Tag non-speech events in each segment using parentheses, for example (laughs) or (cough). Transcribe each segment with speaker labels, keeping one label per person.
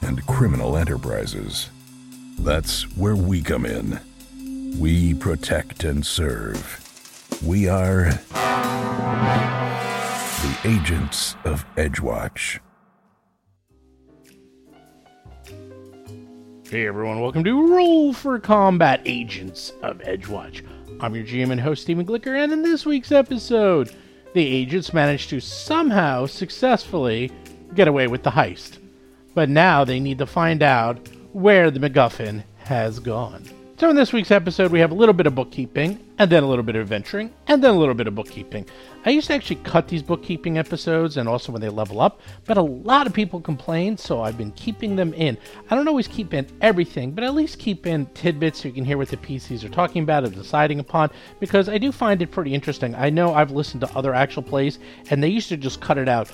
Speaker 1: and criminal enterprises. That's where we come in. We protect and serve. We are the agents of Edgewatch.
Speaker 2: Hey everyone, welcome to Roll for Combat Agents of Edgewatch. I'm your GM and host, Steven Glicker, and in this week's episode, the agents managed to somehow successfully get away with the heist. But now they need to find out where the MacGuffin has gone. So, in this week's episode, we have a little bit of bookkeeping, and then a little bit of adventuring, and then a little bit of bookkeeping. I used to actually cut these bookkeeping episodes and also when they level up, but a lot of people complain, so I've been keeping them in. I don't always keep in everything, but at least keep in tidbits so you can hear what the PCs are talking about and deciding upon, because I do find it pretty interesting. I know I've listened to other actual plays, and they used to just cut it out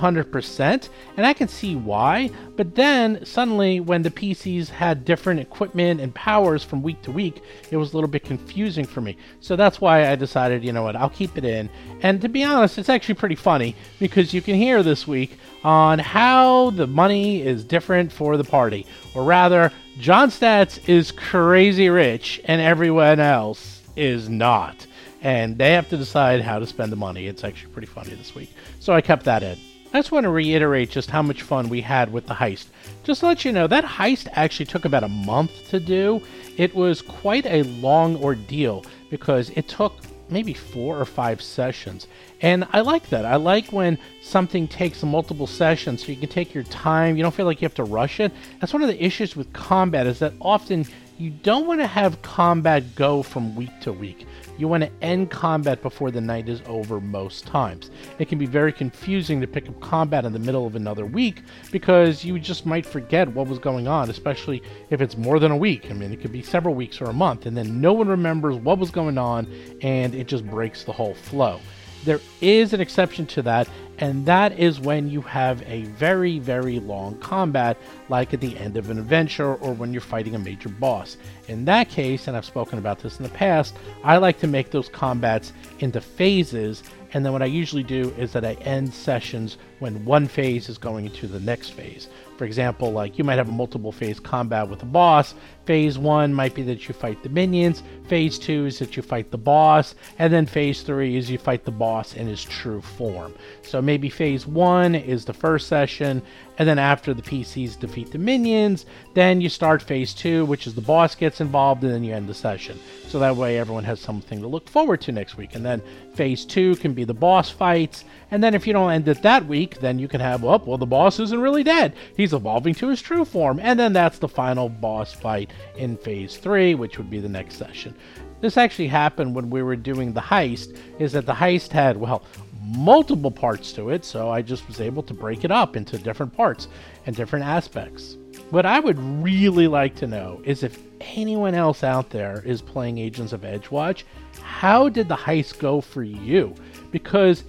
Speaker 2: 100%, and I can see why, but then suddenly when the PCs had different equipment and powers from week to week, it was a little bit confusing for me. So that's why I decided, you know what, I'll keep it in. And to be honest, it's actually pretty funny because you can hear this week on how the money is different for the party. Or rather, John Stats is crazy rich and everyone else is not and they have to decide how to spend the money. It's actually pretty funny this week. So I kept that in. I just want to reiterate just how much fun we had with the heist. Just to let you know, that heist actually took about a month to do. It was quite a long ordeal because it took maybe four or five sessions. And I like that. I like when something takes multiple sessions so you can take your time. You don't feel like you have to rush it. That's one of the issues with combat is that often you don't want to have combat go from week to week. You want to end combat before the night is over most times. It can be very confusing to pick up combat in the middle of another week because you just might forget what was going on, especially if it's more than a week. I mean, it could be several weeks or a month, and then no one remembers what was going on, and it just breaks the whole flow. There is an exception to that, and that is when you have a very, very long combat, like at the end of an adventure or when you're fighting a major boss. In that case, and I've spoken about this in the past, I like to make those combats into phases, and then what I usually do is that I end sessions when one phase is going into the next phase. For example, like you might have a multiple phase combat with a boss. Phase one might be that you fight the minions. Phase two is that you fight the boss. And then phase three is you fight the boss in his true form. So maybe phase one is the first session. And then after the PCs defeat the minions, then you start phase two, which is the boss gets involved. And then you end the session. So that way everyone has something to look forward to next week. And then phase two can be the boss fights. And then if you don't end it that week, then you can have, oh, well, the boss isn't really dead. He's evolving to his true form. And then that's the final boss fight in phase three, which would be the next session. This actually happened when we were doing the heist, is that the heist had, well, multiple parts to it, so I just was able to break it up into different parts and different aspects. What I would really like to know is if anyone else out there is playing Agents of Edgewatch, how did the heist go for you? Because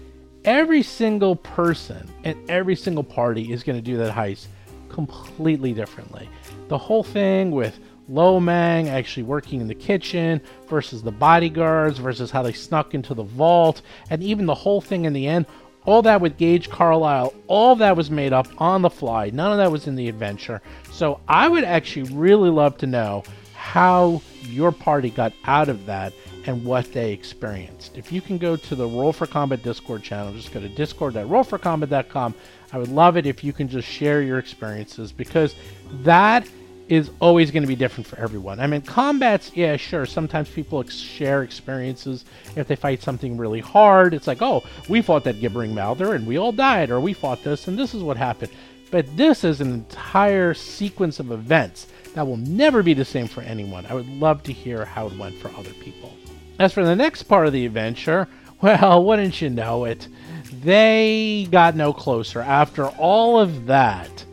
Speaker 2: every single person and every single party is going to do that heist completely differently. The whole thing with Lomang actually working in the kitchen versus the bodyguards versus how they snuck into the vault and even the whole thing in the end all that with Gage Carlisle, all that was made up on the fly. None of that was in the adventure. So I would actually really love to know how your party got out of that and what they experienced. If you can go to the Roll for Combat Discord channel, just go to discord.rollforcombat.com. I would love it if you can just share your experiences because that is always going to be different for everyone. I mean, combats, yeah, sure. Sometimes people ex- share experiences. If they fight something really hard, it's like, oh, we fought that gibbering mouther and we all died, or we fought this and this is what happened. But this is an entire sequence of events that will never be the same for anyone. I would love to hear how it went for other people. As for the next part of the adventure, (laughs) well, wouldn't you know it? They got no closer. After all of that,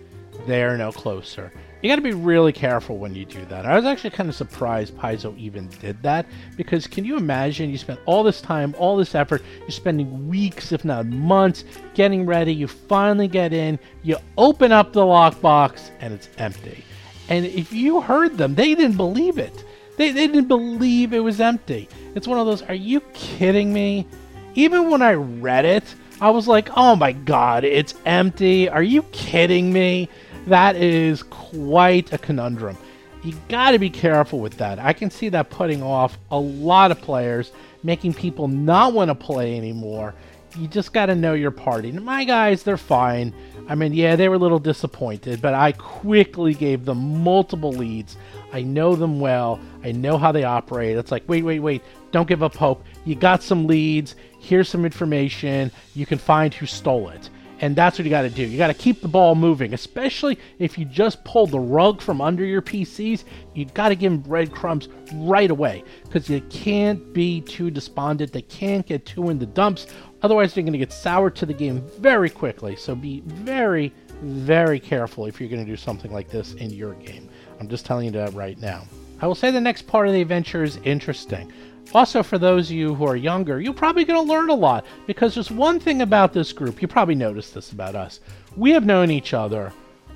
Speaker 2: They are no closer. You got to be really careful when you do that. I was actually kind of surprised Paizo even did that because can you imagine you spent all this time, all this effort, you're spending weeks, if not months, getting ready. You finally get in, you open up the lockbox, and it's empty. And if you heard them, they didn't believe it. They, they didn't believe it was empty. It's one of those, are you kidding me? Even when I read it, I was like, oh my god, it's empty. Are you kidding me? That is quite a conundrum. You gotta be careful with that. I can see that putting off a lot of players, making people not want to play anymore. You just gotta know your party. And my guys, they're fine. I mean, yeah, they were a little disappointed, but I quickly gave them multiple leads. I know them well. I know how they operate. It's like, wait, wait, wait. Don't give up hope. You got some leads. Here's some information. You can find who stole it. And that's what you got to do. You got to keep the ball moving, especially if you just pulled the rug from under your PCs. You got to give them breadcrumbs right away because you can't be too despondent. They can't get too in the dumps. Otherwise, they're going to get sour to the game very quickly. So be very, very careful if you're going to do something like this in your game. I'm just telling you that right now. I will say the next part of the adventure is interesting. Also, for those of you who are younger, you're probably going to learn a lot because there's one thing about this group, you probably noticed this about us. We have known each other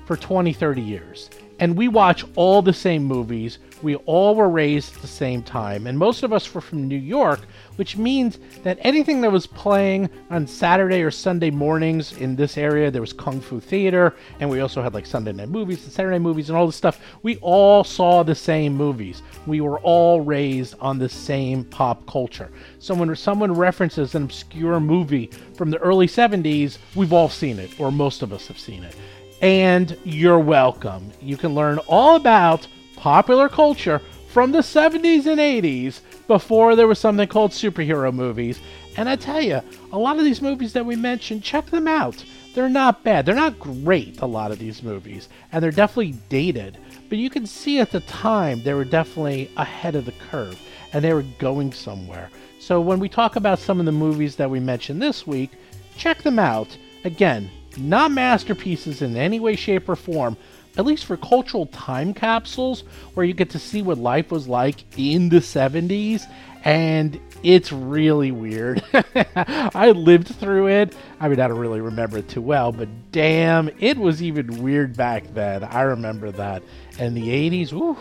Speaker 2: for 20, 30 years, and we watch all the same movies. We all were raised at the same time, and most of us were from New York, which means that anything that was playing on Saturday or Sunday mornings in this area, there was Kung Fu Theater, and we also had like Sunday night movies and Saturday night movies and all this stuff. We all saw the same movies. We were all raised on the same pop culture. So when someone references an obscure movie from the early 70s, we've all seen it, or most of us have seen it and you're welcome. You can learn all about popular culture from the 70s and 80s before there was something called superhero movies. And I tell you, a lot of these movies that we mentioned, check them out. They're not bad. They're not great, a lot of these movies, and they're definitely dated. But you can see at the time they were definitely ahead of the curve and they were going somewhere. So when we talk about some of the movies that we mentioned this week, check them out. Again, not masterpieces in any way, shape, or form, at least for cultural time capsules where you get to see what life was like in the 70s. And it's really weird. (laughs) I lived through it. I mean, I don't really remember it too well, but damn, it was even weird back then. I remember that. And the 80s, ooh,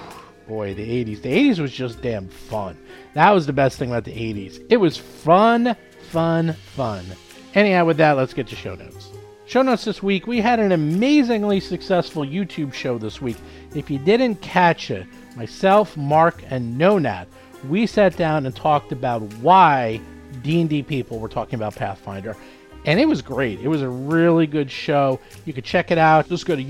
Speaker 2: boy, the 80s. The 80s was just damn fun. That was the best thing about the 80s. It was fun, fun, fun. Anyhow, with that, let's get to show notes. Show notes this week, we had an amazingly successful YouTube show this week. If you didn't catch it, myself, Mark, and Nonat, we sat down and talked about why D&D people were talking about Pathfinder. And it was great. It was a really good show. You can check it out. Just go to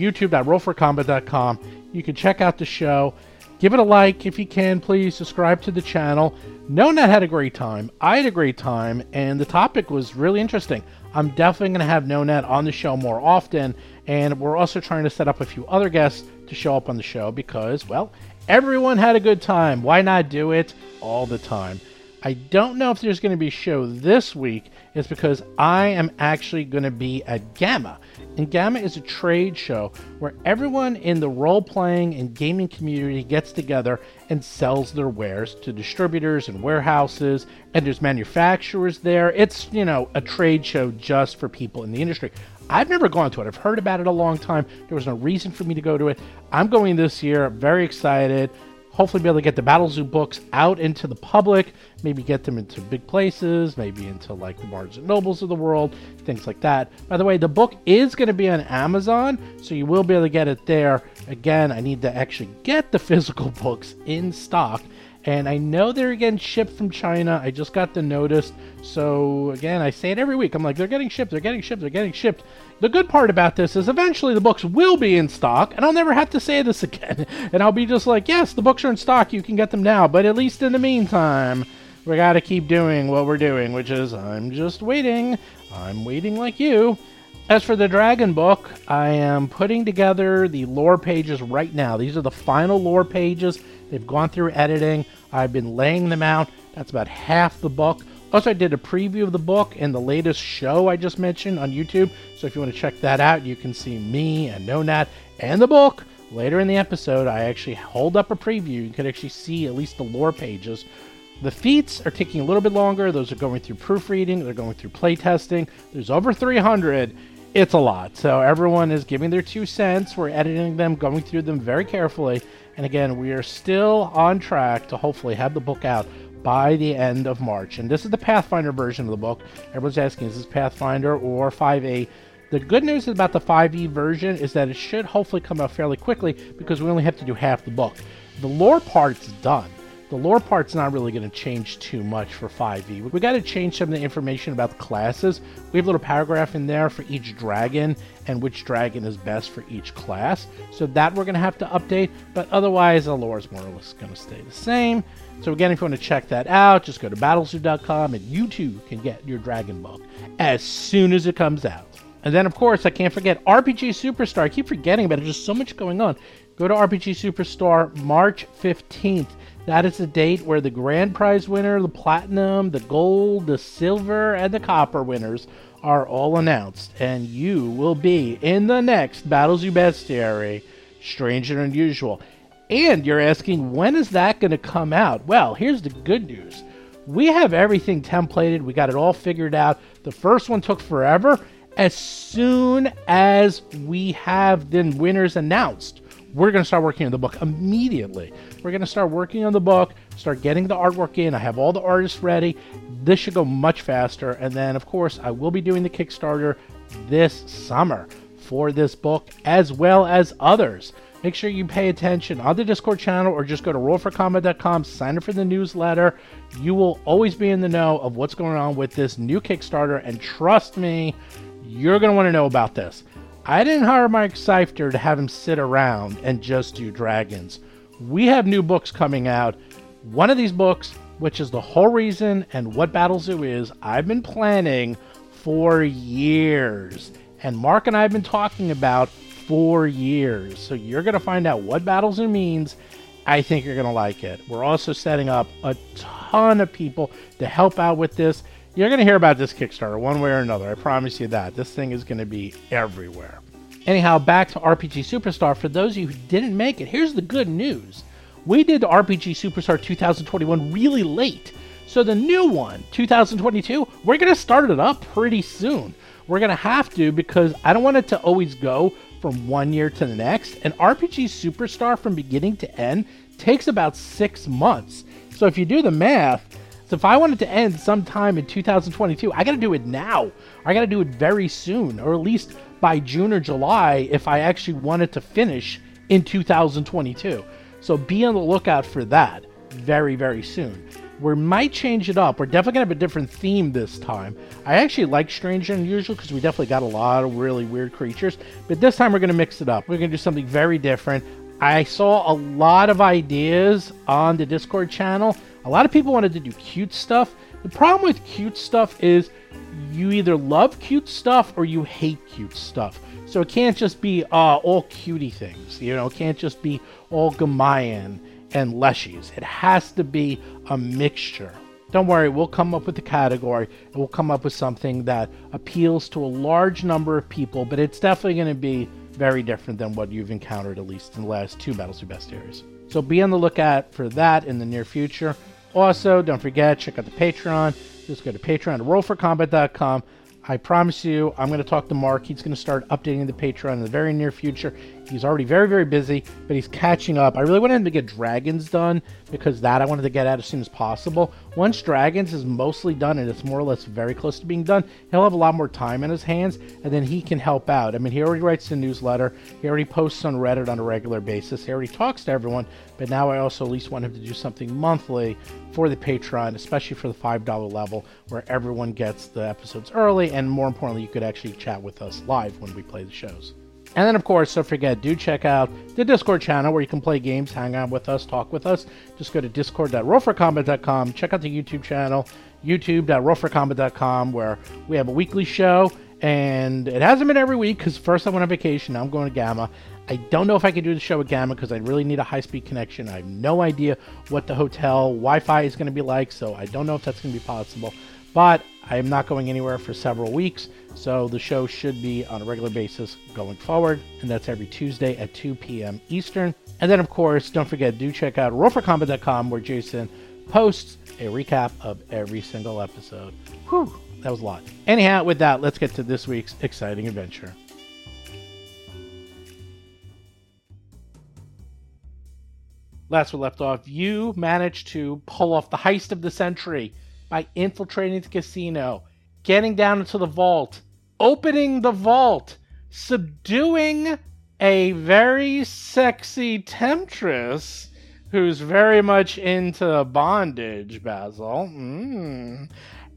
Speaker 2: youtube.rollforcombat.com. You can check out the show. Give it a like if you can, please. Subscribe to the channel. Nonat had a great time. I had a great time. And the topic was really interesting. I'm definitely going to have Nonat on the show more often. And we're also trying to set up a few other guests to show up on the show because, well, everyone had a good time. Why not do it all the time? I don't know if there's going to be a show this week. It's because I am actually going to be at Gamma. And Gamma is a trade show where everyone in the role playing and gaming community gets together and sells their wares to distributors and warehouses. And there's manufacturers there. It's, you know, a trade show just for people in the industry. I've never gone to it. I've heard about it a long time. There was no reason for me to go to it. I'm going this year. Very excited hopefully be able to get the Battle Zoo books out into the public, maybe get them into big places, maybe into like the Barnes and Nobles of the world, things like that. By the way, the book is going to be on Amazon, so you will be able to get it there. Again, I need to actually get the (laughs) physical books in stock. And I know they're again shipped from China. I just got the notice. So again, I say it every week. I'm like, they're getting shipped, they're getting shipped, they're getting shipped. The good part about this is eventually the books will be in stock, and I'll never have to say this (laughs) again. and I'll be just like, yes, the books are in stock, you can get them now. But at least in the meantime, we gotta keep doing what we're doing, which is I'm just waiting. I'm waiting like you. As for the Dragon Book, I am putting together the lore pages right now. These are the final lore pages. They've gone through editing. I've been laying them out. That's about half the book. Also, I did a preview of the book and the latest show I just mentioned on YouTube. So if you want to check that out, you can see me and Nonat and the book. Later in the episode, I actually hold up a preview. You can actually see at least the lore pages. The feats are taking a little bit longer. Those are going through proofreading, they're going through playtesting. There's over 300. It's a lot. So everyone is giving their two cents. We're editing them, going through them very carefully. And again, we are still on track to hopefully have the book out by the end of March. And this is the Pathfinder version of the book. Everyone's asking, is this Pathfinder or 5e? The good news about the 5e version is that it should hopefully come out fairly quickly because we only have to do half the book. The lore part's done. The lore part's not really going to change too much for 5e. We got to change some of the information about the classes. We have a little paragraph in there for each dragon and which dragon is best for each class. So that we're going to have to update, but otherwise the lore is more or less going to stay the same. So again, if you want to check that out, just go to battlezoo.com and you too can get your dragon book as soon as it comes out. And then, of course, I can't forget RPG Superstar. I keep forgetting about it. There's so much going on. Go to RPG Superstar March 15th. That is the date where the grand prize winner, the platinum, the gold, the silver, and the copper winners are all announced. And you will be in the next Battlezoo Bestiary Strange and Unusual. And you're asking, when is that going to come out? Well, here's the good news we have everything templated, we got it all figured out. The first one took forever. As soon as we have the winners announced, we're going to start working on the book immediately. We're going to start working on the book, start getting the artwork in. I have all the artists ready. This should go much faster. And then, of course, I will be doing the Kickstarter this summer for this book as well as others. Make sure you pay attention on the Discord channel or just go to rollforcombat.com, sign up for the newsletter. You will always be in the know of what's going on with this new Kickstarter. And trust me, you're going to want to know about this. I didn't hire Mike Seifter to have him sit around and just do dragons. We have new books coming out. One of these books, which is the whole reason and what Battle Zoo is, I've been planning for years. And Mark and I have been talking about for years. So you're going to find out what Battle Zoo means. I think you're going to like it. We're also setting up a ton of people to help out with this. You're going to hear about this Kickstarter one way or another. I promise you that. This thing is going to be everywhere. Anyhow, back to RPG Superstar. For those of you who didn't make it, here's the good news. We did the RPG Superstar 2021 really late. So the new one, 2022, we're going to start it up pretty soon. We're going to have to because I don't want it to always go from one year to the next. And RPG Superstar from beginning to end takes about six months. So if you do the math, so if I wanted to end sometime in 2022, I got to do it now. I got to do it very soon, or at least by June or July if I actually wanted to finish in 2022. So be on the lookout for that very, very soon. We might change it up. We're definitely going to have a different theme this time. I actually like Strange and Unusual because we definitely got a lot of really weird creatures, but this time we're going to mix it up. We're going to do something very different. I saw a lot of ideas on the Discord channel. A lot of people wanted to do cute stuff. The problem with cute stuff is you either love cute stuff or you hate cute stuff. So it can't just be uh, all cutie things. You know, it can't just be all Gamayan and Leshies. It has to be a mixture. Don't worry, we'll come up with a category and we'll come up with something that appeals to a large number of people, but it's definitely going to be very different than what you've encountered at least in the last two Battles of Best series. So be on the lookout for that in the near future. Also, don't forget, check out the Patreon. Just go to Patreon to rollforcombat.com. I promise you, I'm going to talk to Mark. He's going to start updating the Patreon in the very near future. He's already very, very busy, but he's catching up. I really wanted him to get Dragons done because that I wanted to get out as soon as possible. Once Dragons is mostly done and it's more or less very close to being done, he'll have a lot more time in his hands and then he can help out. I mean, he already writes the newsletter, he already posts on Reddit on a regular basis, he already talks to everyone, but now I also at least want him to do something monthly for the Patreon, especially for the $5 level where everyone gets the episodes early and more importantly, you could actually chat with us live when we play the shows. And then, of course, don't forget, do check out the Discord channel where you can play games, hang out with us, talk with us. Just go to discord.rollforcombat.com. Check out the YouTube channel, youtube.rollforcombat.com, where we have a weekly show. And it hasn't been every week because first I went on vacation, now I'm going to Gamma. I don't know if I can do the show at Gamma because I really need a high speed connection. I have no idea what the hotel Wi Fi is going to be like, so I don't know if that's going to be possible. But I am not going anywhere for several weeks, so the show should be on a regular basis going forward, and that's every Tuesday at 2 p.m. Eastern. And then, of course, don't forget do check out RollForCombat.com where Jason posts a recap of every single episode. Whew, that was a lot. Anyhow, with that, let's get to this week's exciting adventure. Last we left off, you managed to pull off the heist of the century by infiltrating the casino, getting down into the vault, opening the vault, subduing a very sexy temptress who's very much into bondage, Basil, mm.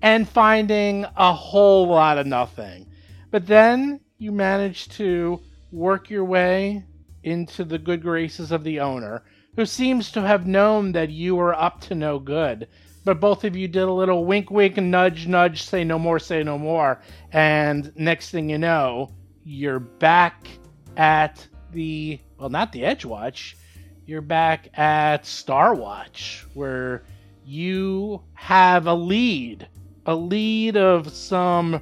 Speaker 2: and finding a whole lot of nothing. But then you manage to work your way into the good graces of the owner, who seems to have known that you were up to no good but both of you did a little wink wink nudge nudge say no more say no more and next thing you know you're back at the well not the edge watch you're back at star watch where you have a lead a lead of some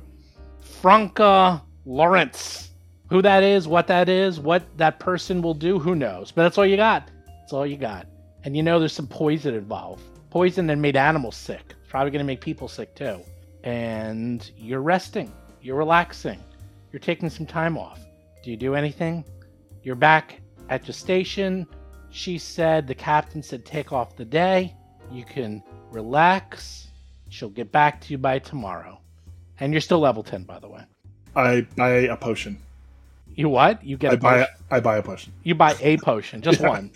Speaker 2: franca lawrence who that is what that is what that person will do who knows but that's all you got that's all you got and you know there's some poison involved poison and made animals sick. It's probably going to make people sick too. And you're resting, you're relaxing, you're taking some time off. Do you do anything? You're back at your station. She said, the captain said, take off the day. You can relax. She'll get back to you by tomorrow. And you're still level 10, by the way.
Speaker 3: I buy a potion.
Speaker 2: You what? You get
Speaker 3: I
Speaker 2: a
Speaker 3: buy
Speaker 2: potion.
Speaker 3: a, I buy a potion.
Speaker 2: You buy a potion, just
Speaker 3: (laughs) Yeah.
Speaker 2: one.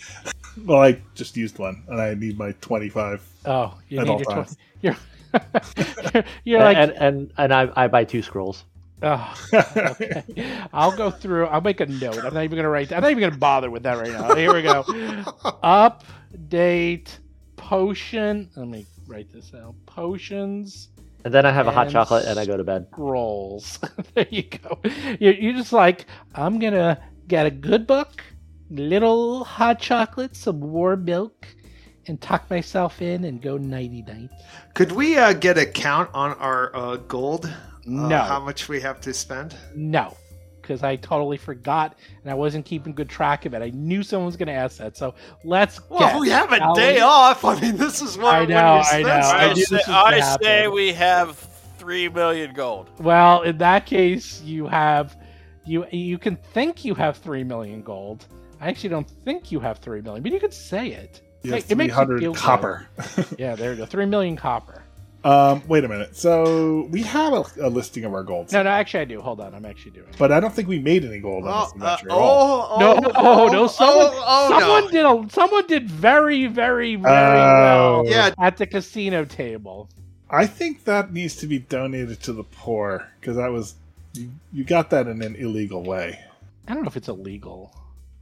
Speaker 3: Well, I just used one, and I need my twenty-five.
Speaker 2: Oh, you
Speaker 3: At
Speaker 2: need
Speaker 3: all
Speaker 2: your twenty.
Speaker 3: times.
Speaker 2: You're, you're, (laughs) you're like,
Speaker 4: and and and I, I buy two scrolls.
Speaker 2: oh, I'll go through. I'll make a note. I'm not even gonna write. I'm not even gonna bother with that right now. Here we
Speaker 3: (laughs)
Speaker 2: go. Update potion. Let me write this out. Potions
Speaker 4: And then I have a hot
Speaker 2: And
Speaker 4: chocolate and I go to bed.
Speaker 2: rolls. (laughs) there you go. You're, you're just like I'm gonna get a good book, little hot chocolate, some warm milk, and tuck myself in and go nighty night.
Speaker 5: Could we uh, get a count on our uh, gold? Uh,
Speaker 2: No.
Speaker 5: How much we have to spend?
Speaker 2: No, because I totally forgot and I wasn't keeping good track of it. I knew someone was going to ask that. So let's guess.
Speaker 5: Well, we have a
Speaker 2: Shall
Speaker 5: day
Speaker 2: we?
Speaker 5: off. I mean, this is what
Speaker 2: I
Speaker 5: when
Speaker 2: know,
Speaker 5: you
Speaker 2: I
Speaker 5: spend
Speaker 2: know. I
Speaker 6: I
Speaker 2: knew
Speaker 5: stuff.
Speaker 6: say,
Speaker 2: this was gonna
Speaker 6: I say
Speaker 2: happen.
Speaker 6: we have three million gold.
Speaker 2: Well, in that case, you have you you can think you have three million gold. I actually don't think you have three million, but you could say it. Like, it
Speaker 3: three
Speaker 2: makes you feel
Speaker 3: hundred
Speaker 2: good.
Speaker 3: copper.
Speaker 2: Yeah, there you go. Three million copper.
Speaker 3: Um, wait a minute. So we have a, a listing of our golds,
Speaker 2: No, no, actually, I do. Hold on, I'm actually doing. it.
Speaker 3: but I don't think we made any gold on this
Speaker 5: Oh, uh,
Speaker 3: adventure at all.
Speaker 5: oh, oh,
Speaker 2: No, oh, no, someone,
Speaker 5: oh, oh,
Speaker 2: someone
Speaker 5: no.
Speaker 2: did a, someone did very, very, very
Speaker 3: Oh.
Speaker 2: well
Speaker 5: Yeah,
Speaker 2: at the casino table.
Speaker 3: I think that needs to be donated to the poor because that was you, you got that in an illegal way.
Speaker 2: I don't know if it's illegal.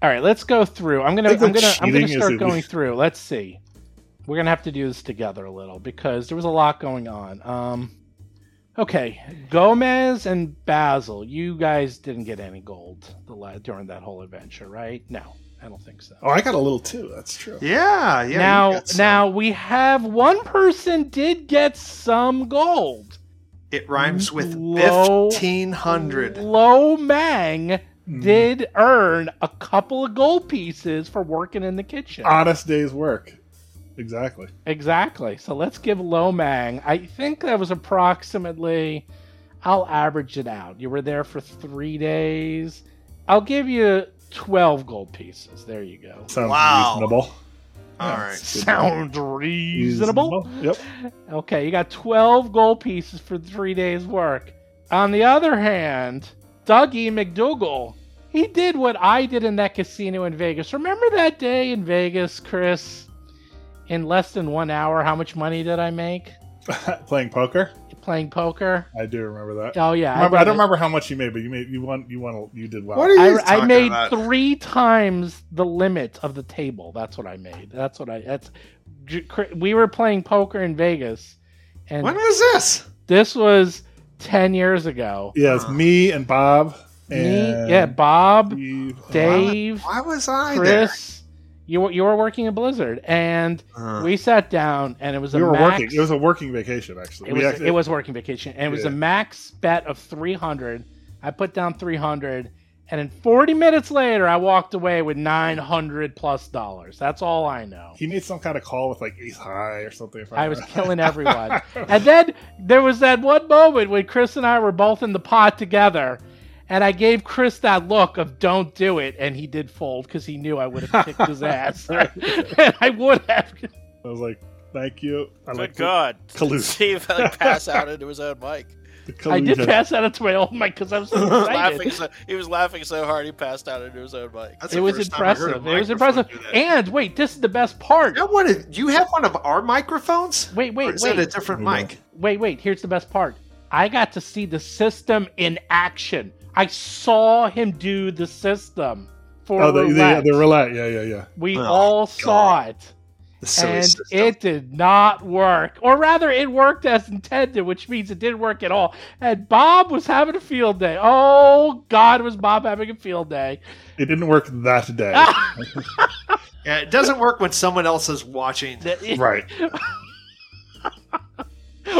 Speaker 2: All right, let's go through. I'm gonna,
Speaker 3: I
Speaker 2: I'm
Speaker 3: think
Speaker 2: gonna,
Speaker 3: that
Speaker 2: I'm gonna
Speaker 3: cheating is
Speaker 2: start
Speaker 3: illegal.
Speaker 2: going through. Let's see. We're gonna have to do this together a little because there was a lot going on. Um, okay, Gomez and Basil, you guys didn't get any gold the la- during that whole adventure, right? No, I don't think so.
Speaker 3: Oh, I got a little too. That's true.
Speaker 5: Yeah, yeah. you
Speaker 2: now,
Speaker 5: got some.
Speaker 2: now we have one person did get some gold.
Speaker 5: it rhymes with
Speaker 2: Low-
Speaker 5: fifteen hundred.
Speaker 2: Lo Mang
Speaker 3: Mm.
Speaker 2: did earn a couple of gold pieces for working in the kitchen.
Speaker 3: Honest day's work. Exactly.
Speaker 2: Exactly. So let's give Lomang. I think that was approximately. I'll average it out. You were there for three days. I'll give you twelve gold pieces. There you go.
Speaker 3: Sounds
Speaker 5: Wow.
Speaker 3: reasonable.
Speaker 5: All
Speaker 3: Yeah,
Speaker 5: right.
Speaker 3: it's good.
Speaker 2: Sounds reasonable.
Speaker 3: Yep.
Speaker 2: Okay, you got twelve gold pieces for three days' work. On the other hand, Dougie McDougal, he did what I did in that casino in Vegas. Remember that day in Vegas, Chris? In less than one hour, how much money did I make?
Speaker 3: (laughs) Playing poker.
Speaker 2: playing poker.
Speaker 3: I do remember that.
Speaker 2: Oh yeah,
Speaker 3: remember, I,
Speaker 2: did
Speaker 3: don't
Speaker 2: it.
Speaker 3: remember how much you made, but you made you won you won you did well.
Speaker 5: What are you
Speaker 2: I, I
Speaker 5: talking
Speaker 2: made
Speaker 5: about?
Speaker 2: three times the limit of the table. That's what I made. That's what I. That's J- Cr- we were playing poker in Vegas, and
Speaker 5: When was this?
Speaker 2: this was ten years ago.
Speaker 3: yeah, it's me and Bob and
Speaker 2: Me, yeah, Bob,
Speaker 3: Steve.
Speaker 2: Dave,
Speaker 5: Why was I there?
Speaker 2: Chris. You were, you were working at Blizzard, and
Speaker 5: Uh,
Speaker 2: we sat down, and it was a
Speaker 3: we were
Speaker 2: max,
Speaker 3: working. It was a working vacation, actually.
Speaker 2: it
Speaker 3: we
Speaker 2: was,
Speaker 3: actually,
Speaker 2: it was working vacation, and it was
Speaker 3: Yeah.
Speaker 2: a max bet of three hundred. I put down three hundred, and in forty minutes later, I walked away with nine hundred plus dollars. That's all I know.
Speaker 3: He made some kind of call with like ace high or something. if
Speaker 2: I was
Speaker 3: remember.
Speaker 2: killing everyone.
Speaker 3: (laughs)
Speaker 2: and then there was that one moment when Chris and I were both in the pot together, and I gave Chris that look of "Don't do it," and he did fold because he knew I would have kicked
Speaker 3: (laughs)
Speaker 2: his ass, and I would have.
Speaker 3: I was like, thank you. I
Speaker 6: Good
Speaker 3: like the-
Speaker 6: God.
Speaker 3: Collude.
Speaker 6: (laughs) Steve like, pass out into his own mic.
Speaker 3: the
Speaker 2: I did
Speaker 3: collusion.
Speaker 2: pass out into my own mic because I was
Speaker 3: (laughs)
Speaker 2: so
Speaker 6: Laughing
Speaker 2: excited.
Speaker 6: so, he was laughing so hard he passed out into his own mic.
Speaker 5: that's
Speaker 2: It
Speaker 5: the
Speaker 2: was
Speaker 5: first time I heard a
Speaker 2: impressive. It was
Speaker 5: microphone
Speaker 2: impressive.
Speaker 5: do that.
Speaker 2: And wait, this is the best part.
Speaker 5: That one is- do you have one of our microphones?
Speaker 2: Wait,
Speaker 5: Or
Speaker 2: wait,
Speaker 5: is that a
Speaker 2: wait,
Speaker 5: different
Speaker 3: Hold on.
Speaker 5: mic?
Speaker 2: wait, wait. Here's the best part. I got to see the system in action. I saw him do the system for
Speaker 3: Oh, the, the,
Speaker 2: roulette.
Speaker 3: the roulette. Yeah, yeah, yeah.
Speaker 2: We
Speaker 5: Oh,
Speaker 2: all saw it,
Speaker 5: The silly
Speaker 2: and
Speaker 5: system.
Speaker 2: it did not work. Or rather, it worked as intended, which means it didn't work at all. And Bob was having a field day. Oh God, was Bob having a field day?
Speaker 3: It didn't work that day.
Speaker 2: (laughs)
Speaker 5: Yeah, it doesn't work when someone else is watching.
Speaker 2: (laughs)
Speaker 3: right.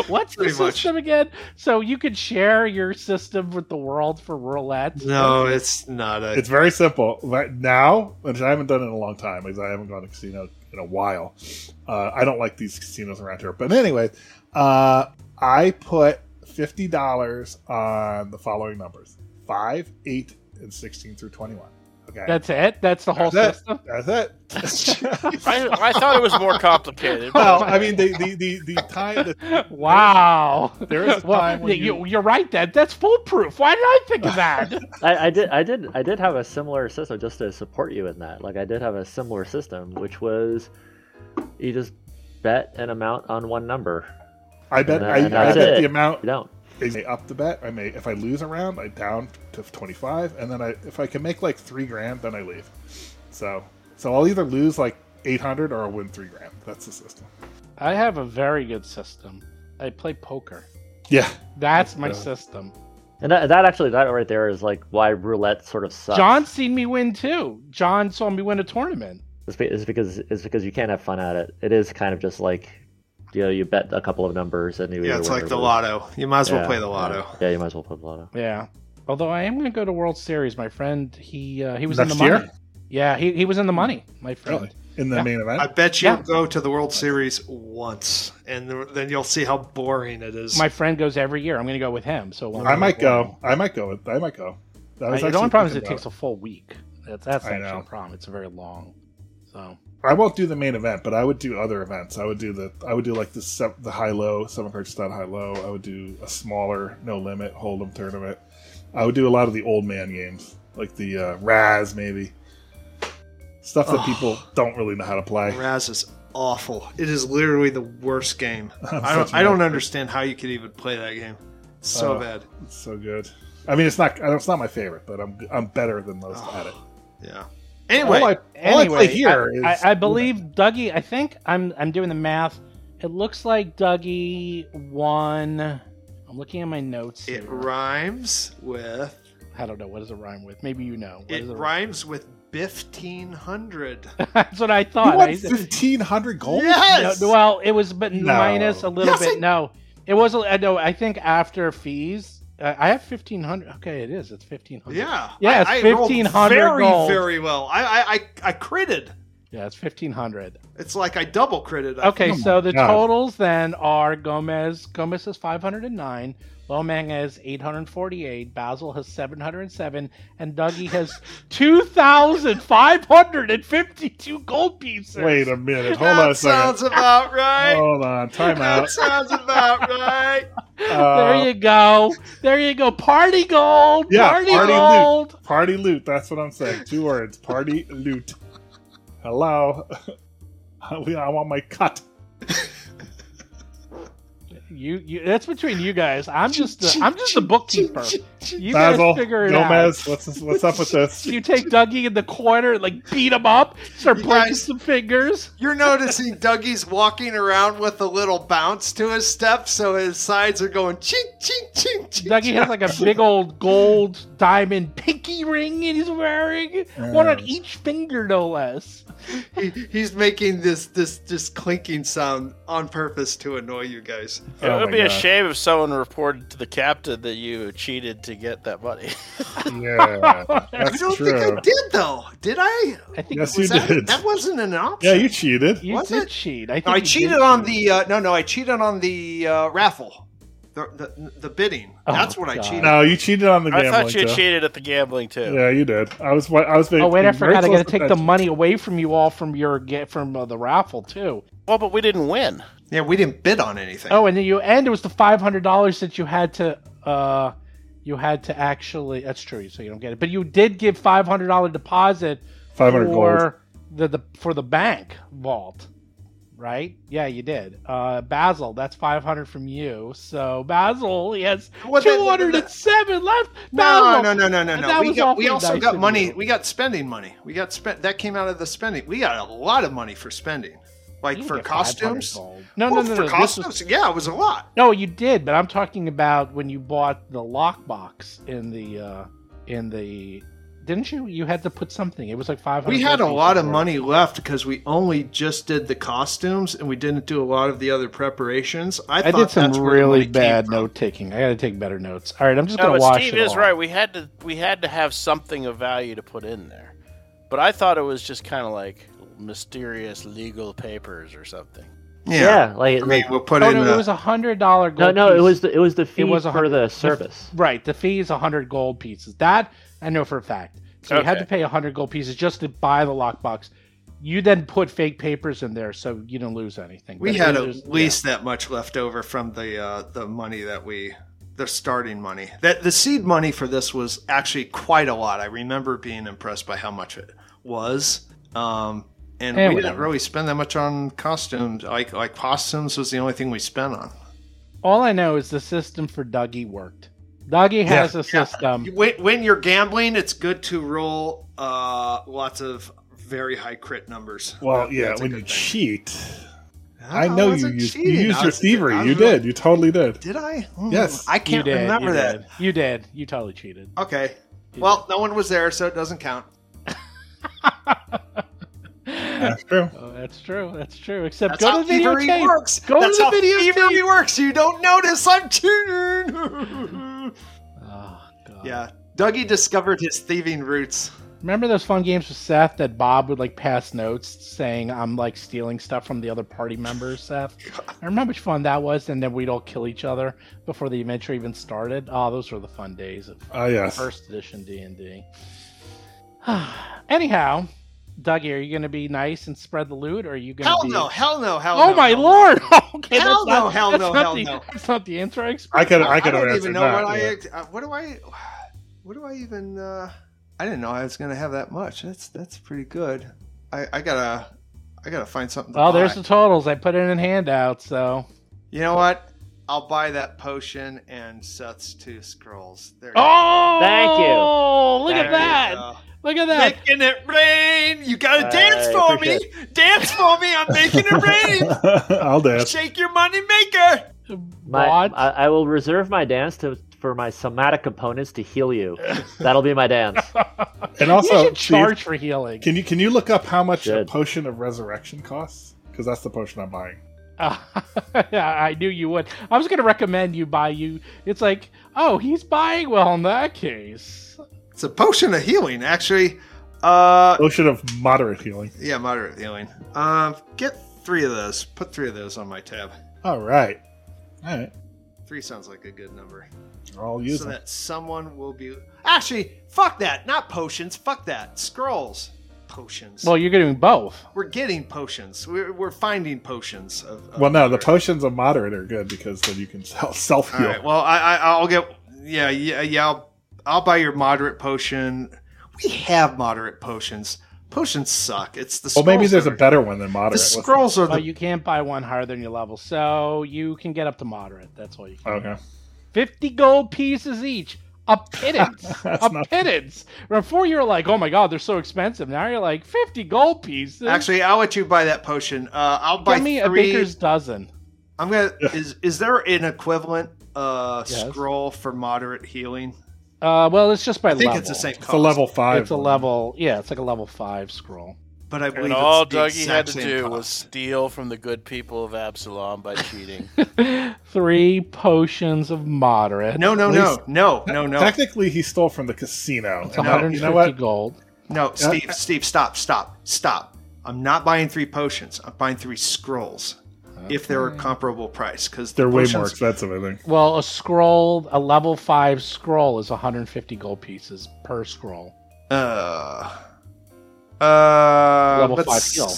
Speaker 2: What's the
Speaker 5: Pretty much.
Speaker 2: system again? So you could share your system with the world for roulette.
Speaker 5: No, it's not a.
Speaker 3: It's very simple. Right now, which I haven't done in a long time because I haven't gone to casino in a while. Uh, I don't like these casinos around here. But anyway, uh, I put fifty dollars on the following numbers: five, eight, and sixteen through twenty-one. Okay,
Speaker 2: That's it. That's the whole
Speaker 3: That's it.
Speaker 2: system.
Speaker 3: that's
Speaker 6: (laughs)
Speaker 3: it. (laughs)
Speaker 6: I, I thought it was more complicated.
Speaker 3: well, I mean, the the the, the time that
Speaker 2: Wow.
Speaker 3: There is
Speaker 2: (laughs)
Speaker 3: a
Speaker 2: well,
Speaker 3: time when
Speaker 2: you,
Speaker 3: you-
Speaker 2: you're right. That that's foolproof. Why did I think of that?
Speaker 4: I, I did I did I did have a similar system just to support you in that. Like I did have a similar system which was you just bet an amount on one number.
Speaker 3: I bet I, I
Speaker 4: And that's
Speaker 3: bet
Speaker 4: it.
Speaker 3: the amount
Speaker 4: You don't.
Speaker 3: I may up the bet. I may if I lose a round, I down to twenty five, and then I if I can make like three grand, then I leave. So so I'll either lose like eight hundred or I'll win three grand. That's the system.
Speaker 2: I have a very good system. I play poker.
Speaker 3: Yeah,
Speaker 2: That's my
Speaker 3: Yeah.
Speaker 2: system.
Speaker 4: And that, that actually that right there is like why roulette sort of sucks.
Speaker 2: John's seen me win too. John saw me win a tournament.
Speaker 4: It's be- it's because it's because you can't have fun at it. It is kind of just like you know you bet a couple of numbers and you
Speaker 5: yeah,
Speaker 4: either
Speaker 5: it's
Speaker 4: win
Speaker 5: like
Speaker 4: or
Speaker 5: the
Speaker 4: lose.
Speaker 5: lotto. You might as well
Speaker 4: Yeah,
Speaker 5: play the
Speaker 4: yeah.
Speaker 5: lotto.
Speaker 4: Yeah, you might as well play the lotto.
Speaker 2: Yeah. Although I am going to go to World Series, my friend. He uh, he was in
Speaker 3: Next
Speaker 2: the
Speaker 3: year?
Speaker 2: money. Yeah, he, he was in the money, my friend.
Speaker 3: really. In the
Speaker 2: Yeah.
Speaker 3: main
Speaker 5: I
Speaker 3: event,
Speaker 5: bet you'll
Speaker 2: Yeah.
Speaker 5: go to the World Series once, and th- then you'll see how boring it is.
Speaker 2: My friend goes every year. I'm going to go with him. So
Speaker 3: I, might go. I might go. with- I might go. That
Speaker 2: I, the
Speaker 3: actually
Speaker 2: only problem is it
Speaker 3: thinking
Speaker 2: takes a full week. That's that's
Speaker 3: I
Speaker 2: actually
Speaker 3: know.
Speaker 2: a problem. It's very long. So
Speaker 3: about it. I won't do the main event, but I would do other events. I would do the. I would do like the se- the high low seven card stud high low. I would do a smaller no limit hold'em tournament. I would do a lot of the old man games, like the uh, Raz maybe. Stuff that
Speaker 5: Oh.
Speaker 3: people don't really know how to play.
Speaker 5: Raz is awful. It is literally the worst game.
Speaker 3: (laughs) I'm
Speaker 5: I don't.
Speaker 3: such a
Speaker 5: I don't
Speaker 3: nerd.
Speaker 5: understand how you could even play that game. It's so
Speaker 3: Oh.
Speaker 5: bad.
Speaker 3: It's so good. I mean, it's not. I don't- It's not my favorite, but I'm I'm better than most at it.
Speaker 5: Yeah.
Speaker 3: All
Speaker 5: Anyway,
Speaker 3: I, all
Speaker 2: anyway,
Speaker 3: I play here is
Speaker 2: I, I believe Dougie. I think I'm I'm doing the math. It looks like Dougie won. I'm looking at my notes.
Speaker 5: it
Speaker 2: here.
Speaker 5: rhymes with.
Speaker 2: I don't know what does it rhyme with. Maybe you know. What
Speaker 5: It
Speaker 2: does it
Speaker 5: rhymes with fifteen hundred.
Speaker 2: That's what I
Speaker 3: you
Speaker 2: thought.
Speaker 3: won
Speaker 2: I-
Speaker 3: fifteen hundred gold.
Speaker 5: Yes.
Speaker 2: No, well, it was but
Speaker 3: No.
Speaker 2: minus a little
Speaker 5: Yes,
Speaker 2: bit.
Speaker 5: I-
Speaker 2: no, it was. a- uh, No, I think after fees, uh, I I have fifteen hundred. Okay, it is. It's fifteen hundred.
Speaker 5: Yeah.
Speaker 2: Yes,
Speaker 5: I- I rolled
Speaker 2: 1500
Speaker 5: Very,
Speaker 2: gold.
Speaker 5: very well. I, I, I, I critted.
Speaker 2: yeah, it's fifteen hundred.
Speaker 5: It's like I double critted. I
Speaker 2: Okay,
Speaker 3: Oh
Speaker 2: so the
Speaker 3: God.
Speaker 2: totals then are Gomez. Gomez is 509, Lomang has 848, Basil has 707, and Dougie has (laughs) 2,552 gold pieces.
Speaker 3: Wait
Speaker 2: (laughs)
Speaker 3: a minute. Hold
Speaker 5: that
Speaker 3: on a second.
Speaker 5: sounds
Speaker 3: (laughs)
Speaker 5: about right.
Speaker 3: Hold on. Time
Speaker 5: that
Speaker 3: out. (laughs)
Speaker 5: sounds about right.
Speaker 3: Uh,
Speaker 2: there you go. There you go. Party gold.
Speaker 3: Yeah,
Speaker 2: party,
Speaker 3: party
Speaker 2: gold.
Speaker 3: party loot. That's what I'm saying. Two words. Party loot. Hello. (laughs) I want my cut.
Speaker 2: You, you. That's between you guys. I'm just. A, I'm just a bookkeeper. You guys
Speaker 3: Basil,
Speaker 2: figure it
Speaker 3: Gomez,
Speaker 2: out.
Speaker 3: what's this,
Speaker 2: (laughs)
Speaker 3: what's up with this?
Speaker 2: You take Dougie in the corner, like beat him up, start
Speaker 5: You
Speaker 2: breaking
Speaker 5: guys-
Speaker 2: some fingers.
Speaker 5: (laughs) You're noticing Dougie's walking around with a little bounce to his step, so his sides are going chink, chink, chink, chink.
Speaker 2: Dougie has like a big old gold diamond pinky ring, and he's wearing one on
Speaker 3: Mm.
Speaker 2: each finger, no less.
Speaker 5: He, he's making this this this clinking sound on purpose to annoy you guys.
Speaker 6: It
Speaker 3: Oh
Speaker 6: would
Speaker 3: my
Speaker 6: be a
Speaker 3: God.
Speaker 6: shame if someone reported to the captain that you cheated to get that money.
Speaker 3: Yeah,
Speaker 5: I
Speaker 3: that's
Speaker 5: don't
Speaker 3: true.
Speaker 5: think I did though. Did I?
Speaker 2: I think
Speaker 3: Yes,
Speaker 2: you,
Speaker 3: you
Speaker 5: Was that,
Speaker 3: did.
Speaker 5: that wasn't an option.
Speaker 3: Yeah, you cheated.
Speaker 2: you
Speaker 5: was
Speaker 2: did
Speaker 5: it?
Speaker 2: cheat. I, think
Speaker 5: No, I
Speaker 2: you did
Speaker 5: cheated on
Speaker 2: cheat.
Speaker 5: the uh, no no I cheated on the uh, raffle, the the, the bidding.
Speaker 2: Oh,
Speaker 5: That's what I
Speaker 2: God.
Speaker 5: cheated.
Speaker 3: No, you cheated on the (laughs)
Speaker 6: I
Speaker 3: gambling.
Speaker 6: thought you
Speaker 3: Joe.
Speaker 6: cheated at the gambling too.
Speaker 3: Yeah, you did. I was. I was.
Speaker 2: Oh wait, I
Speaker 3: very
Speaker 2: forgot. I got
Speaker 3: close
Speaker 2: to take the
Speaker 3: attention.
Speaker 2: money away from you all from your get from uh, the raffle too.
Speaker 6: Well, but we didn't win.
Speaker 5: Yeah, we didn't bid on anything.
Speaker 2: Oh, and then you and it was the five hundred dollars that you had to uh you had to actually that's true, so you don't get it. But you did give five hundred dollar deposit
Speaker 3: 500 gold.
Speaker 2: for the, the for the bank vault. Right? Yeah, you did. Uh Basil, that's five hundred from you. So Basil, he has
Speaker 5: What the-
Speaker 2: two hundred and seven left.
Speaker 5: No,
Speaker 2: Basil,
Speaker 5: no, no, no, no,
Speaker 2: But
Speaker 5: no.
Speaker 2: that
Speaker 5: We
Speaker 2: was
Speaker 5: got, we
Speaker 2: awfully
Speaker 5: also
Speaker 2: nice of
Speaker 5: got money.
Speaker 2: you.
Speaker 5: We got spending money. We got spent. That came out of the spending. We got a lot of money for spending, like
Speaker 2: You
Speaker 5: for
Speaker 2: didn't get 500
Speaker 5: costumes.
Speaker 2: gold. No,
Speaker 5: Well,
Speaker 2: no, no,
Speaker 5: for
Speaker 2: no. This was
Speaker 5: costumes. Yeah, it was a lot.
Speaker 2: No, you did, but I'm talking about when you bought the lockbox in the uh in the didn't you? You had to put something. It was like five hundred.
Speaker 5: We had a lot of money left because we only just did the costumes and we didn't do a lot of the other preparations. I,
Speaker 2: I
Speaker 5: thought
Speaker 2: did some
Speaker 5: that's where the money
Speaker 2: really
Speaker 5: came
Speaker 2: bad
Speaker 5: from.
Speaker 2: note taking. I got to take better notes. All right, I'm just
Speaker 6: No,
Speaker 2: gonna
Speaker 6: but
Speaker 2: watch
Speaker 6: Steve
Speaker 2: it.
Speaker 6: is
Speaker 2: all.
Speaker 6: right. We had to we had to have something of value to put in there. But I thought it was just kind of like mysterious legal papers or something.
Speaker 5: Yeah,
Speaker 4: like,
Speaker 5: I mean,
Speaker 4: like-
Speaker 5: we'll put
Speaker 2: Oh
Speaker 5: in.
Speaker 2: no,
Speaker 5: the-
Speaker 2: it was a hundred dollar
Speaker 4: no,
Speaker 2: gold.
Speaker 4: no, it
Speaker 2: piece.
Speaker 4: was the, it was the fee
Speaker 2: was a
Speaker 4: for
Speaker 2: hun-
Speaker 4: the service.
Speaker 2: right. The fee is hundred gold pieces. That I know for a fact. So you had
Speaker 6: Okay.
Speaker 2: to pay hundred gold pieces just to buy the lockbox. You then put fake papers in there, so you didn't lose anything.
Speaker 5: we
Speaker 2: But
Speaker 5: had
Speaker 2: it
Speaker 5: at
Speaker 2: was- yeah.
Speaker 5: least that much left over from the uh, the money that we the starting money that the seed money for this was actually quite a lot i remember being impressed by how much it was um and
Speaker 2: Eh,
Speaker 5: we didn't
Speaker 2: whatever.
Speaker 5: really spend that much on costumes like like costumes was the only thing we spent on
Speaker 2: All I know is the system for Dougie worked. Dougie has a system.
Speaker 5: when, when you're gambling it's good to roll uh lots of very high crit numbers
Speaker 3: Well,
Speaker 5: That-
Speaker 3: yeah,
Speaker 5: that's a
Speaker 3: when
Speaker 5: good
Speaker 3: you
Speaker 5: thing.
Speaker 3: cheat,
Speaker 2: Oh,
Speaker 5: don't
Speaker 3: I know you
Speaker 5: wasn't
Speaker 3: used you
Speaker 5: cheating. I
Speaker 3: used your
Speaker 5: was- I
Speaker 3: thievery.
Speaker 5: was
Speaker 3: You
Speaker 5: really-
Speaker 3: did. You
Speaker 2: (laughs)
Speaker 3: totally did.
Speaker 5: did i Hmm,
Speaker 3: Yes.
Speaker 5: i
Speaker 2: You
Speaker 5: can't
Speaker 2: did.
Speaker 5: remember
Speaker 2: you
Speaker 5: that
Speaker 2: Did. You did. You totally cheated.
Speaker 5: Okay.
Speaker 2: Yeah.
Speaker 5: Well, no one was there, so it doesn't count.
Speaker 3: That's true.
Speaker 2: Oh, that's true. That's true. Except
Speaker 5: That's
Speaker 2: go
Speaker 5: how
Speaker 2: to the video
Speaker 5: thievery
Speaker 2: tape.
Speaker 5: works.
Speaker 2: Go to
Speaker 5: That's
Speaker 2: the
Speaker 5: how
Speaker 2: video
Speaker 5: thievery
Speaker 2: tape.
Speaker 5: works. You don't notice I'm cheating.
Speaker 2: (laughs) Oh, God.
Speaker 5: yeah. Dougie discovered his thieving roots.
Speaker 2: Remember those fun games with Seth that Bob would like pass notes saying I'm like stealing stuff from the other party members,
Speaker 5: (laughs)
Speaker 2: Seth? I remember how much fun that was, and then we'd all kill each other before the adventure even started. Oh, those were the fun days of
Speaker 3: Ah, yes.
Speaker 2: first edition D and D. (sighs) Anyhow, Dougie, are you going to be nice and spread the loot, or are you going
Speaker 5: Hell
Speaker 2: to be?
Speaker 5: no, hell no, hell
Speaker 2: Oh
Speaker 5: no,
Speaker 2: my
Speaker 5: hell no.
Speaker 2: lord! (laughs) okay, that's not,
Speaker 5: Hell no, hell
Speaker 2: that's
Speaker 5: no,
Speaker 2: not
Speaker 5: hell
Speaker 2: the,
Speaker 5: no.
Speaker 2: (laughs) That's not the intro expert.
Speaker 3: I could.
Speaker 5: I,
Speaker 3: I could have
Speaker 5: don't
Speaker 3: answered
Speaker 5: even know
Speaker 3: that.
Speaker 5: what
Speaker 3: yeah.
Speaker 5: I uh, what do I what do I even uh I didn't know I was gonna have that much. That's that's pretty good. I, I gotta I gotta find something to
Speaker 2: Well,
Speaker 5: buy.
Speaker 2: there's the totals. I put it in handout, so.
Speaker 5: You know what? I'll buy that potion and Seth's two scrolls. There you
Speaker 2: Oh!
Speaker 4: Thank you.
Speaker 2: Look at
Speaker 4: Thank you.
Speaker 2: that!
Speaker 5: go.
Speaker 2: Look at that!
Speaker 5: Making it rain. You gotta
Speaker 4: I
Speaker 5: dance for me.
Speaker 4: appreciate
Speaker 5: Dance for me. I'm
Speaker 4: (laughs)
Speaker 5: making it rain.
Speaker 2: (laughs)
Speaker 3: (laughs) I'll dance.
Speaker 5: Shake your money maker.
Speaker 4: My,
Speaker 2: what?
Speaker 4: I, I will reserve my dance to for my somatic components to heal
Speaker 5: (laughs)
Speaker 4: you. That'll be my dance.
Speaker 3: And
Speaker 2: you
Speaker 3: also,
Speaker 2: should charge for healing.
Speaker 3: Steve, can you can you look up how much a
Speaker 4: Should.
Speaker 3: potion of resurrection costs? Because that's the potion I'm buying.
Speaker 2: Uh, (laughs) I knew you would. I was going to recommend you buy you. It's like, oh, he's buying. Well, in that case,
Speaker 5: It's a potion of healing, actually. Uh,
Speaker 3: Potion of moderate healing.
Speaker 5: yeah, moderate healing. Um, get three of those. Put three of those on my tab.
Speaker 3: All right. All right.
Speaker 5: Three sounds like a good number.
Speaker 3: We're all using.
Speaker 5: so that someone will be. Actually, fuck that. Not potions. Fuck that. Scrolls. Potions.
Speaker 2: well, you're doing both.
Speaker 5: we're getting potions. We're, we're finding potions. Of, of
Speaker 3: Well, no, the potions of moderate are good because then you can self
Speaker 5: All
Speaker 3: heal.
Speaker 5: right. Well, I, I I'll get yeah yeah yeah. I'll, I'll buy your moderate potion. We have moderate potions. Potions suck. It's the
Speaker 3: well,
Speaker 5: scrolls
Speaker 3: maybe there's
Speaker 5: that
Speaker 3: a
Speaker 5: are-
Speaker 3: better one than
Speaker 5: The
Speaker 3: moderate. What's the-
Speaker 5: scrolls are
Speaker 2: Well,
Speaker 5: the
Speaker 2: you can't buy one higher than your level, so you can get up to moderate. That's all you can.
Speaker 3: Okay.
Speaker 2: Fifty gold pieces each.
Speaker 5: (laughs)
Speaker 2: a pittance,
Speaker 3: That's
Speaker 2: a
Speaker 3: not-
Speaker 2: pittance. Before you were like, oh my god, they're so expensive. Now you're like fifty gold pieces.
Speaker 5: Actually, I'll let you buy that potion. Uh, I'll buy
Speaker 2: give me
Speaker 5: three.
Speaker 2: a baker's dozen.
Speaker 5: I'm gonna. Is is there an equivalent uh,
Speaker 2: Yes.
Speaker 5: scroll for moderate healing?
Speaker 2: Uh, well, it's just by
Speaker 5: I think
Speaker 2: level.
Speaker 5: it's the same cost.
Speaker 3: It's a level five.
Speaker 2: It's a level. Yeah, it's like a level five scroll.
Speaker 5: but I believe
Speaker 6: And all
Speaker 5: it's the
Speaker 6: Dougie
Speaker 5: exact
Speaker 6: had to
Speaker 5: same
Speaker 6: do
Speaker 5: cost.
Speaker 6: was steal from the good people of Absalom by cheating.
Speaker 3: (laughs)
Speaker 2: Three potions of moderate.
Speaker 5: No, no, no,
Speaker 3: Please.
Speaker 5: no, no, no,
Speaker 3: Technically, he stole from the casino.
Speaker 2: It's
Speaker 3: And
Speaker 5: No,
Speaker 3: that-
Speaker 2: 150
Speaker 3: you know what?
Speaker 2: gold.
Speaker 5: no. Steve, Steve, stop, stop, stop. I'm not buying three potions. I'm buying three scrolls, if they're a comparable price, because
Speaker 3: They're way more expensive, I think.
Speaker 2: Well, a scroll, a level five scroll is 150 gold pieces per scroll.
Speaker 5: Uh, uh,
Speaker 2: Level
Speaker 5: let's-
Speaker 2: five heal.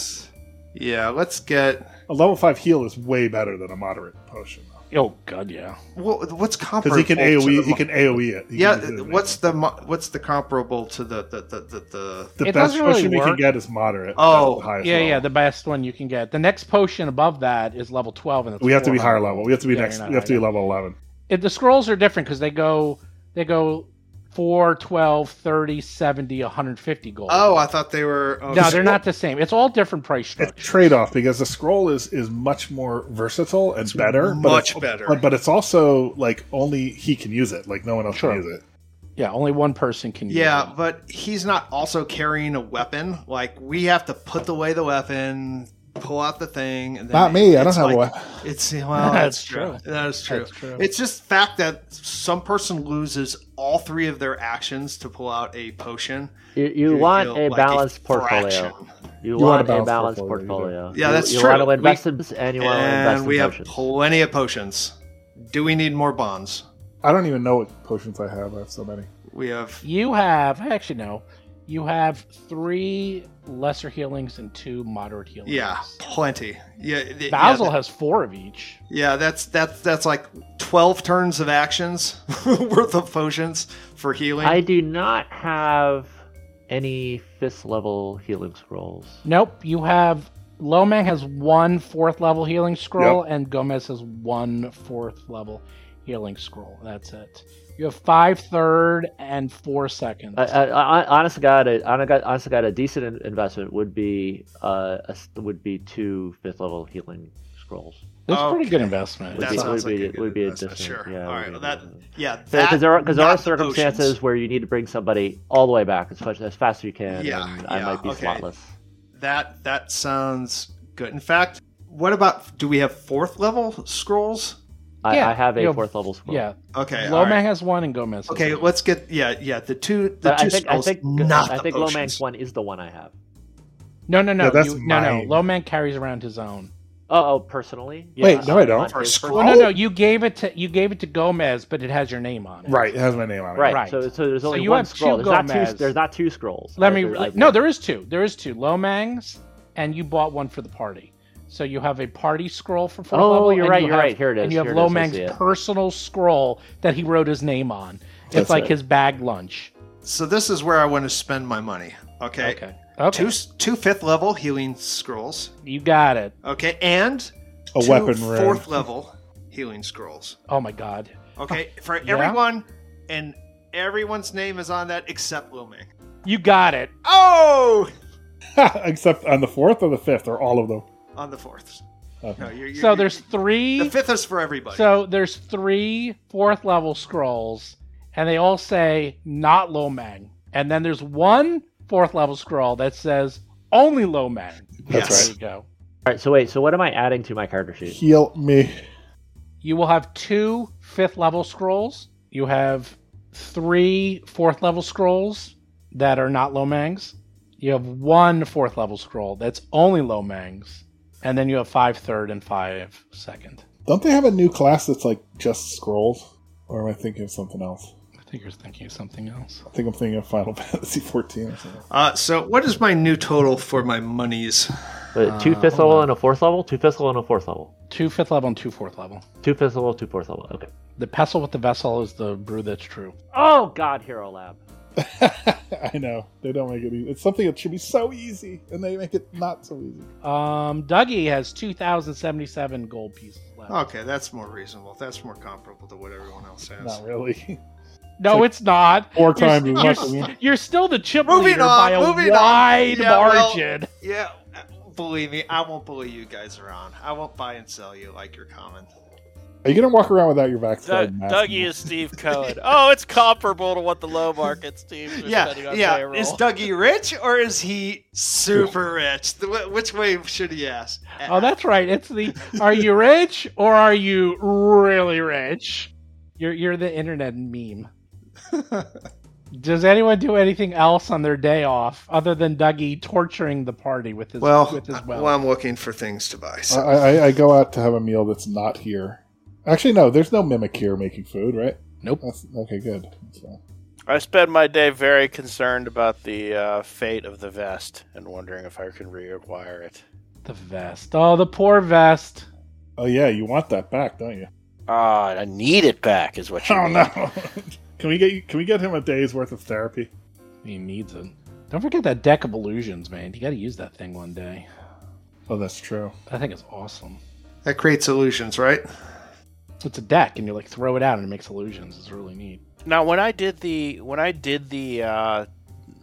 Speaker 5: Yeah, let's get.
Speaker 3: A level five heal is way better than a moderate potion, though.
Speaker 2: Oh god, yeah.
Speaker 5: Well, what's comparable?
Speaker 3: Because he can
Speaker 5: to the
Speaker 3: AOE, he
Speaker 5: mo-
Speaker 3: can AOE it. He
Speaker 5: Yeah,
Speaker 3: can do it.
Speaker 5: what's the mo- what's the comparable to the the the the, the
Speaker 3: the
Speaker 2: It
Speaker 3: best
Speaker 2: doesn't really
Speaker 3: potion we can
Speaker 2: work.
Speaker 3: get is moderate.
Speaker 5: Oh,
Speaker 3: That's the highest
Speaker 2: Yeah,
Speaker 3: level.
Speaker 2: yeah, the best one you can get. The next potion above that is level 12 and it's
Speaker 3: we have to be
Speaker 2: 400.
Speaker 3: higher level. We have to be
Speaker 2: Yeah,
Speaker 3: next.
Speaker 2: you're not
Speaker 3: We have to be
Speaker 2: high
Speaker 3: level eleven.
Speaker 2: It, the scrolls are different cuz they go they go 4, 12, 30, 70, 150 gold.
Speaker 5: Oh, I thought they were. Oh,
Speaker 2: no, they're not the same. It's all different price
Speaker 3: It's
Speaker 2: structure.
Speaker 3: trade off because the scroll is is much more versatile and better.
Speaker 5: much
Speaker 3: but it's-
Speaker 5: better.
Speaker 3: But, but it's also like only he can use it. Like no one else
Speaker 2: Sure.
Speaker 3: can use it.
Speaker 2: Yeah, only one person can use
Speaker 5: Yeah,
Speaker 2: it.
Speaker 5: but he's not also carrying a weapon. Like we have to put away the weapon, pull out the thing. And then
Speaker 3: Not me. I don't
Speaker 5: it's
Speaker 3: have a
Speaker 5: like-
Speaker 3: weapon.
Speaker 5: It's
Speaker 2: (laughs)
Speaker 5: well,
Speaker 2: That's
Speaker 5: that's true. That is true.
Speaker 2: That's true.
Speaker 5: It's just the fact that some person loses all three of their actions to pull out a potion.
Speaker 4: You, you,
Speaker 5: You
Speaker 4: want
Speaker 5: feel
Speaker 4: a
Speaker 5: like a
Speaker 4: balanced portfolio.
Speaker 5: fraction.
Speaker 4: You,
Speaker 3: want
Speaker 4: want,
Speaker 3: a
Speaker 4: a
Speaker 3: balanced
Speaker 4: balanced
Speaker 3: portfolio, you do.
Speaker 4: portfolio.
Speaker 5: Yeah,
Speaker 4: You-
Speaker 5: that's
Speaker 4: you
Speaker 5: true.
Speaker 4: want to
Speaker 5: We-
Speaker 4: invest in and you want to invest
Speaker 5: and
Speaker 4: in
Speaker 5: we have
Speaker 4: potions.
Speaker 5: plenty of potions. Do we need more bonds?
Speaker 3: I don't even know what potions I have. I have so many.
Speaker 5: We have.
Speaker 2: You have, actually no. You have 3 lesser healings and 2 moderate healings.
Speaker 5: Yeah, plenty. Yeah, th- yeah,
Speaker 2: Basil
Speaker 5: th-
Speaker 2: has 4 of each.
Speaker 5: Yeah, that's that's that's like twelve turns of actions (laughs) worth of potions for healing.
Speaker 4: I do not have any fist level healing scrolls.
Speaker 2: Nope. You have Lomang has one fourth level healing scroll, and Gomez has one fourth level healing scroll. That's it. You have five third and four seconds.
Speaker 4: I, I, I, honest to God, a, honest to God- honest to God, a decent in- investment would be uh, a s would be two fifth level healing scrolls.
Speaker 2: That's a pretty
Speaker 5: okay.
Speaker 2: good investment.
Speaker 5: that
Speaker 4: be-
Speaker 5: sounds
Speaker 4: would
Speaker 5: like
Speaker 4: be-
Speaker 5: a good
Speaker 4: would be a
Speaker 5: investment.
Speaker 4: different-
Speaker 5: Sure.
Speaker 4: yeah,
Speaker 5: All
Speaker 4: would
Speaker 5: right.
Speaker 4: be
Speaker 5: Well,
Speaker 4: a
Speaker 5: that
Speaker 4: different-
Speaker 5: yeah.
Speaker 4: Because there are because there
Speaker 5: not
Speaker 4: are
Speaker 5: the potions.
Speaker 4: circumstances where you need to bring somebody all the way back as much as fast as you can.
Speaker 5: Yeah,
Speaker 4: and I
Speaker 5: yeah,
Speaker 4: might be
Speaker 5: okay.
Speaker 4: slotless.
Speaker 5: That that sounds good. In fact, what about do we have fourth level scrolls?
Speaker 4: I,
Speaker 2: Yeah,
Speaker 4: I have
Speaker 2: you
Speaker 4: a
Speaker 2: have-
Speaker 4: fourth level scroll.
Speaker 2: Yeah.
Speaker 5: Okay. all
Speaker 2: Lomang
Speaker 5: right.
Speaker 2: has one, and Gomez. Has
Speaker 5: Okay,
Speaker 2: one.
Speaker 5: let's get yeah, yeah. The two the
Speaker 4: But
Speaker 5: two
Speaker 4: I think I
Speaker 5: scrolls,
Speaker 4: think
Speaker 5: not
Speaker 4: I
Speaker 5: the
Speaker 4: think
Speaker 5: potions.
Speaker 4: Lomax one is the one I have.
Speaker 2: No, no, no.
Speaker 3: Yeah, that's
Speaker 2: you, no, no.
Speaker 3: mine.
Speaker 2: Lomang carries around his own.
Speaker 4: Oh, oh personally.
Speaker 3: Wait, no, I don't.
Speaker 4: on
Speaker 5: For
Speaker 4: his
Speaker 5: scroll?
Speaker 2: Well,
Speaker 4: personal-
Speaker 2: no, no. You gave it to you gave it to Gomez, but it has your name on it.
Speaker 3: Right, it has my name on it.
Speaker 4: Right.
Speaker 2: Right.
Speaker 4: So, so there's
Speaker 2: So
Speaker 4: only
Speaker 2: you
Speaker 4: one
Speaker 2: have two
Speaker 4: scroll. There's not two.
Speaker 2: Gomez.
Speaker 4: There's not two scrolls.
Speaker 2: Let
Speaker 4: Uh,
Speaker 2: me.
Speaker 4: there's like
Speaker 2: no,
Speaker 4: one.
Speaker 2: there is two. There is two. Lomang's, and you bought one for the party. So you have a party scroll for fourth
Speaker 4: Oh,
Speaker 2: level.
Speaker 4: you're
Speaker 2: and
Speaker 4: right,
Speaker 2: you
Speaker 4: you're
Speaker 2: have-
Speaker 4: right. Here it is,
Speaker 2: And you have
Speaker 4: here it is, I
Speaker 2: Lomang's
Speaker 4: see it.
Speaker 2: personal scroll that he wrote his name on. It's
Speaker 3: That's
Speaker 2: like
Speaker 3: right.
Speaker 2: his bag lunch.
Speaker 5: So this is where I want to spend my money. Okay.
Speaker 2: Okay. Okay.
Speaker 5: Two s- two fifth level healing scrolls.
Speaker 2: You got it.
Speaker 5: Okay, and
Speaker 3: A
Speaker 5: two
Speaker 3: weapon rune.
Speaker 5: fourth level healing scrolls.
Speaker 2: Oh my god.
Speaker 5: Okay, for
Speaker 2: Yeah?
Speaker 5: everyone, and everyone's name is on that except Lomang.
Speaker 2: You got it.
Speaker 5: Oh,
Speaker 3: (laughs) Except on the fourth or the fifth or all of them.
Speaker 5: on the fourth.
Speaker 3: Okay.
Speaker 5: No, you're, you're,
Speaker 2: So there's
Speaker 5: the
Speaker 2: three.
Speaker 5: fifth is for everybody.
Speaker 2: So there's three fourth level scrolls, and they all say not Lomang. And then there's one fourth level scroll that says only Lomang.
Speaker 3: That's
Speaker 5: Yes.
Speaker 2: There
Speaker 3: right.
Speaker 2: you go.
Speaker 4: All right. So wait. So what am I adding to my character sheet?
Speaker 3: Heal me.
Speaker 2: You will have two fifth level scrolls. You have three fourth level scrolls that are not Lomang's. You have one fourth level scroll that's only Lomang's. And then you have five third and five second.
Speaker 3: Don't they have a new class that's like just scrolls? Or am I thinking of something else?
Speaker 2: I think you're thinking of something else.
Speaker 3: I think I'm thinking of Final (laughs) Fantasy 14 or something.
Speaker 5: Uh, so what is my new total for my monies?
Speaker 4: Wait,
Speaker 2: Uh,
Speaker 4: two fifth level and a fourth level. Two fifth level and a fourth level.
Speaker 2: Two fifth level and two fourth level.
Speaker 4: Two fifth level. Two fourth level. Okay.
Speaker 2: The pestle with the vessel is the brew that's true.
Speaker 4: Oh God, Hero Lab.
Speaker 3: (laughs) I know. They don't make it easy. It's something that should be so easy, and they make it not so easy.
Speaker 2: Um, Dougie has 2,077 gold pieces left.
Speaker 5: Oh, Okay, that's more reasonable. That's more comparable to what everyone else has.
Speaker 3: Not really. (laughs)
Speaker 2: No, it's not.
Speaker 3: Four
Speaker 2: You're-
Speaker 3: times as much as
Speaker 2: You're, you're still the chip
Speaker 5: Moving
Speaker 2: leader
Speaker 5: on,
Speaker 2: by a
Speaker 5: moving on.
Speaker 2: wide
Speaker 5: Yeah, well-
Speaker 2: margin.
Speaker 5: Yeah, uh, believe me, I won't bully you guys around. I won't buy and sell you like you're common.
Speaker 3: Are you going to walk around without your vaccine?
Speaker 6: Doug, Dougie is Steve Cohen. Oh, it's comparable to what the low market Steve's are spending
Speaker 5: yeah,
Speaker 6: on
Speaker 5: yeah.
Speaker 6: payroll.
Speaker 5: Is Dougie rich or is he super rich? The- wh- Which way should he ask?
Speaker 2: Oh, that's right. It's the are you rich or are you really rich? You're you're the internet
Speaker 5: (laughs)
Speaker 2: meme. Does anyone do anything else on their day off other than Dougie torturing the party with his
Speaker 5: well,
Speaker 2: with Uh, his
Speaker 5: uh,
Speaker 2: wealth?
Speaker 5: well, I'm looking for things to buy.
Speaker 3: I,
Speaker 5: So.
Speaker 3: I, I go out to have a meal that's not here. Actually, no. There's no mimic here making food, right?
Speaker 2: Nope.
Speaker 3: That's, okay, good. That's fine.
Speaker 6: I spend my day very concerned about the uh, fate of the vest and wondering if I can reacquire it.
Speaker 2: the vest. Oh, the poor vest.
Speaker 3: Oh yeah, you want that back, don't you? (laughs)
Speaker 6: Ah, I need it back, is what you
Speaker 3: Oh
Speaker 6: mean.
Speaker 3: no. (laughs) can we get you, can we get him a day's worth of therapy?
Speaker 2: He needs it. Don't forget that deck of illusions, man. You got to use that thing one day.
Speaker 3: Oh, that's true.
Speaker 2: I think it's awesome.
Speaker 5: That creates illusions, right?
Speaker 2: It's a deck, and you like throw it out, and it makes illusions. It's really neat.
Speaker 6: Now, when I did the when I did the uh,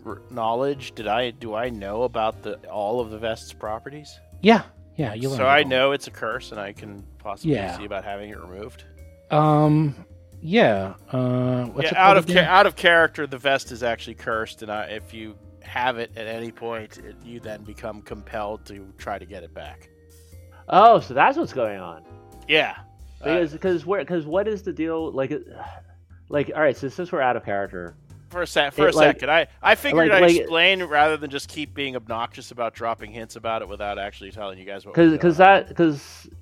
Speaker 6: r- knowledge, did I do I know about the all of the vest's properties?
Speaker 2: Yeah, yeah. You learn
Speaker 6: so
Speaker 2: it
Speaker 6: I
Speaker 2: all.
Speaker 6: know it's a curse, and I can possibly
Speaker 2: Yeah.
Speaker 6: see about having it removed.
Speaker 2: Um, yeah. Uh, what's it
Speaker 6: yeah, out
Speaker 2: called
Speaker 6: of cha-
Speaker 2: again?
Speaker 6: out of character, the vest is actually cursed, and I, if you have it at any point, it, you then become compelled to try to get it back.
Speaker 4: Oh, so that's what's going on.
Speaker 6: Yeah, Uh,
Speaker 4: Because because where because what is the deal? Like, (sighs) it- like all right. So since we're out of character,
Speaker 6: for a sec, for
Speaker 4: It,
Speaker 6: a
Speaker 4: like-
Speaker 6: second, I I figured
Speaker 4: like-
Speaker 6: I'd
Speaker 4: like-
Speaker 6: explain rather than just keep being obnoxious about dropping hints about it without actually telling you guys what. was
Speaker 4: because
Speaker 6: going
Speaker 4: because that
Speaker 6: on.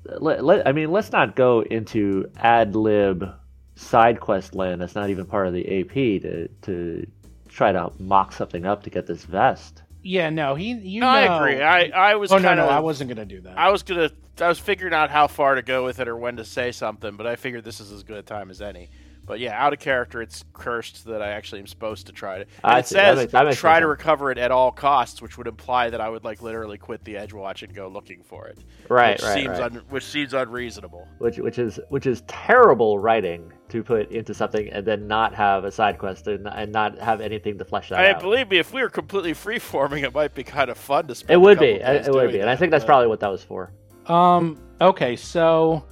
Speaker 4: because let, let I mean let's not go into ad lib side quest land that's not even part of the AP to to try to mock something up to get this vest.
Speaker 2: Yeah, no, he. You
Speaker 6: No,
Speaker 2: know.
Speaker 6: I agree. I I was
Speaker 2: oh no,
Speaker 6: kind
Speaker 2: no,
Speaker 6: of
Speaker 2: I wasn't gonna do that.
Speaker 6: I was gonna. I was figuring out how far to go with it or when to say something, but I figured this is as good a time as any. But yeah, out of character, it's cursed that I actually am supposed to try to. And
Speaker 4: I
Speaker 6: it
Speaker 4: see. That
Speaker 6: says
Speaker 4: makes- that makes
Speaker 6: try to
Speaker 4: sense.
Speaker 6: recover it at all costs, which would imply that I would like literally quit the Edge Watch and go looking for it.
Speaker 4: Right,
Speaker 6: which seems Un- which seems unreasonable.
Speaker 4: which which is which is terrible writing to put into something and then not have a side quest and, and not have anything to flesh that
Speaker 6: I
Speaker 4: out.
Speaker 6: believe me, if we were completely free-forming, it might be kind of fun to spend.
Speaker 4: it
Speaker 6: a
Speaker 4: would
Speaker 6: couple
Speaker 4: be, it
Speaker 6: days
Speaker 4: it would
Speaker 6: doing
Speaker 4: be, and I
Speaker 6: that,
Speaker 4: think that's
Speaker 6: but-
Speaker 4: probably what that was for.
Speaker 2: Um. Okay, so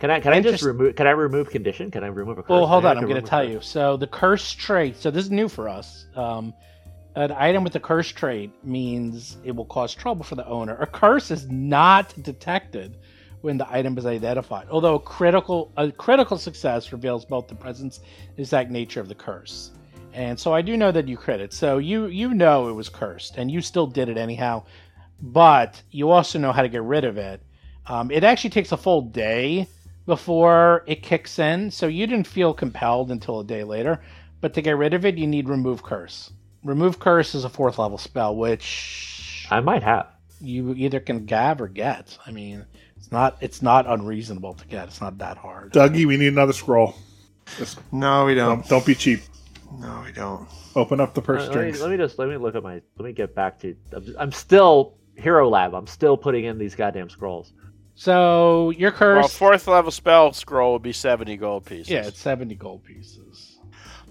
Speaker 4: Can I can I just
Speaker 2: Interest-
Speaker 4: remove can I remove condition? Can I remove a curse?
Speaker 2: well, hold
Speaker 4: Maybe I
Speaker 2: on. I'm
Speaker 4: can
Speaker 2: gonna
Speaker 4: remove a
Speaker 2: tell
Speaker 4: curse.
Speaker 2: you. So the curse trait. So this is new for us. Um, an item with the curse trait means it will cause trouble for the owner. A curse is not detected when the item is identified. Although a critical a critical success reveals both the presence and exact nature of the curse. And so I do know that you crit it. So you you know it was cursed, and you still did it anyhow. But you also know how to get rid of it. Um, it actually takes a full day before it kicks in, so you didn't feel compelled until a day later. But to get rid of it, you need remove curse. Remove curse is a fourth level spell, which
Speaker 4: I might have.
Speaker 2: you either can gav or get. I mean, it's not it's not unreasonable to get. It's not that hard.
Speaker 3: Dougie, we need another scroll.
Speaker 5: No, we don't.
Speaker 3: Don't, don't be cheap.
Speaker 5: No, we don't.
Speaker 3: Open up the
Speaker 4: Let,
Speaker 3: purse
Speaker 4: let me,
Speaker 3: strings.
Speaker 4: let me just let me look at my let me get back to. I'm, just- I'm still Hero Lab. I'm still putting in these goddamn scrolls.
Speaker 2: So your curse,
Speaker 6: Well, fourth level spell scroll would be seventy gold pieces.
Speaker 2: yeah, it's seventy gold pieces.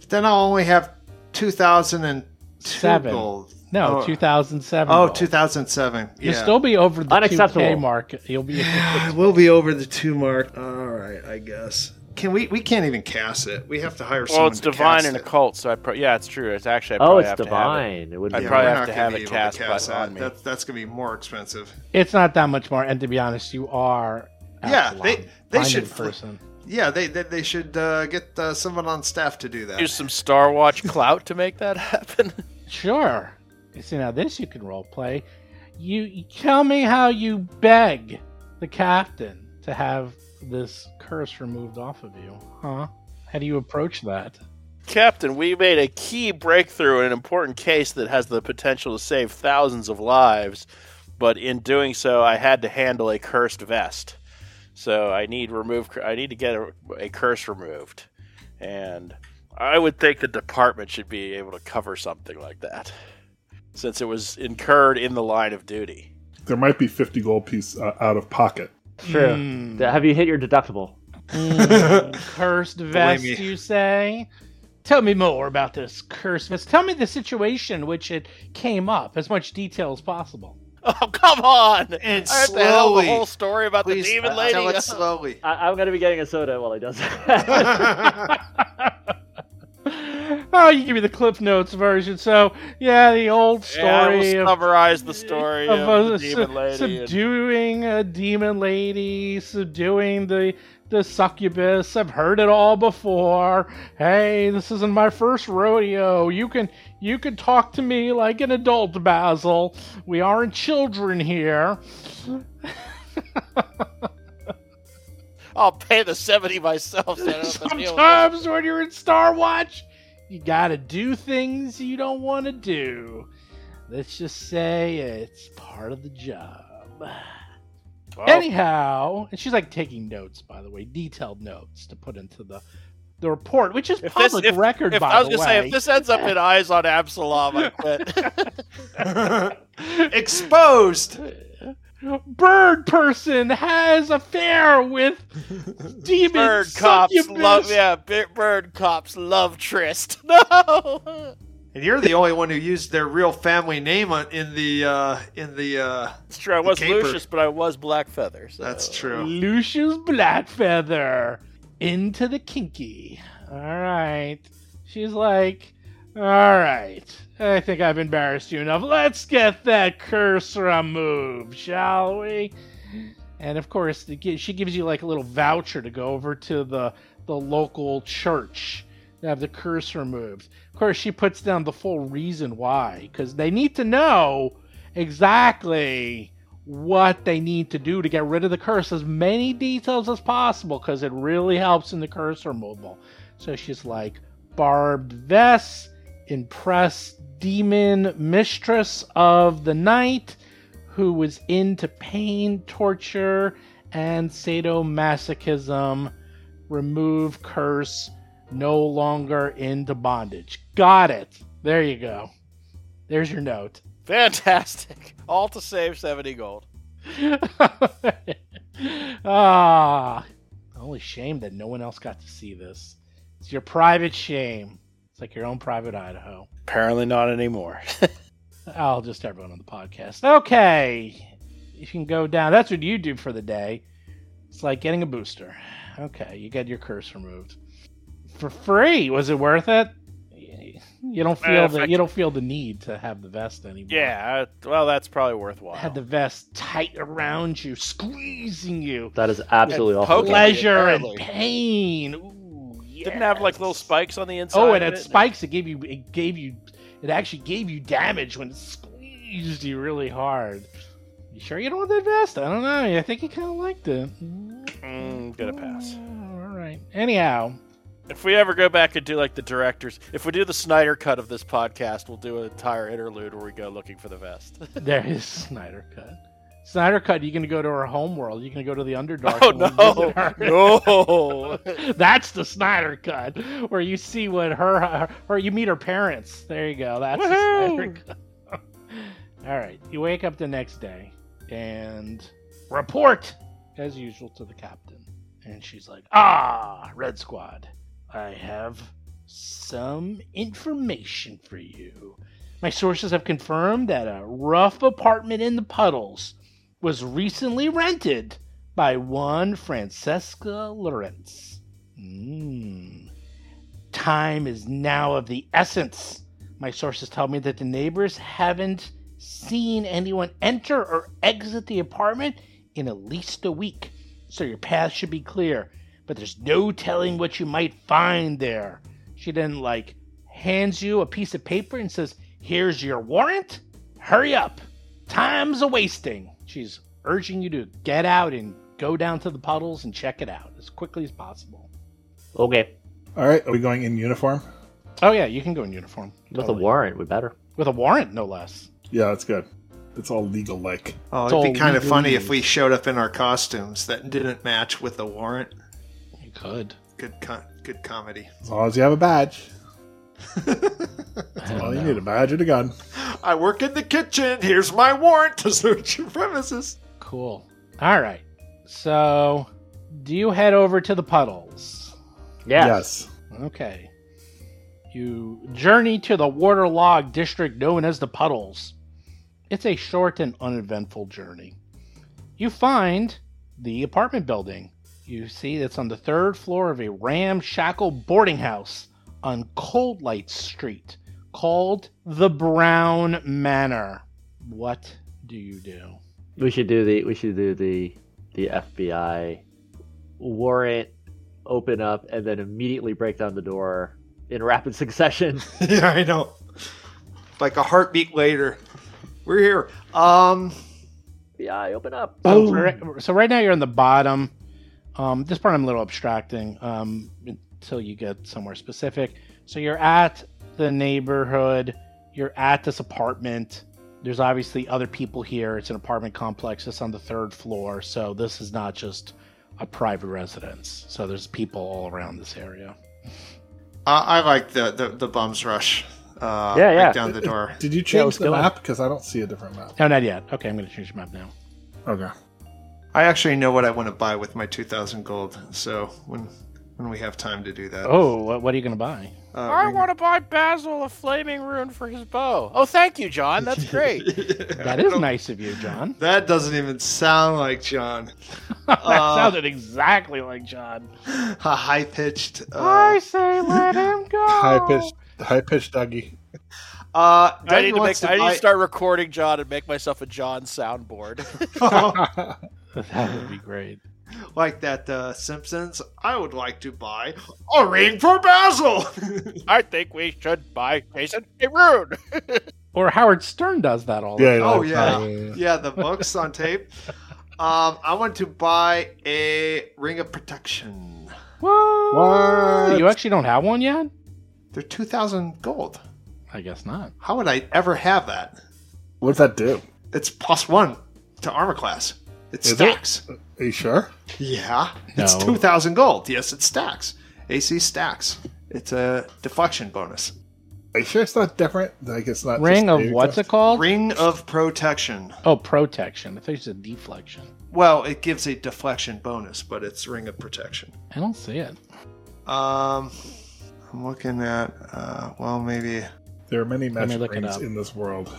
Speaker 5: Then I'll only have 2002
Speaker 2: Seven.
Speaker 5: gold.
Speaker 2: No,
Speaker 5: Oh.
Speaker 2: two thousand seven.
Speaker 5: Oh, 2007.
Speaker 2: You'll
Speaker 5: (sighs) Yeah.
Speaker 2: still be over the
Speaker 4: Unacceptable.
Speaker 2: 2K mark. You'll be.
Speaker 5: I will be over the two mark. All right, I guess. Can we? We can't even cast it. We have to hire
Speaker 6: Well,
Speaker 5: someone.
Speaker 6: it's
Speaker 5: to
Speaker 6: divine
Speaker 5: cast
Speaker 6: and
Speaker 5: it.
Speaker 6: occult, so I pro- yeah, it's true. It's actually I
Speaker 4: Oh,
Speaker 6: probably
Speaker 4: it's
Speaker 6: have to have it.
Speaker 4: divine. It. would
Speaker 6: I'd
Speaker 4: be.
Speaker 5: Yeah,
Speaker 6: probably
Speaker 5: we're
Speaker 6: have
Speaker 5: not
Speaker 6: to
Speaker 5: gonna
Speaker 6: have
Speaker 5: be
Speaker 6: it
Speaker 5: able
Speaker 6: cast
Speaker 5: to cast
Speaker 6: by-
Speaker 5: that.
Speaker 6: on me.
Speaker 5: That, that's gonna be more expensive.
Speaker 2: It's not that much more, and to be honest, you are.
Speaker 5: Yeah,
Speaker 2: Absalom.
Speaker 5: they- they
Speaker 2: I'm
Speaker 5: should
Speaker 2: in
Speaker 5: flip-
Speaker 2: person.
Speaker 5: Yeah, they they, they should uh, get uh, someone on staff to do that.
Speaker 6: Use some Star Watch clout to make that (laughs) happen.
Speaker 2: Sure. You See now this you can role play. You, you tell me how you beg the captain to have this curse removed off of you, huh? How do you approach that?
Speaker 6: Captain, we made a key breakthrough in an important case that has the potential to save thousands of lives, but in doing so, I had to handle a cursed vest. So I need remove. I need to get a, a curse removed, and I would think the department should be able to cover something like that, since it was incurred in the line of duty.
Speaker 3: There might be 50 gold piece uh, out of pocket.
Speaker 4: True.
Speaker 2: Mm,
Speaker 4: Have you hit your deductible?
Speaker 2: mm, cursed vest,
Speaker 5: Believe me.
Speaker 2: you say? Tell me more about this curse vest. Tell me the situation in which it came up, as much detail as possible.
Speaker 6: (laughs) Oh, come on!
Speaker 5: And
Speaker 6: I have to tell the
Speaker 5: slowly.
Speaker 6: whole story about
Speaker 5: Please
Speaker 6: the demon
Speaker 5: uh,
Speaker 6: lady.
Speaker 5: tell it
Speaker 4: (laughs)
Speaker 5: slowly. (laughs)
Speaker 4: I, I'm gonna be getting a soda while he does that. (laughs)
Speaker 2: (laughs) oh, you give me the Cliff Notes version. So, yeah, the old story
Speaker 6: (laughs) yeah, we'll
Speaker 2: of (laughs)
Speaker 6: summarize the story of,
Speaker 2: uh,
Speaker 6: the demon
Speaker 2: sub-
Speaker 6: lady. and-
Speaker 2: subduing a demon lady, subduing the the succubus. I've heard it all before. Hey, this isn't my first rodeo. You can you can talk to me like an adult, Basil. We aren't children here.
Speaker 6: I'll pay the seventy myself. So I don't have to deal with it.
Speaker 2: Sometimes when you're in Star Watch, you gotta do things you don't want to do. Let's just say it's part of the job.
Speaker 6: Well,
Speaker 2: Anyhow, and she's like taking notes, by the way, detailed notes to put into the the report, which is
Speaker 6: if this,
Speaker 2: public
Speaker 6: if,
Speaker 2: record.
Speaker 6: if,
Speaker 2: by
Speaker 6: I was
Speaker 2: the
Speaker 6: gonna
Speaker 2: way,
Speaker 6: say, if this ends up in eyes on Absalom, I quit.
Speaker 2: (laughs)
Speaker 5: Exposed.
Speaker 2: bird person has affair
Speaker 6: (laughs)
Speaker 2: with demon
Speaker 6: bird cops
Speaker 2: succubus.
Speaker 6: love, yeah, bi- bird cops love Trist. (laughs) No,
Speaker 5: And you're the only one who used their real family name on, in the uh, in the. Uh,
Speaker 6: it's true. I was
Speaker 5: Caper.
Speaker 6: Lucius, but I was Blackfeather. So.
Speaker 5: that's true.
Speaker 2: Lucius Blackfeather into the kinky. All right. She's like, all right. I think I've embarrassed you enough. Let's get that curse removed, shall we? And of course, the, gi- she gives you like a little voucher to go over to the the local church to have the curse removed. Of course, she puts down the full reason why, because they need to know exactly what they need to do to get rid of the curse, as many details as possible, because it really helps in the curse removal. So she's like, barbed vest, impressed demon mistress of the night, who was into pain, torture, and sadomasochism, remove curse, no longer into bondage. Got it. There you go. There's your note.
Speaker 6: Fantastic. All to save seventy gold.
Speaker 2: (laughs) ah, only shame that no one else got to see this. It's your private shame. It's like your own private Idaho.
Speaker 6: Apparently not anymore.
Speaker 2: I'll just everyone on the podcast. Okay, you can go down. That's what you do for the day. It's like getting a booster. Okay, you get your curse removed for free. Was it worth it? You don't feel
Speaker 6: Uh, if I
Speaker 2: the you don't feel the need to have the vest anymore.
Speaker 6: yeah. I- Well, that's probably worthwhile.
Speaker 2: had the vest tight around you, squeezing you.
Speaker 4: that is absolutely
Speaker 6: Yeah,
Speaker 4: awful.
Speaker 6: poke it.
Speaker 2: pleasure and
Speaker 6: Barely.
Speaker 2: pain. Ooh, yes.
Speaker 6: Didn't it have like little spikes on the inside.
Speaker 2: Oh,
Speaker 6: of
Speaker 2: and it had spikes. It gave you. It gave you. It actually gave you damage when it squeezed you really hard. You sure you don't want that vest? I don't know. I think you kind of liked it.
Speaker 6: Mm, gonna pass.
Speaker 2: All right. Anyhow, (laughs)
Speaker 6: If we ever go back and do like the directors, if we do the Snyder cut of this podcast, we'll do an entire interlude where we go looking for the
Speaker 2: (laughs)
Speaker 6: vest.
Speaker 2: there is Snyder cut. Snyder cut. You're gonna go to her home world. You're gonna go to the Underdark.
Speaker 6: (laughs) oh
Speaker 2: and revisit her.
Speaker 6: (laughs) no, no!
Speaker 2: That's the Snyder cut, where you see what her, her or you meet her parents. There you go. That's the Snyder
Speaker 6: Woohoo!
Speaker 2: cut. (laughs) All right, you wake up the next day and report as usual to the captain, and she's like, "Ah, Red Squad, I have some information for you. My sources have confirmed that a rough apartment in the puddles was recently rented." by one Francesca Lawrence. Mm. Time is now of the essence. My sources tell me that the neighbors haven't seen anyone enter or exit the apartment in at least a week, so your path should be clear. But there's no telling what you might find there. She then, like, hands you a piece of paper and says, Here's your warrant. Hurry up. Time's a wasting. She's urging you to get out and go down to the puddles and check it out as quickly as possible.
Speaker 4: Okay,
Speaker 3: All right, are we going in uniform?
Speaker 2: Oh yeah, you can go in uniform.
Speaker 4: with a
Speaker 2: Totally.
Speaker 4: warrant, we better.
Speaker 2: With a warrant, no less.
Speaker 3: Yeah, that's good. It's all legal like.
Speaker 5: Oh,
Speaker 2: It's
Speaker 5: it'd
Speaker 2: all
Speaker 5: be kind of
Speaker 2: legal
Speaker 5: funny
Speaker 2: news.
Speaker 5: if we showed up in our costumes that didn't match with the warrant.
Speaker 2: You could.
Speaker 5: Good, co- good comedy.
Speaker 3: As long as you have a badge. All you need a badge and a gun.
Speaker 5: I work in the kitchen. Here's my warrant to search your premises.
Speaker 2: Cool. All right. So, do you head over to the puddles?
Speaker 4: Yeah.
Speaker 3: Yes.
Speaker 2: Okay. You journey to the waterlogged district known as the Puddles. It's a short and uneventful journey. You find the apartment building. You see it's on the third floor of a ramshackle boarding house on Cold Light Street called the Brown Manor. What do you do?
Speaker 4: We should do the we should do the the FBI warrant open up and then immediately break down the door in rapid (laughs) succession.
Speaker 5: (laughs) yeah, I know. Like a heartbeat later. We're here. Um,
Speaker 4: FBI, open up.
Speaker 2: So, right- so right now you're on the bottom. Um, this part I'm a little abstracting um, until you get somewhere specific. So you're at the neighborhood. You're at this apartment. There's obviously other people here. It's an apartment complex. It's on the third floor. So this is not just a private residence. So there's people all around this area.
Speaker 5: I, I like the, the the bums rush. Uh,
Speaker 4: Yeah, yeah.
Speaker 5: Break down the door.
Speaker 3: Did you
Speaker 4: Yeah,
Speaker 3: change
Speaker 4: let's
Speaker 3: the
Speaker 4: go.
Speaker 3: map? Because I don't see a different map.
Speaker 2: No, not yet. Okay, I'm going to change the map now.
Speaker 3: Okay.
Speaker 5: I actually know what I want to buy with my 2,000 gold. So when when we have time to do that, (laughs)
Speaker 2: Oh, what, what are you going to buy?
Speaker 5: uh,
Speaker 6: I
Speaker 5: we-
Speaker 6: want to buy Basil a flaming rune for his bow. Oh, thank you, John. That's great.
Speaker 2: That is nice of you, John.
Speaker 5: That doesn't even sound like John.
Speaker 2: (laughs) that
Speaker 5: Uh,
Speaker 2: sounded exactly like John.
Speaker 5: (laughs) A high pitched.
Speaker 2: I
Speaker 5: Uh,
Speaker 2: say let him go.
Speaker 3: High pitched, high pitched Dougie.
Speaker 5: uh,
Speaker 6: I need,
Speaker 5: Dougie
Speaker 6: to make,
Speaker 5: wants
Speaker 6: I need
Speaker 5: buy-
Speaker 6: to start recording John and make myself a John soundboard.
Speaker 2: (laughs)
Speaker 6: (laughs)
Speaker 2: That would be great.
Speaker 5: like that uh, Simpsons. I would like to buy a ring for Basil. (laughs)
Speaker 6: I think we should buy Jason a rune.
Speaker 2: Or Howard Stern does that all the
Speaker 3: yeah.
Speaker 2: time.
Speaker 5: Oh,
Speaker 3: that's
Speaker 5: yeah.
Speaker 3: right, yeah.
Speaker 5: yeah, the books
Speaker 2: (laughs)
Speaker 5: on tape. Um, I want to buy a ring of protection.
Speaker 2: What?
Speaker 3: What?
Speaker 2: You actually don't have one yet?
Speaker 5: They're 2,000 gold.
Speaker 2: I guess not.
Speaker 5: How would I ever have that?
Speaker 3: What's that do?
Speaker 5: It's plus one to armor class. It
Speaker 3: Is it?
Speaker 5: stacks.
Speaker 3: Are you sure?
Speaker 5: Yeah, it's
Speaker 2: No.
Speaker 5: 2,000 gold. Yes, it stacks. AC stacks. It's a deflection bonus.
Speaker 3: Are you sure it's not different? Like it's not
Speaker 2: Ring
Speaker 3: just
Speaker 2: of
Speaker 3: a-
Speaker 2: what's it called?
Speaker 5: Ring of protection.
Speaker 2: Oh, protection. I thought you said deflection.
Speaker 5: Well, it gives a deflection bonus, but it's ring of protection.
Speaker 2: I don't see it.
Speaker 5: Um, I'm looking at, uh, well, maybe.
Speaker 3: There are many
Speaker 2: Let me
Speaker 3: magic
Speaker 2: look it
Speaker 3: rings
Speaker 2: up.
Speaker 3: in this world.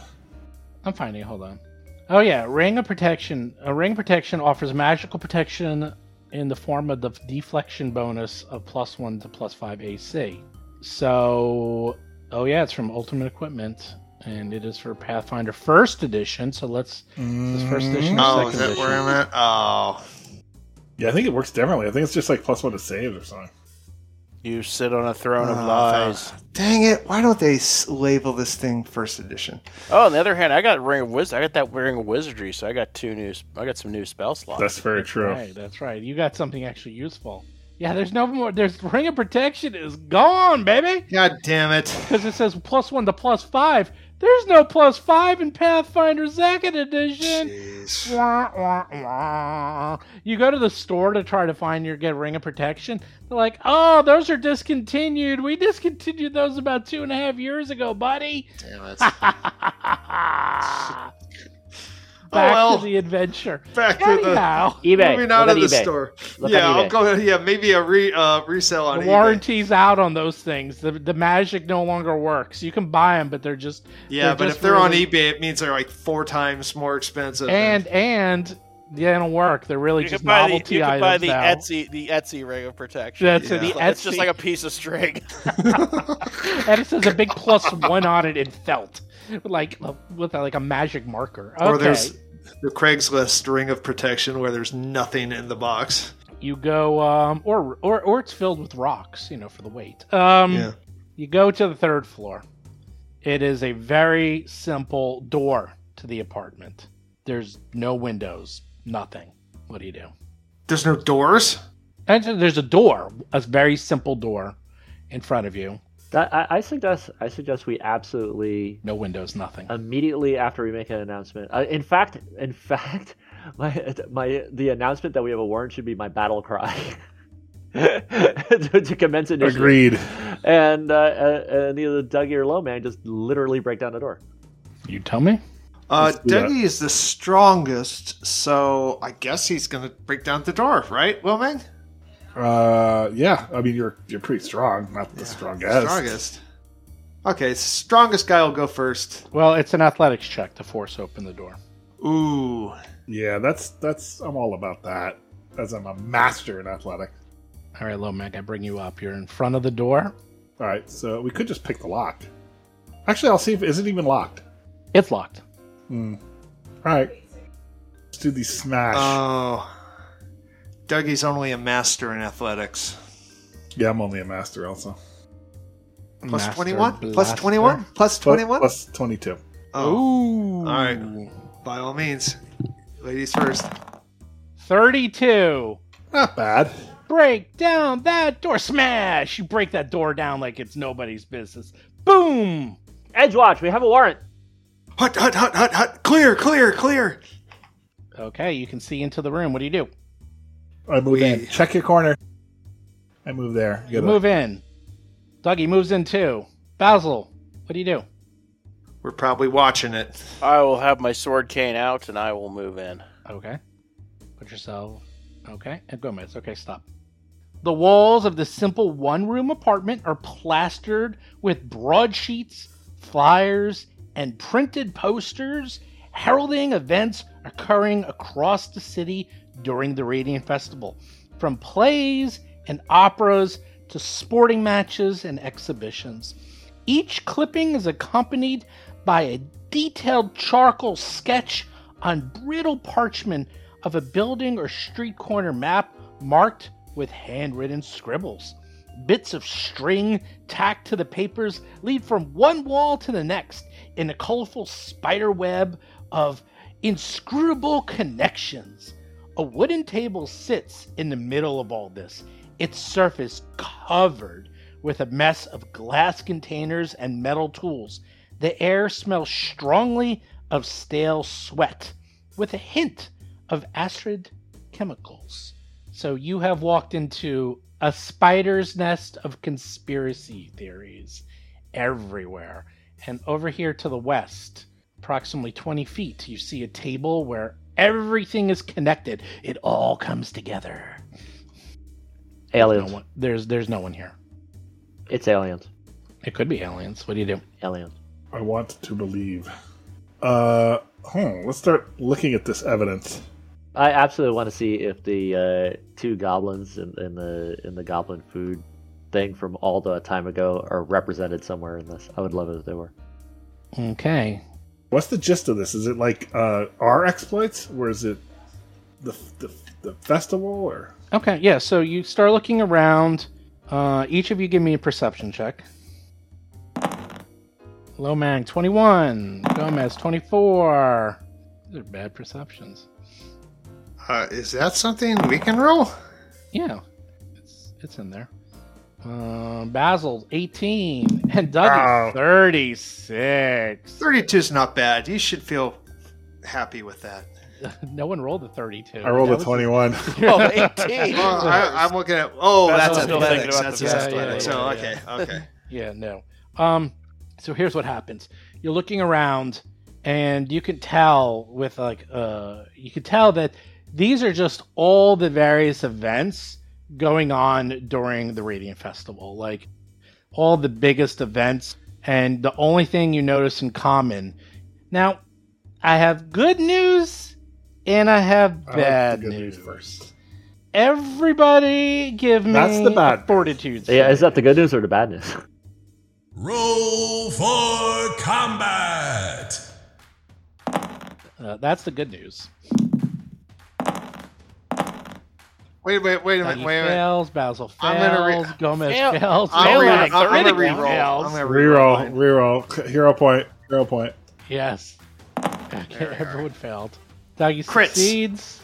Speaker 2: I'm finding it. Hold on. Oh yeah, ring of protection. A ring of protection offers magical protection in the form of the deflection bonus of plus one to plus five AC. So, oh yeah, it's from Ultimate Equipment, and it is for Pathfinder First Edition. So let's this first edition. or
Speaker 5: Oh,
Speaker 2: second
Speaker 5: is that
Speaker 2: edition?
Speaker 5: where I'm at? Oh.
Speaker 3: Yeah, I think it works differently. I think it's just like plus one to saves or something.
Speaker 6: You sit on a throne of
Speaker 2: Uh,
Speaker 5: Oh,
Speaker 6: lies.
Speaker 5: Dang it. Why don't they s- label this thing first edition?
Speaker 6: Oh, on the other hand, I got ring of wizard. I got that ring of wizardry, so I got two new. I got some new spell slots.
Speaker 3: That's very true.
Speaker 2: Right, that's right. You got something actually useful. Yeah, there's no more. There's ring of protection is gone, baby,
Speaker 5: God damn it.
Speaker 2: because it says plus one to plus five. There's no plus five in Pathfinder Second Edition.
Speaker 5: Jeez.
Speaker 2: Wah, wah, wah. You go to the store to try to find your get ring of protection. They're like, "Oh, those are discontinued. We discontinued those about two and a half years ago, buddy." (laughs)
Speaker 5: Damn it.
Speaker 2: Back
Speaker 5: Oh, well.
Speaker 2: to the
Speaker 5: (laughs)
Speaker 2: adventure.
Speaker 5: Back to the.
Speaker 2: Anyhow.
Speaker 4: eBay.
Speaker 5: Moving out
Speaker 4: Look
Speaker 5: of
Speaker 4: at
Speaker 5: the
Speaker 4: eBay.
Speaker 5: store.
Speaker 4: Look
Speaker 5: yeah,
Speaker 4: on
Speaker 5: I'll
Speaker 4: eBay.
Speaker 5: go. Yeah, maybe a re, uh, resell on
Speaker 2: the
Speaker 5: eBay.
Speaker 2: warranty's out on those things. The the magic no longer works. You can buy them, but they're just
Speaker 5: Yeah,
Speaker 2: They're
Speaker 5: but
Speaker 2: just
Speaker 5: if they're
Speaker 2: really-
Speaker 5: on eBay, it means they're like four times more expensive.
Speaker 2: and and they don't work. They're really
Speaker 6: You
Speaker 2: just
Speaker 6: can buy the,
Speaker 2: novelty
Speaker 6: you can
Speaker 2: items
Speaker 6: buy the
Speaker 2: now.
Speaker 6: Etsy the Etsy ring of protection.
Speaker 2: That's
Speaker 5: it,
Speaker 6: It's
Speaker 2: the
Speaker 6: like- It's just
Speaker 2: Etsy.
Speaker 6: like a piece of (laughs) string.
Speaker 2: (laughs) and it says a big plus one on it in felt, like uh, with like a magic marker. Okay,
Speaker 5: Or there's the Craigslist ring of protection where there's nothing in the box.
Speaker 2: you go um or or or it's filled with rocks, you know, for the weight.
Speaker 4: Mm-hmm.
Speaker 2: Um,
Speaker 5: Yeah.
Speaker 2: you go to the third floor. It is a very simple door to the apartment. There's no windows, nothing. What do you do?
Speaker 5: There's no doors.
Speaker 2: And so there's a door, a very simple door in front of you.
Speaker 4: That- I, I suggest I suggest we absolutely
Speaker 2: No windows, nothing.
Speaker 4: immediately after we make an announcement. Uh, in fact, in fact, (laughs) my my the announcement that we have a warrant should be my battle cry. (laughs) to, to commence initiative.
Speaker 3: Agreed.
Speaker 4: And uh, uh, and either Dougie or Low Man just literally break down the door.
Speaker 2: You tell me?
Speaker 5: Uh,
Speaker 3: do that.
Speaker 5: Dougie is the strongest, so I guess he's gonna break down the door, right, Wilming?
Speaker 3: Uh, yeah, I mean you're you're pretty strong. Not the strongest.
Speaker 5: Strongest. Okay, strongest guy will go first.
Speaker 2: Well, it's an athletics check to force open the door.
Speaker 5: Ooh,
Speaker 3: Yeah, that's that's. I'm all about that. As I'm a master in athletics.
Speaker 2: All right, Lomac, I bring you up. You're in front of the door.
Speaker 3: All right, so we could just pick the lock. Actually, I'll see if is it even locked.
Speaker 2: It's locked.
Speaker 3: All right, let's do the smash.
Speaker 5: oh, Dougie's only a master in athletics.
Speaker 3: yeah, I'm only a master also.
Speaker 5: Plus
Speaker 2: Master
Speaker 5: 21? Plus
Speaker 2: Blaster.
Speaker 5: 21? Plus
Speaker 3: Plus-
Speaker 5: 21?
Speaker 3: plus twenty-two.
Speaker 5: Oh,
Speaker 2: Ooh.
Speaker 5: all right. By all means, ladies first.
Speaker 2: 32.
Speaker 3: Not bad.
Speaker 2: Break down that door. Smash. You break that door down like it's nobody's business. Boom.
Speaker 4: Edgewatch, we have a warrant.
Speaker 5: Hut, hut, hut, hut, hut. Clear, clear, clear.
Speaker 2: Okay, you can see into the room. What do you do?
Speaker 3: I move
Speaker 5: We-
Speaker 3: in. Check your corner. I move there.
Speaker 2: You
Speaker 3: Get
Speaker 2: move in. Dougie moves in too. Basil, what do you do?
Speaker 5: We're probably watching it.
Speaker 6: I will have my sword cane out and I will move in.
Speaker 2: Okay. Put yourself. Okay. And go, Miss. Okay, stop. The walls of this simple one room apartment are plastered with broadsheets, flyers, and printed posters heralding events occurring across the city during the Radiant Festival, from plays and operas to sporting matches and exhibitions. Each clipping is accompanied by a detailed charcoal sketch on brittle parchment of a building or street corner map marked with handwritten scribbles. Bits of string tacked to the papers lead from one wall to the next in a colorful spider web of inscrutable connections. A wooden table sits in the middle of all this, its surface covered with a mess of glass containers and metal tools. The air smells strongly of stale sweat, with a hint of acid chemicals. So you have walked into a spider's nest of conspiracy theories everywhere. And over here to the west, approximately 20 feet, you see a table where everything is connected. It all comes together. No
Speaker 4: Aliens.
Speaker 2: one, there's there's no one here.
Speaker 4: It's aliens.
Speaker 2: It could be aliens. What do you do?
Speaker 4: Aliens.
Speaker 3: I want to believe. Uh, hmm, let's start looking at this evidence.
Speaker 4: I absolutely want to see if the uh, two goblins in, in the in the goblin food thing from all the time ago are represented somewhere in this. I would love it if they were.
Speaker 2: Okay.
Speaker 3: What's the gist of this? Is it like uh, our exploits, or is it the the, the festival? Or
Speaker 2: Okay, yeah, so you start looking around. Uh, each of you give me a perception check. Lomang, 21. Gomez, 24. These are bad perceptions.
Speaker 5: Uh, is that something we can roll?
Speaker 2: Yeah, it's it's in there. Um, Basil, 18. And
Speaker 5: Ow.
Speaker 2: Dougie, 36.
Speaker 5: 32 is not bad. You should feel happy with that.
Speaker 2: (laughs) no one rolled a 32.
Speaker 3: I rolled
Speaker 2: That
Speaker 3: a
Speaker 2: was- (laughs)
Speaker 3: twenty-one.
Speaker 6: Oh, 18.
Speaker 5: Well, (laughs) I, I'm looking at. Oh,
Speaker 6: That's
Speaker 5: that's,
Speaker 2: what I was
Speaker 5: athletics.
Speaker 6: thinking about
Speaker 5: That's
Speaker 6: the
Speaker 5: his
Speaker 2: best.
Speaker 5: athletics.
Speaker 2: Yeah, yeah,
Speaker 5: oh,
Speaker 6: yeah,
Speaker 5: okay, okay.
Speaker 2: Yeah, no. Um, so here's what happens. You're looking around, and you can tell with like uh, you can tell that these are just all the various events going on during the Radiant Festival, like all the biggest events. And the only thing you notice in common. Now, I have good news, and I have
Speaker 3: I like the
Speaker 2: bad
Speaker 3: good
Speaker 2: news.
Speaker 3: news first.
Speaker 2: Everybody, give me
Speaker 3: That's the bad
Speaker 2: a fortitude.
Speaker 4: Yeah, is that
Speaker 2: save.
Speaker 4: the good news or the bad news? (laughs)
Speaker 7: Roll for combat!
Speaker 2: Uh, that's the good news.
Speaker 5: Wait, wait, wait a minute.
Speaker 2: Dougie
Speaker 5: Wait, wait.
Speaker 2: fails. Basil
Speaker 5: I'm gonna re-
Speaker 2: fails. Gomez
Speaker 6: Fail-
Speaker 2: fails.
Speaker 5: I'm
Speaker 6: Fail
Speaker 5: gonna
Speaker 2: Lomax
Speaker 5: re- I'm gonna
Speaker 2: critically
Speaker 5: re-roll.
Speaker 2: fails.
Speaker 5: I'm gonna
Speaker 3: (laughs)
Speaker 5: re-roll.
Speaker 3: Reroll, reroll, hero point, hero point.
Speaker 2: Yes.
Speaker 5: There we are.
Speaker 2: (laughs) Everyone failed. Dougie
Speaker 5: Crits.
Speaker 2: succeeds.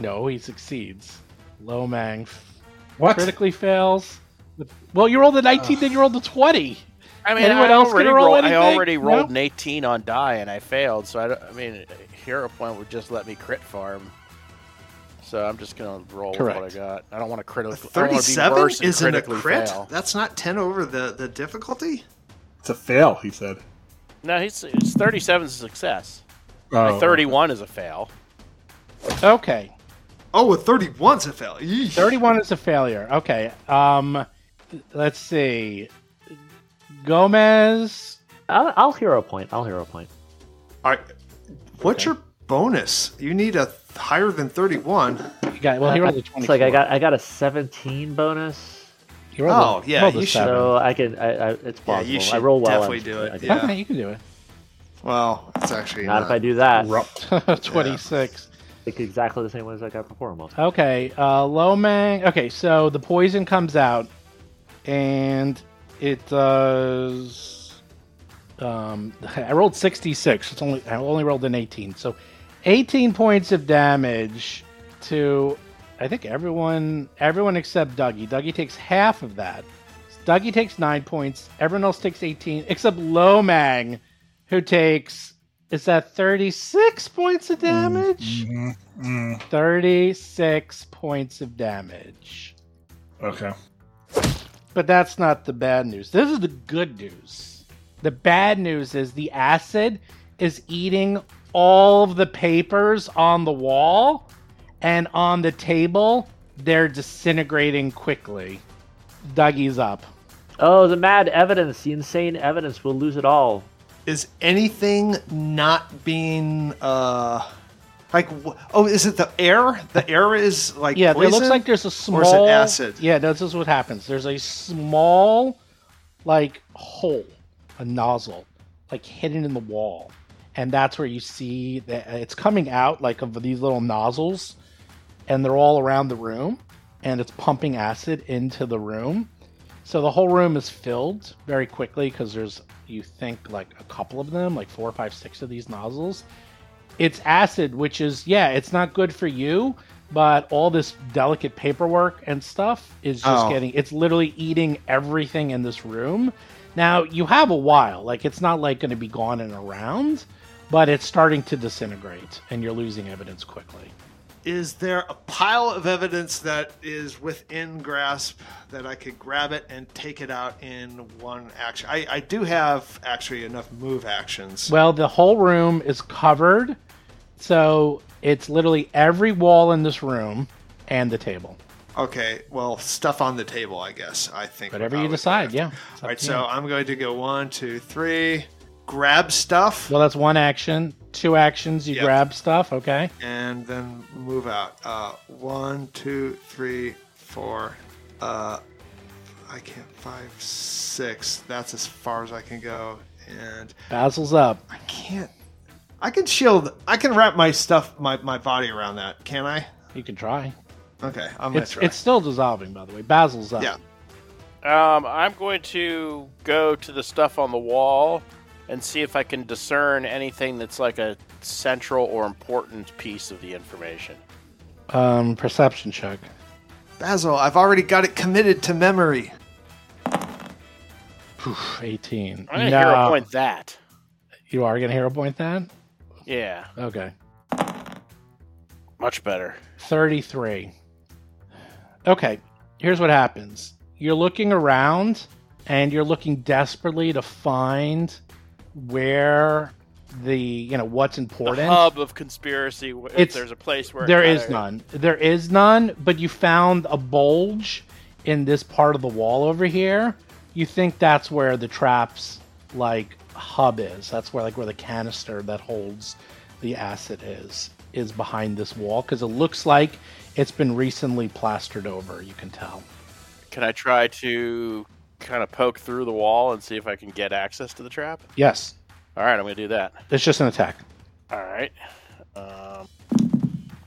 Speaker 2: No, he succeeds. Lomang f-
Speaker 3: What?
Speaker 2: critically fails. The- Well, you rolled a 19, then you rolled a 20.
Speaker 6: I mean,
Speaker 2: Anyone
Speaker 6: I
Speaker 2: else
Speaker 6: already
Speaker 2: gonna roll
Speaker 6: rolled- I
Speaker 2: anything?
Speaker 6: already
Speaker 2: No?
Speaker 6: rolled an 18 on die and I failed, so I, don't, I mean, Hero Point would just let me crit farm. So I'm just gonna roll with
Speaker 2: Correct.
Speaker 6: what I got. I don't want to critically.
Speaker 5: Thirty-seven
Speaker 6: be is
Speaker 5: isn't a
Speaker 6: critically
Speaker 5: crit.
Speaker 6: Fail.
Speaker 5: That's not ten over the the difficulty.
Speaker 3: It's a fail, he said.
Speaker 6: No, he's it's 37 is a success.
Speaker 3: Oh,
Speaker 6: My 31 is a fail.
Speaker 2: Okay.
Speaker 5: Oh, a 31's a fail. Yeesh.
Speaker 2: 31 is a failure. Okay. Um, let's see. Gomez.
Speaker 4: I'll, I'll hero point. I'll hero point.
Speaker 5: All right. What's your bonus? You need a th- higher than 31.
Speaker 2: He got, well, he rolled a 24.
Speaker 4: It's like I got I got a 17 bonus,
Speaker 2: He rolled a-
Speaker 5: Oh, yeah,
Speaker 2: rolled a
Speaker 5: you should-
Speaker 2: seven.
Speaker 4: so I can. I, I, it's
Speaker 5: Yeah,
Speaker 4: possible.
Speaker 5: you
Speaker 4: I
Speaker 5: should
Speaker 4: roll well.
Speaker 5: definitely
Speaker 4: on-
Speaker 5: do it.
Speaker 4: I-
Speaker 5: Yeah.
Speaker 2: Okay, you can do it.
Speaker 5: Well, it's actually
Speaker 4: Not
Speaker 5: not.
Speaker 4: if I do that.
Speaker 2: (laughs)
Speaker 3: Rupt.
Speaker 2: 26.
Speaker 4: It's exactly the same way as I got before. Almost.
Speaker 2: Okay, uh, Lomang. Okay, so the poison comes out, and it does. Um, (laughs) I rolled sixty-six. It's only I only rolled an eighteen, so eighteen points of damage to I think everyone everyone except Dougie. Dougie takes half of that. Dougie takes nine points. Everyone else takes eighteen except Lomang, who takes is that thirty-six points of damage.
Speaker 3: Mhm. Mm.
Speaker 2: 36 points of damage.
Speaker 3: Okay.
Speaker 2: But that's not the bad news. This is the good news. The bad news is the acid is eating all of the papers on the wall and on the table. They're disintegrating quickly. Dougie's up.
Speaker 4: Oh, the mad evidence, the insane evidence. We'll lose it all.
Speaker 5: Is anything not being. uh Like, wh- oh, is it the air? The air is like.
Speaker 2: Yeah,
Speaker 5: poison?
Speaker 2: it looks like there's a small
Speaker 5: Or is it acid?
Speaker 2: Yeah, this is what happens. There's a small, like hole, a nozzle, like hidden in the wall, and that's where you see that it's coming out like of these little nozzles, and they're all around the room, and it's pumping acid into the room. So the whole room is filled very quickly because there's you think like a couple of them, like four, five, six of these nozzles. It's acid, which is yeah, it's not good for you, but all this delicate paperwork and stuff is just
Speaker 5: Oh.
Speaker 2: getting it's literally eating everything in this room. Now you have a while, like it's not like going to be gone and around, but it's starting to disintegrate, and you're losing evidence quickly.
Speaker 5: Is there a pile of evidence that is within grasp that I could grab it and take it out in one action? I, I do have actually enough move actions.
Speaker 2: Well, the whole room is covered, so it's literally every wall in this room and the table.
Speaker 5: okay, well, stuff on the table, I guess. I think.
Speaker 2: Whatever
Speaker 5: we're
Speaker 2: you
Speaker 5: probably
Speaker 2: decide,
Speaker 5: gonna-
Speaker 2: yeah.
Speaker 5: All right, so I'm going to go one, two, three, grab stuff,
Speaker 2: Well, that's one action. Two actions. You
Speaker 5: Yep.
Speaker 2: grab stuff. Okay.
Speaker 5: and then move out. Uh, one, two, three, four. Uh, I can't. Five, six. That's as far as I can go. And
Speaker 2: Basil's up.
Speaker 5: I can't. I can shield. I can wrap my stuff, my, my body around that. Can I?
Speaker 2: You can try.
Speaker 5: Okay, I'm gonna
Speaker 2: It's
Speaker 5: try.
Speaker 2: it's still dissolving, by the way. Basil's up.
Speaker 5: Yeah.
Speaker 6: Um, I'm going to go to the stuff on the wall and see if I can discern anything that's like a central or important piece of the information.
Speaker 2: Um, perception check.
Speaker 5: Basil, I've already got it committed to memory.
Speaker 2: Poof, Eighteen.
Speaker 6: I'm gonna
Speaker 2: No.
Speaker 6: hero point that.
Speaker 2: You are gonna hero point that.
Speaker 6: Yeah,
Speaker 2: Okay.
Speaker 6: much better.
Speaker 2: 33. Okay, here's what happens. You're looking around and you're looking desperately to find where the, you know, what's
Speaker 6: The
Speaker 2: important.
Speaker 6: hub of conspiracy. If
Speaker 2: It's-
Speaker 6: there's a place where it
Speaker 2: There
Speaker 6: kinda-
Speaker 2: is none. There is none, but you found a bulge in this part of the wall over here. You think that's where the traps like hub is. That's where like where the canister that holds the acid is is behind this wall cuz it looks like it's been recently plastered over, you can tell.
Speaker 6: Can I try to kind of poke through the wall and see if I can get access to the trap?
Speaker 2: Yes,
Speaker 6: All right, I'm gonna do that.
Speaker 2: it's just an attack.
Speaker 6: All right. Um,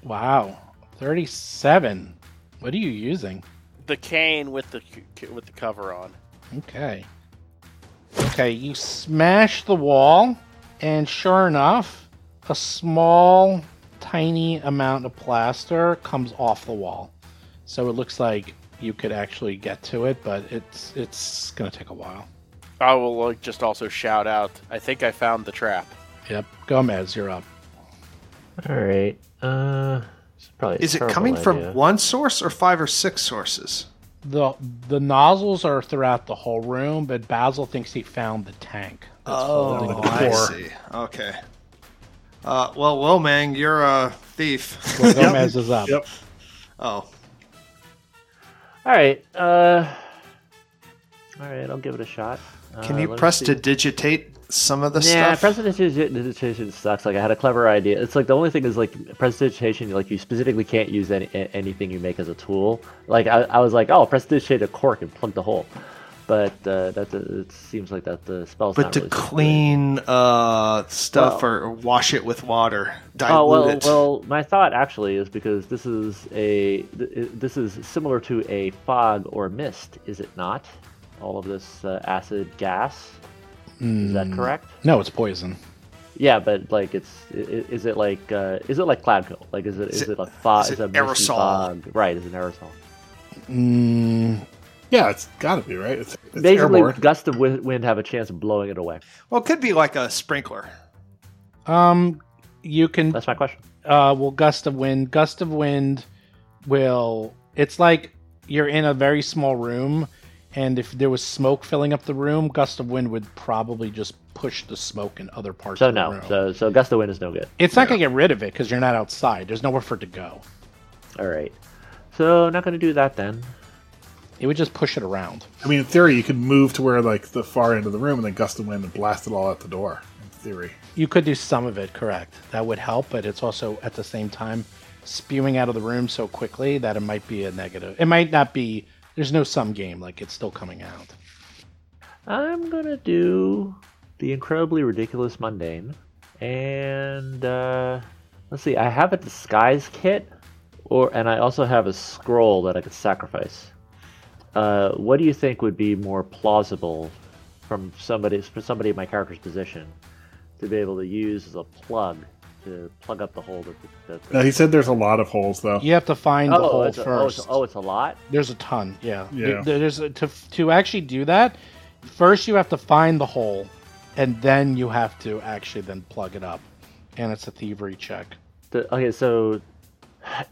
Speaker 2: Wow. 37. What are you using?
Speaker 6: the cane with the c- with the cover on.
Speaker 2: Okay. Okay, you smash the wall, and sure enough, a small, tiny amount of plaster comes off the wall. So it looks like you could actually get to it, but it's it's gonna take a while.
Speaker 6: I will like, just also shout out. I think I found the trap.
Speaker 2: Yep, Gomez, you're up.
Speaker 4: All right. Uh, it's probably. a
Speaker 5: Is it
Speaker 4: terrible
Speaker 5: coming
Speaker 4: idea.
Speaker 5: from one source or five or six sources?
Speaker 2: the The nozzles are throughout the whole room, but Basil thinks he found the tank. that's
Speaker 3: Oh.
Speaker 2: holding the
Speaker 5: Oh, I
Speaker 2: core.
Speaker 5: see. Okay. Uh, well, Lomang, you're a thief.
Speaker 2: Well,
Speaker 5: (laughs)
Speaker 2: Gomez is up.
Speaker 3: Yep.
Speaker 5: oh,
Speaker 4: All right. Uh, All right, I'll give it a shot.
Speaker 5: Can
Speaker 4: Uh,
Speaker 5: you
Speaker 4: let me
Speaker 5: press
Speaker 4: see.
Speaker 5: to digitate some of the
Speaker 4: Yeah,
Speaker 5: stuff?
Speaker 4: prestidigitation sucks. Like I had a clever idea. It's like the only thing is like prestidigitation. Like you specifically can't use any, a- anything you make as a tool. Like I, I was like, oh, prestidigitate a cork and plug the hole, but uh, that it seems like that the spell's
Speaker 5: but
Speaker 4: not
Speaker 5: to
Speaker 4: really
Speaker 5: clean uh, stuff
Speaker 4: Well-
Speaker 5: or wash it with water, dilute
Speaker 4: Oh well,
Speaker 5: it.
Speaker 4: well, my thought actually is because this is a th- this is similar to a fog or mist, is it not? All of this uh, acid gas, is
Speaker 5: Hmm.
Speaker 4: that correct?
Speaker 2: No, it's poison.
Speaker 4: Yeah, but like it's i- i- is it like uh, is it like cloud kill? Like is it is,
Speaker 5: it-
Speaker 4: it a fog?
Speaker 5: is it
Speaker 4: a misty
Speaker 5: aerosol?
Speaker 4: Fog? Right, it's an aerosol.
Speaker 3: Yeah, it's got to be right. It's, it's
Speaker 4: Basically,
Speaker 3: airborne.
Speaker 4: gusts of wi- wind have a chance of blowing it away.
Speaker 5: Well, it could be like a sprinkler.
Speaker 2: Um, you can
Speaker 4: That's my question.
Speaker 2: uh, will gust of wind. Gust of wind will. It's like you're in a very small room, and if there was smoke filling up the room, gust of wind would probably just push the smoke in other parts.
Speaker 4: So
Speaker 2: of the
Speaker 4: no,
Speaker 2: room.
Speaker 4: so so gust of wind is no good.
Speaker 2: it's not gonna get rid of it because you're not outside. There's nowhere for it to go.
Speaker 4: All right, so not going to do that then.
Speaker 2: It would just push it around.
Speaker 3: I mean, in theory, you could move to where like the far end of the room and then gust of wind and blast it all out the door. In theory,
Speaker 2: You could do some of it, correct? That would help, but it's also at the same time spewing out of the room so quickly that it might be a negative. It might not be. There's no sum game. Like it's still coming out.
Speaker 4: I'm gonna do the incredibly ridiculous mundane, and uh, let's see. I have a disguise kit, or and I also have a scroll that I could sacrifice. Uh, what do you think would be more plausible from somebody for somebody in my character's position to be able to use as a plug to plug up the hole? That the, that the,
Speaker 2: Uh,
Speaker 3: now he said there's a lot of holes though.
Speaker 2: You have to find the hole
Speaker 4: it's a, oh, it's
Speaker 2: first.
Speaker 4: a, oh, it's a lot.
Speaker 2: There's a ton. Yeah.
Speaker 3: Yeah.
Speaker 2: There- There's a, to to actually do that. First, you have to find the hole, and then you have to actually then plug it up, and it's a thievery check.
Speaker 4: The, okay, so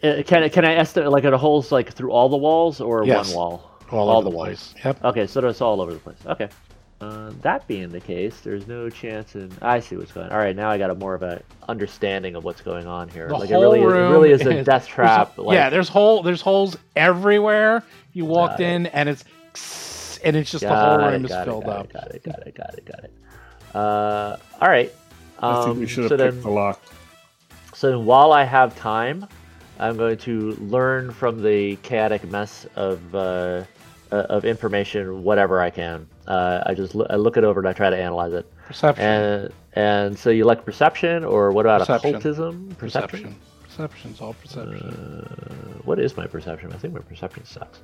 Speaker 4: uh, can I- can I estimate like are the holes like through all the walls or
Speaker 2: Yes.
Speaker 4: one wall?
Speaker 2: All, over the place. Yep.
Speaker 4: Okay, so it's all over the place. Okay. Uh, that being the case, there's no chance, and I see what's going. on. All right, now I got a more of a understanding of what's going on here.
Speaker 2: The
Speaker 4: like
Speaker 2: whole
Speaker 4: it really,
Speaker 2: room
Speaker 4: it
Speaker 2: (laughs)
Speaker 4: really is a
Speaker 2: is-
Speaker 4: death trap. like,
Speaker 2: yeah. There's hole. There's holes everywhere. You walked in, and it's and it's just the whole
Speaker 4: got it,
Speaker 2: room is
Speaker 4: got it,
Speaker 2: filled
Speaker 4: got
Speaker 2: up.
Speaker 4: It, got it, got it, got it, got it. Uh, all right. Um,
Speaker 3: I think we should have
Speaker 4: so
Speaker 3: picked
Speaker 4: then-
Speaker 3: the lock.
Speaker 4: So then while I have time, I'm going to learn from the chaotic mess of uh, uh, of information, whatever I can. Uh, I just loo- I look it over and I try to analyze it.
Speaker 2: Perception.
Speaker 4: And and so you like perception, or what about
Speaker 2: Perception.
Speaker 4: occultism?
Speaker 2: perception. Perception's all perception.
Speaker 4: What is my perception? I think my perception sucks.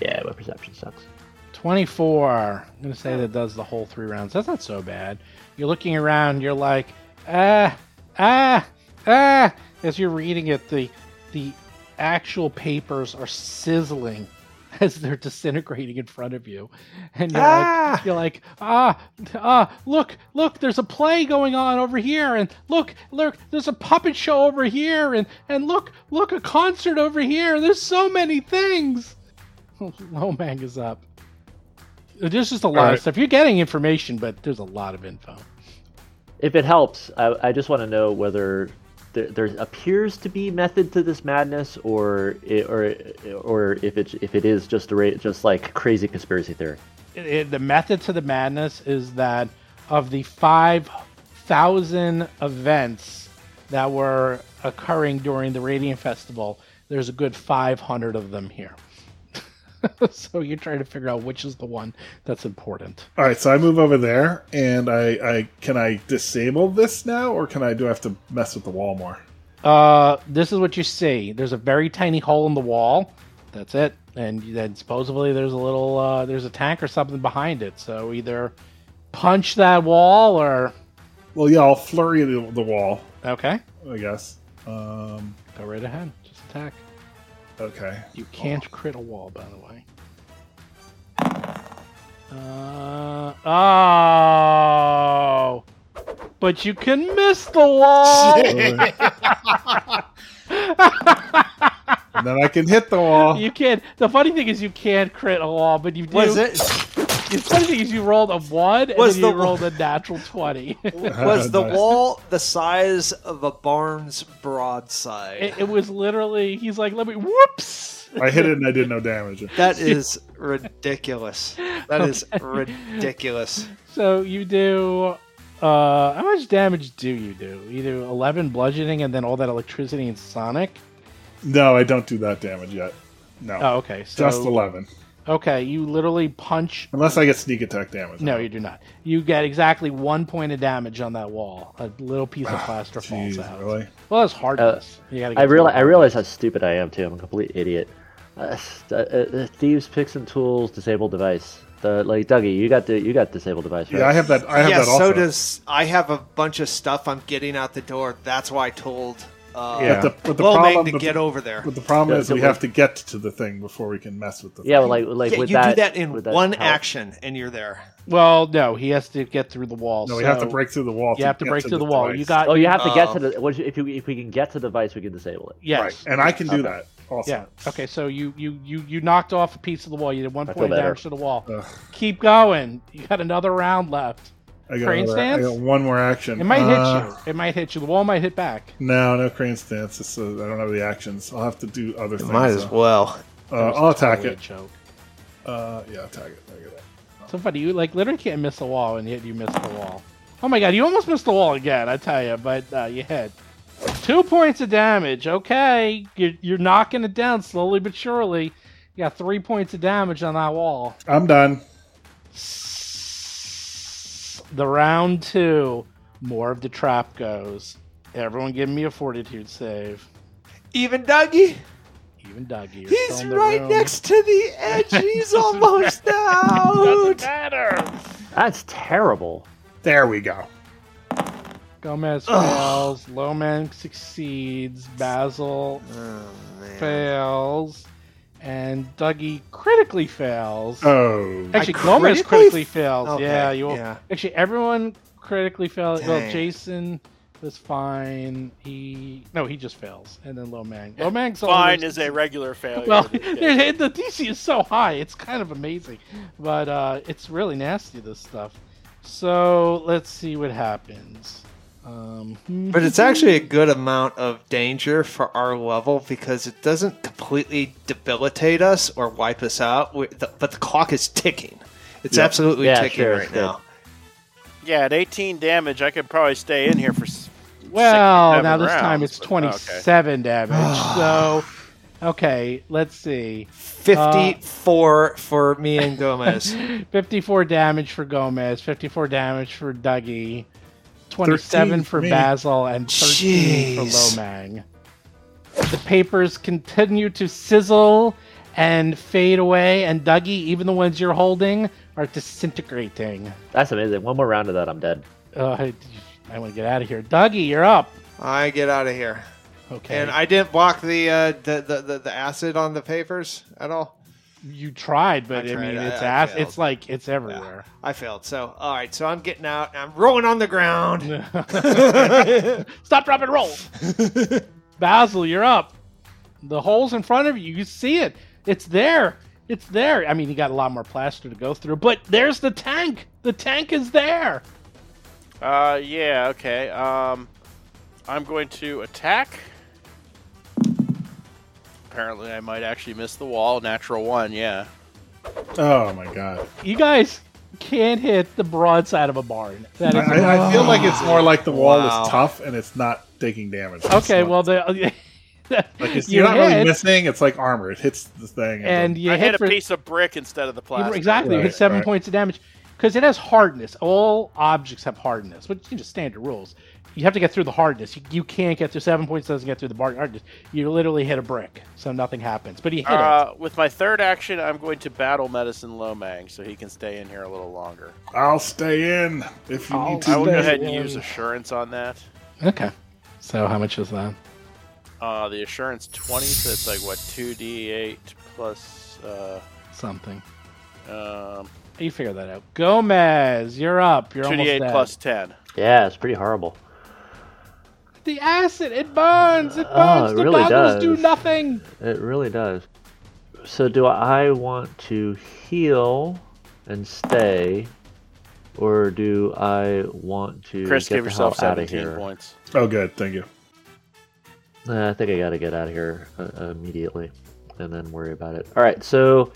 Speaker 4: Yeah, my perception sucks.
Speaker 2: 24. I'm going to say that does the whole three rounds. That's not so bad. You're looking around, you're like, ah, ah, ah. As you're reading it, the, the actual papers are sizzling (laughs) as they're disintegrating in front of you. And you're, like, you're like, ah, ah, look, look, there's a play going on over here. And look, look, there's a puppet show over here. And, and look, look, a concert over here. There's so many things. (laughs) Lomang is up. There's just a lot of
Speaker 3: Alright.
Speaker 2: stuff. You're getting information, but there's a lot of info.
Speaker 4: If it helps, I, I just want to know whether there, there appears to be method to this madness, or i or or if it if it is just a ra- just like crazy conspiracy theory.
Speaker 2: It- it- the method to the madness is that of the 5,000 events that were occurring during the Radiant Festival, there's a good 500 of them here. (laughs) so you're trying to figure out which is the one that's important.
Speaker 3: All right, so I move over there, and I, I can I disable this now, or can I do I have to mess with the wall more?
Speaker 2: Uh, this is what you see. There's a very tiny hole in the wall. That's it. And then supposedly there's a little uh, there's a tank or something behind it. So either punch that wall or
Speaker 3: Well, yeah, I'll flurry the, the wall,
Speaker 2: okay,
Speaker 3: I guess. Um,
Speaker 2: go right ahead. Just attack. (laughs)
Speaker 3: okay,
Speaker 2: You can't crit a wall, by the way. Uh, oh, but you can miss the wall.
Speaker 3: and then I can hit the wall.
Speaker 2: You can't. The funny thing is, you can't crit a wall, but you do.
Speaker 5: Was it (laughs)
Speaker 2: The funny thing is, you rolled a one and
Speaker 5: Was
Speaker 2: then you
Speaker 5: the-
Speaker 2: rolled a natural twenty. (laughs)
Speaker 5: (laughs) was the
Speaker 3: Nice.
Speaker 5: wall the size of a barn's broadside?
Speaker 2: it, it was literally. He's like, "Let me." Whoops. (laughs)
Speaker 3: I hit it, and I did no damage.
Speaker 5: that is ridiculous. That (laughs) is ridiculous.
Speaker 2: So you do. Uh, how much damage do you do? You do 11 bludgeoning and then all that electricity and sonic?
Speaker 3: No, I don't do that damage yet. No,
Speaker 2: Oh, okay. So,
Speaker 3: just eleven.
Speaker 2: Okay, you literally punch.
Speaker 3: Unless I get sneak attack damage.
Speaker 2: No, you do not. You get exactly one point of damage on that wall. A little piece of plaster
Speaker 3: Ah, Jeez,
Speaker 2: falls out.
Speaker 3: really?
Speaker 2: Well, it's hardness. you gotta
Speaker 4: Uh, I
Speaker 2: get
Speaker 4: realize,
Speaker 2: to
Speaker 4: I realize how stupid I am too. I'm a complete idiot. Uh, st- uh, uh, thieves, picks, and tools. Disabled device. The like Dougie, you got the you got disabled device. Right?
Speaker 3: Yeah, I have that. I have
Speaker 5: yeah,
Speaker 3: that also.
Speaker 5: so does I have a bunch of stuff I'm getting out the door. That's why I told uh,
Speaker 3: Yeah. But the- but the
Speaker 5: Lil Mang
Speaker 3: problem-
Speaker 5: to
Speaker 3: but the-
Speaker 5: get over there.
Speaker 3: But the problem
Speaker 4: Yeah,
Speaker 3: is
Speaker 4: so
Speaker 3: we
Speaker 4: we-
Speaker 3: have to get to the thing before we can mess with the.
Speaker 4: Yeah,
Speaker 3: thing.
Speaker 4: well, like like
Speaker 5: Yeah,
Speaker 4: with
Speaker 5: you
Speaker 4: that.
Speaker 5: do that in
Speaker 4: with
Speaker 5: one
Speaker 4: help.
Speaker 5: action, and you're there.
Speaker 2: Well, no, he has to get through the wall.
Speaker 3: no, we have to
Speaker 2: so
Speaker 3: break through the wall.
Speaker 2: You have to
Speaker 3: get
Speaker 2: break
Speaker 3: to
Speaker 2: through the wall.
Speaker 3: device.
Speaker 2: You got.
Speaker 4: Oh, you have to get to
Speaker 5: Oh.
Speaker 4: the. What, if you if we can get to the device, we can disable it.
Speaker 2: yes.
Speaker 3: right, and I can do that also.
Speaker 2: Yeah. Okay. So you you you you knocked off a piece of the wall. You did one
Speaker 4: I feel
Speaker 2: point of
Speaker 4: better.
Speaker 2: damage to the wall.
Speaker 3: Ugh.
Speaker 2: Keep going. You got another round left.
Speaker 3: I got
Speaker 2: Crane
Speaker 3: another-
Speaker 2: stance?
Speaker 3: I got one more action.
Speaker 2: It might
Speaker 3: Uh,
Speaker 2: hit you. It might hit you. The wall might hit back.
Speaker 3: No, no crane stance. It's, uh, I don't have the actions. I'll have to do other things. so-
Speaker 5: well.
Speaker 3: Uh, I'll attack
Speaker 2: Totally a
Speaker 3: it.
Speaker 2: joke.
Speaker 3: Uh, yeah, attack it. I get it.
Speaker 2: So funny. You like literally can't miss the wall, and yet you miss the wall. Oh my god! You almost missed the wall again. I tell you, but uh, you hit. Two points of damage. Okay, you're, you're knocking it down slowly but surely. You got three points of damage on that wall.
Speaker 3: I'm done.
Speaker 2: The round two, more of the trap goes. Everyone give me a fortitude save.
Speaker 5: Even Dougie,
Speaker 2: Even Dougie. you're still
Speaker 5: he's
Speaker 2: in the
Speaker 5: right
Speaker 2: room.
Speaker 5: next to the edge. He's almost
Speaker 2: Doesn't
Speaker 5: out.
Speaker 2: matter.
Speaker 4: That's terrible.
Speaker 3: There we go.
Speaker 2: Gomez fails. Loman succeeds. Basil fails. And Dougie critically fails.
Speaker 3: Oh,
Speaker 2: actually,
Speaker 5: I
Speaker 2: Gomez
Speaker 5: critically
Speaker 2: critically
Speaker 5: f-
Speaker 2: fails.
Speaker 5: Okay,
Speaker 2: yeah, you.
Speaker 5: yeah.
Speaker 2: Actually, everyone critically failed. Well,
Speaker 5: Dang.
Speaker 2: Jason was fine. He no, he just fails, and then Lomang. Lomang's
Speaker 6: Fine
Speaker 2: always-
Speaker 6: is a regular failure.
Speaker 2: well,
Speaker 6: that you get.
Speaker 2: (laughs) there's- the DC is so high, it's kind of amazing, but uh, it's really nasty this stuff. So let's see what happens. Um, hmm.
Speaker 5: But it's actually a good amount of danger for our level because it doesn't completely debilitate us or wipe us out. We- the- But the clock is ticking. It's absolutely
Speaker 4: Yeah,
Speaker 5: ticking
Speaker 4: sure,
Speaker 5: right
Speaker 4: sure.
Speaker 5: now.
Speaker 6: yeah, at 18 damage, I could probably stay in here for. s-
Speaker 2: Well,
Speaker 6: six,
Speaker 2: now
Speaker 6: seven
Speaker 2: this time
Speaker 6: rounds,
Speaker 2: it's
Speaker 6: but- okay.
Speaker 2: 27 damage. so, okay, let's see.
Speaker 5: 54 for me and Gomez.
Speaker 2: 54 damage for Gomez, 54 damage for Dougie, 27
Speaker 3: 13
Speaker 2: for
Speaker 3: for me.
Speaker 2: Basil, and 13 for
Speaker 5: Jeez.
Speaker 2: Lomang. The papers continue to sizzle and fade away, and Dougie, even the ones you're holding, are disintegrating.
Speaker 4: That's amazing. One more round of that, I'm dead.
Speaker 2: Uh, I, I want to get out of here. Dougie, you're up.
Speaker 5: (laughs) I get out of here.
Speaker 2: Okay.
Speaker 5: And I didn't block the, uh, the, the, the, the acid on the papers at all.
Speaker 2: you tried, but I,
Speaker 5: I tried.
Speaker 2: mean,
Speaker 5: I-
Speaker 2: it's
Speaker 5: I
Speaker 2: ass.
Speaker 5: failed.
Speaker 2: It's like it's everywhere.
Speaker 5: I failed. So, all right. So I'm getting out. I'm rolling on the ground.
Speaker 2: Stop, drop, and
Speaker 3: (laughs)
Speaker 2: roll. Basil, you're up. The hole's in front of you. You see it. It's there. It's there. I mean, you got a lot more plaster to go through, but there's the tank. The tank is there.
Speaker 6: Uh, yeah, okay. Um, I'm going to attack. Apparently, I might actually miss the wall. Natural one, yeah.
Speaker 3: oh my god!
Speaker 2: You guys can't hit the broadside of a barn. That
Speaker 3: I,
Speaker 2: is
Speaker 3: I- I feel like it's more like the wall
Speaker 5: Wow.
Speaker 3: is tough and it's not taking damage. It's
Speaker 2: okay.
Speaker 3: not-
Speaker 2: Well, the (laughs)
Speaker 3: like it's,
Speaker 2: you
Speaker 3: you're not
Speaker 2: hit,
Speaker 3: really missing. It's like armor. It hits the thing
Speaker 2: and
Speaker 3: then-
Speaker 2: you
Speaker 6: I hit, a
Speaker 2: for,
Speaker 6: piece of brick instead of the
Speaker 2: You-
Speaker 6: plastic.
Speaker 2: Exactly. You
Speaker 3: Right,
Speaker 2: get seven
Speaker 3: right.
Speaker 2: points of damage because it has hardness. All objects have hardness, which is just standard rules. You have to get through the hardness. You, you can't get through seven points. Doesn't get through the bar hardness. You literally hit a brick, so nothing happens. But he hit
Speaker 6: Uh, with my third action, I'm going to battle Medicine Lomang so he can stay in here a little longer.
Speaker 3: I'll stay in if you need to.
Speaker 6: I will go
Speaker 3: stay
Speaker 6: ahead and
Speaker 3: in.
Speaker 6: use Assurance on that.
Speaker 2: it. Okay. So how much is that?
Speaker 6: Uh, the Assurance 20, so it's like, what, 2d8 plus. Uh,
Speaker 2: Something.
Speaker 6: um,
Speaker 2: You figure that out. Gomez, you're up. You're almost
Speaker 6: 2d8
Speaker 2: dead.
Speaker 6: plus 10.
Speaker 4: Yeah, it's pretty horrible.
Speaker 2: The acid. It burns. It burns.
Speaker 4: Oh, it
Speaker 2: the
Speaker 4: really
Speaker 2: goggles do
Speaker 4: does.
Speaker 2: nothing.
Speaker 4: It really does. So, do I want to heal and stay, or do I want to
Speaker 6: Chris,
Speaker 4: get
Speaker 6: give
Speaker 4: the
Speaker 6: yourself
Speaker 4: hell out of
Speaker 6: 17
Speaker 4: here?
Speaker 6: points.
Speaker 3: Oh, good. Thank you.
Speaker 4: Uh, I think I gotta get out of here uh, immediately, and then worry about it. All right, so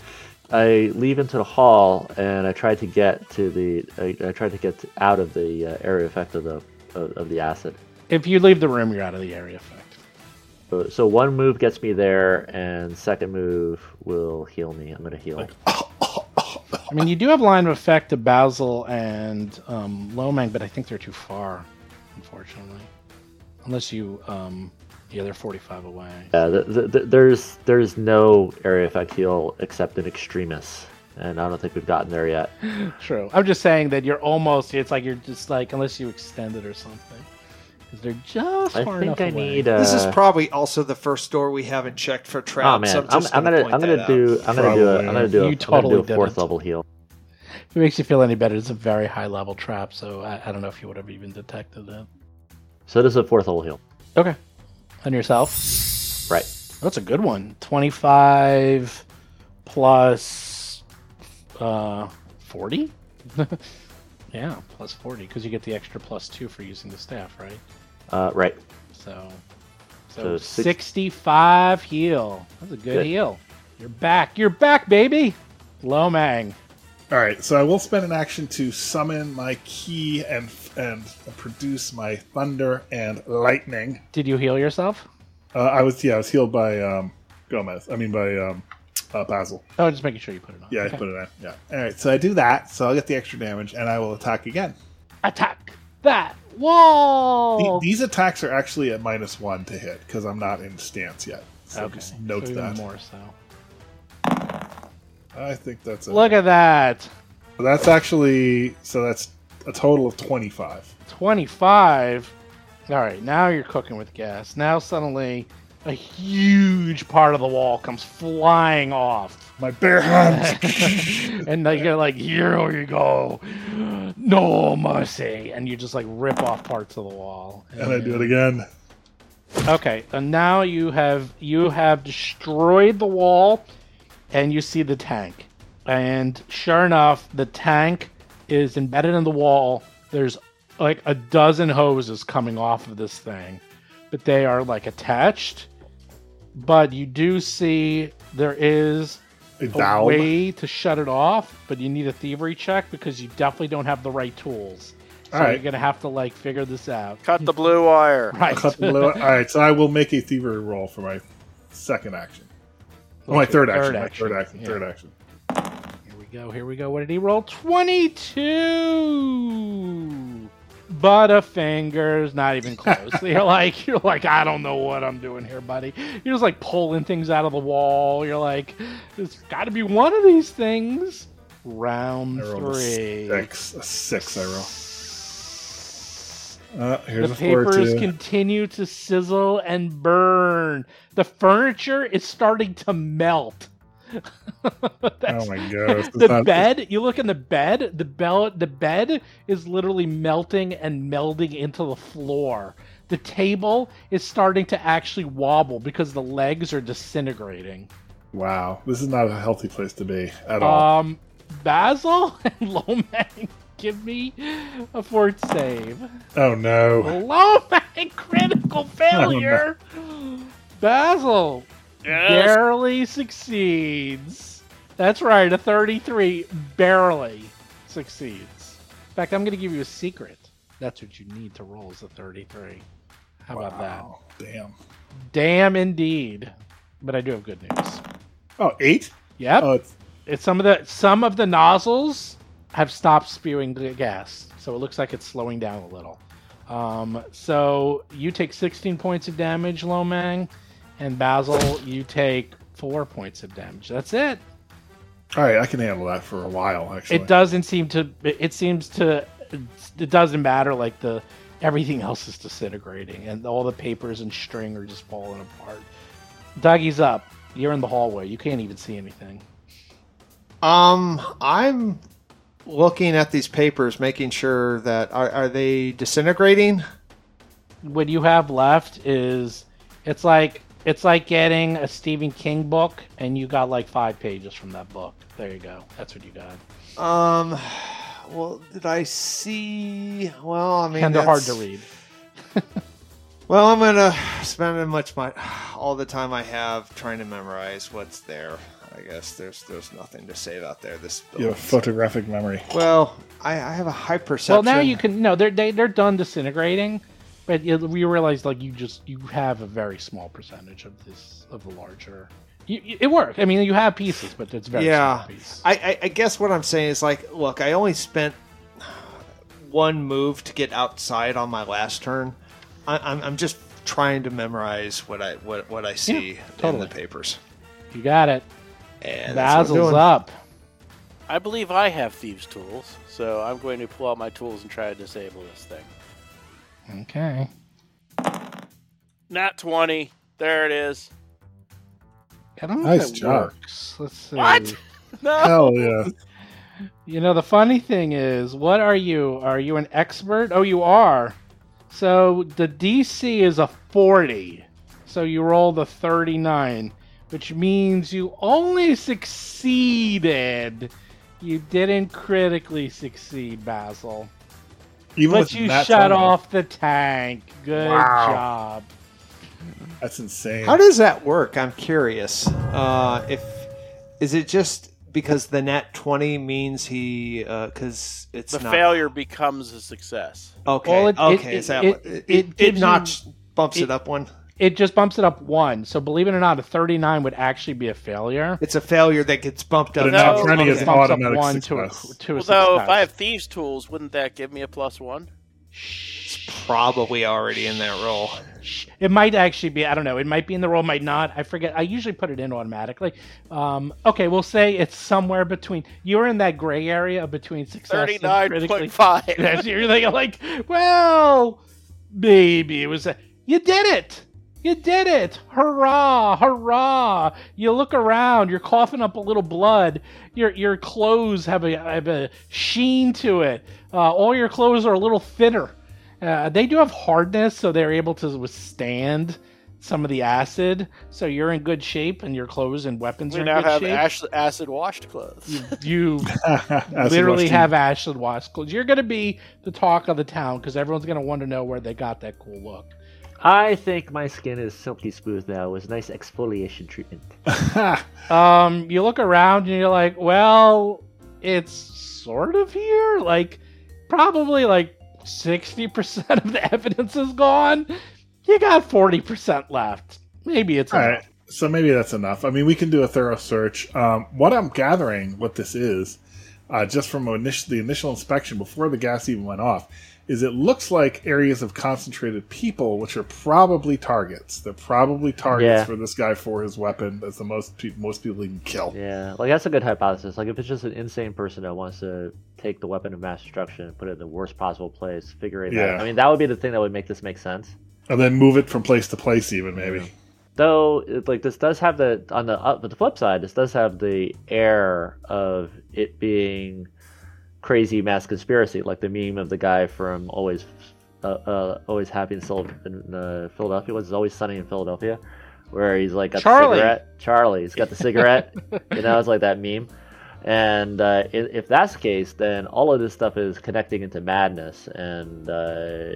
Speaker 4: I leave into the hall and I try to get to the I, I try to get out of the uh, area effect of the of, of the acid.
Speaker 2: If you leave the room, you're out of the area effect.
Speaker 4: So- So one move gets me there, and second move will heal me. I'm gonna heal.
Speaker 2: I mean, you do have line of effect to Basil and um, Lomang, but I think they're too far, unfortunately. Unless you, um, yeah, they're 45 away.
Speaker 4: Yeah, th th th there's there's no area effect heal except in extremis, and I don't think we've gotten there yet.
Speaker 2: True. I'm just saying that you're almost. It's like you're just like unless you extend it or something, because they're just
Speaker 4: I
Speaker 2: far
Speaker 4: think
Speaker 2: enough
Speaker 4: I
Speaker 2: away.
Speaker 4: need. Uh,
Speaker 5: this is probably also the first door we haven't checked for traps.
Speaker 4: oh man,
Speaker 5: so
Speaker 4: I'm,
Speaker 5: just
Speaker 4: I'm
Speaker 5: gonna,
Speaker 4: gonna
Speaker 5: point
Speaker 4: I'm
Speaker 5: that
Speaker 4: gonna
Speaker 5: out.
Speaker 4: do I'm gonna do a, I'm gonna do
Speaker 2: You
Speaker 4: a,
Speaker 2: totally
Speaker 4: am gonna do a fourth
Speaker 2: didn't.
Speaker 4: level heal.
Speaker 2: If it makes you feel any better, it's a very high level trap, so I, I don't know if you would have even detected it.
Speaker 4: So this is a fourth level heal,
Speaker 2: Okay. On yourself.
Speaker 4: right?
Speaker 2: That's a good one. 25 plus uh, 40? (laughs) yeah, plus 40, because you get the extra plus two for using the staff, right?
Speaker 4: Uh, right.
Speaker 2: So, so,
Speaker 4: So six-
Speaker 2: 65 heal. That's a good
Speaker 4: Good.
Speaker 2: heal. You're back. You're back, baby. Lomang.
Speaker 3: All right, so I will spend an action to summon my key and and produce my thunder and lightning.
Speaker 2: Did you heal yourself?
Speaker 3: Uh, I was yeah, I was healed by um, Gomez. I mean by um, uh, Basil.
Speaker 2: Oh, just making sure you put it on.
Speaker 3: Yeah,
Speaker 2: Okay.
Speaker 3: I put it in. Yeah. All right, so I do that. So I'll get the extra damage, and I will attack again.
Speaker 2: Attack that
Speaker 3: The-
Speaker 2: wall.
Speaker 3: these attacks are actually at minus one to hit because I'm not in stance yet. So just note
Speaker 2: so even
Speaker 3: that.
Speaker 2: more so.
Speaker 3: I think that's it.
Speaker 2: Look at that.
Speaker 3: That's actually so. That's a total of twenty-five.
Speaker 2: 25. All right, now you're cooking with gas. Now suddenly a huge part of the wall comes flying off.
Speaker 3: My bare hands.
Speaker 2: (laughs) and like you're like, here you go. No mercy. And you just like rip off parts of the wall.
Speaker 3: and I do it again.
Speaker 2: Okay, and now you have you have destroyed the wall, and you see the tank. And sure enough, the tank is embedded in the wall. There's like a dozen hoses coming off of this thing, but they are like attached. But you do see there is
Speaker 3: A
Speaker 2: a
Speaker 3: valve.
Speaker 2: way to shut it off, but you need a thievery check because you definitely don't have the right tools. So
Speaker 3: All right.
Speaker 2: you're gonna have to like figure this out.
Speaker 6: Cut the blue
Speaker 2: (laughs)
Speaker 6: wire.
Speaker 2: Right.
Speaker 3: Cut the blue. All right, so I will make a thievery roll for my second action. Oh, my
Speaker 2: Okay,
Speaker 3: third
Speaker 2: third
Speaker 3: action. My
Speaker 2: action,
Speaker 3: third action.
Speaker 2: yeah.
Speaker 3: Third action.
Speaker 2: Here we go. Here we go. What did he roll? 22. But a finger's not even close.
Speaker 3: (laughs)
Speaker 2: you're like, you're like, I don't know what I'm doing here, buddy. You're just like pulling things out of the wall. You're like, there's got to be one of these things. Round
Speaker 3: I rolled
Speaker 2: three.
Speaker 3: a six. A six. I roll. Uh, here's
Speaker 2: the
Speaker 3: a four
Speaker 2: papers
Speaker 3: too.
Speaker 2: continue to sizzle and burn. The furniture is starting to melt. (laughs)
Speaker 3: oh
Speaker 2: That's-
Speaker 3: my
Speaker 2: (laughs)
Speaker 3: god! this is
Speaker 2: the
Speaker 3: not-
Speaker 2: bed you look in the bed the bell the bed is literally melting and melding into the floor the table is starting to actually wobble because the legs are disintegrating
Speaker 3: Wow, this is not a healthy place to be at all.
Speaker 2: um basil (laughs) and lomang give me a fort save
Speaker 3: Oh no!
Speaker 2: lomang
Speaker 3: (laughs)
Speaker 2: critical failure basil barely succeeds. That's right, a 33 barely succeeds. In fact, I'm going to give you a secret. That's what you need to roll is a 33. How about that?
Speaker 3: Wow. Damn.
Speaker 2: Damn indeed. But I do have good news.
Speaker 3: Oh, eight.
Speaker 2: Yep.
Speaker 3: Oh, it's,
Speaker 2: It's some of the some of the nozzles have stopped spewing g- gas, so it looks like it's slowing down a little. Um, so you take 16 points of damage, Lomang, and Basil, you take four points of damage. That's it.
Speaker 3: all right. I can handle that for a while. Actually,
Speaker 2: It doesn't seem to. It it seems to. It doesn't matter. Like the everything else is disintegrating, and all the papers and string are just falling apart. Dougie's up. You're in the hallway. You can't even see anything.
Speaker 5: Um, I'm looking at these papers, making sure that are, are they disintegrating?
Speaker 2: what you have left is it's like it's like getting a Stephen King book and you got like five pages from that book. There you go. That's what you got.
Speaker 5: Um, well, did I see? Well, I mean,
Speaker 2: And they're hard to
Speaker 5: that's-
Speaker 2: read.
Speaker 5: Well, I'm gonna spend as much my all the time I have trying to memorize what's there. I guess there's there's nothing to save out there. This
Speaker 3: You have a photographic memory.
Speaker 5: well, I, I have a high perception.
Speaker 2: Well, now you can. No, they're they, they're done disintegrating, but you, you realize like you just you have a very small percentage of this of the larger. You, you- it worked. I mean, you have pieces, but it's very
Speaker 5: Yeah,
Speaker 2: small pieces.
Speaker 5: I, I I guess what I'm saying is like, look, I only spent one move to get outside on my last turn. I, I'm I'm just trying to memorize what I what what I see
Speaker 2: totally.
Speaker 5: in the papers.
Speaker 2: you got it.
Speaker 5: And that's
Speaker 2: Basil's
Speaker 5: what I'm doing.
Speaker 2: up.
Speaker 6: I believe I have thieves' tools, so I'm going to pull out my tools and try to disable this thing.
Speaker 2: Okay.
Speaker 6: Not 20. There it is.
Speaker 2: I don't know
Speaker 3: Nice
Speaker 2: if it
Speaker 3: job.
Speaker 2: works. Let's see.
Speaker 6: What? No.
Speaker 3: Hell
Speaker 2: (laughs)
Speaker 3: yeah.
Speaker 2: You know, the funny thing is, what are you? Are you an expert? Oh, you are. So the DC is a 40. So you roll the 39, which means you only succeeded. You didn't critically succeed, Basil.
Speaker 3: Even
Speaker 2: But
Speaker 3: with
Speaker 2: you
Speaker 3: that
Speaker 2: shut
Speaker 3: time,
Speaker 2: off the tank. Good job.
Speaker 3: That's insane. (laughs)
Speaker 5: How does that work? I'm curious. Uh, if is it just because the nat twenty means he because it's
Speaker 6: The
Speaker 5: not,
Speaker 6: failure becomes a success.
Speaker 5: Okay,
Speaker 2: Well, it-
Speaker 5: okay,
Speaker 2: it-
Speaker 5: is that
Speaker 2: it-
Speaker 5: what,
Speaker 2: it-
Speaker 5: it,
Speaker 2: it
Speaker 5: it,
Speaker 2: gives you-
Speaker 5: notch bumps it,
Speaker 2: it-
Speaker 5: up one?
Speaker 2: It just bumps it up one. So believe it or not, a 39 would actually be a failure.
Speaker 5: It's a failure that gets bumped up.
Speaker 3: But
Speaker 6: No,
Speaker 3: not
Speaker 6: okay.
Speaker 3: twenty is
Speaker 2: It bumps up
Speaker 3: automatic
Speaker 2: one to a,
Speaker 3: success.
Speaker 2: to a
Speaker 6: Although, if
Speaker 2: success.
Speaker 6: I have thieves' tools, wouldn't that give me a plus one?
Speaker 5: It's probably already in that roll.
Speaker 2: It might actually be. I don't know. It might be in the roll. Might not. I forget. I usually put it in automatically. Um, okay, we'll say it's somewhere between. You're in that gray area between success and critically. (laughs)
Speaker 6: 39.5.
Speaker 2: Yes, You're thinking like, well, maybe it was. A, you did it. You did it. Hurrah! Hurrah! You look around. You're coughing up a little blood. Your your clothes have a have a sheen to it. Uh, all your clothes are a little thinner. Uh, they do have hardness, so they're able to withstand some of the acid. So you're in good shape, and your clothes and weapons
Speaker 6: We
Speaker 2: are
Speaker 6: now
Speaker 2: in good
Speaker 6: have
Speaker 2: shape.
Speaker 6: ash- acid washed clothes.
Speaker 2: you
Speaker 3: Acid
Speaker 2: literally
Speaker 3: wash
Speaker 2: have Ashland watch clothes. You're going to be the talk of the town because everyone's going to want to know where they got that cool look.
Speaker 4: I think my skin is silky smooth now with nice exfoliation treatment.
Speaker 3: (laughs) Ha!
Speaker 2: Um, you look around and you're like, well, it's sort of here. Like, probably like 60% (laughs) of the evidence is gone. You got 40% left. Maybe it's
Speaker 3: All
Speaker 2: enough.
Speaker 3: right. So maybe that's enough. I mean, we can do a thorough search. Um, what I'm gathering, what this is, uh, just from initial, the initial inspection before the gas even went off, is it looks like areas of concentrated people, which are probably targets. They're probably targets
Speaker 4: Yeah.
Speaker 3: for this guy for his weapon. That's the most pe- most people he can kill.
Speaker 4: Yeah, like that's a good hypothesis. Like if it's just an insane person that wants to take the weapon of mass destruction and put it in the worst possible place, figure it
Speaker 3: Yeah.
Speaker 4: out. I mean, that would be the thing that would make this make sense.
Speaker 3: And then move it from place to place, even maybe.
Speaker 4: Though, it- like this does have the on the uh, but the flip side, this does have the air of it being crazy mass conspiracy, like the meme of the guy from Always, uh, uh, Always Happy in, Sil- in uh, Philadelphia. Was always sunny in Philadelphia, where he's like got
Speaker 2: Charlie.
Speaker 4: the cigarette. Charlie, he's got the cigarette. you know, it's like that meme. And uh, i- if that's the case, then all of this stuff is connecting into madness, and uh,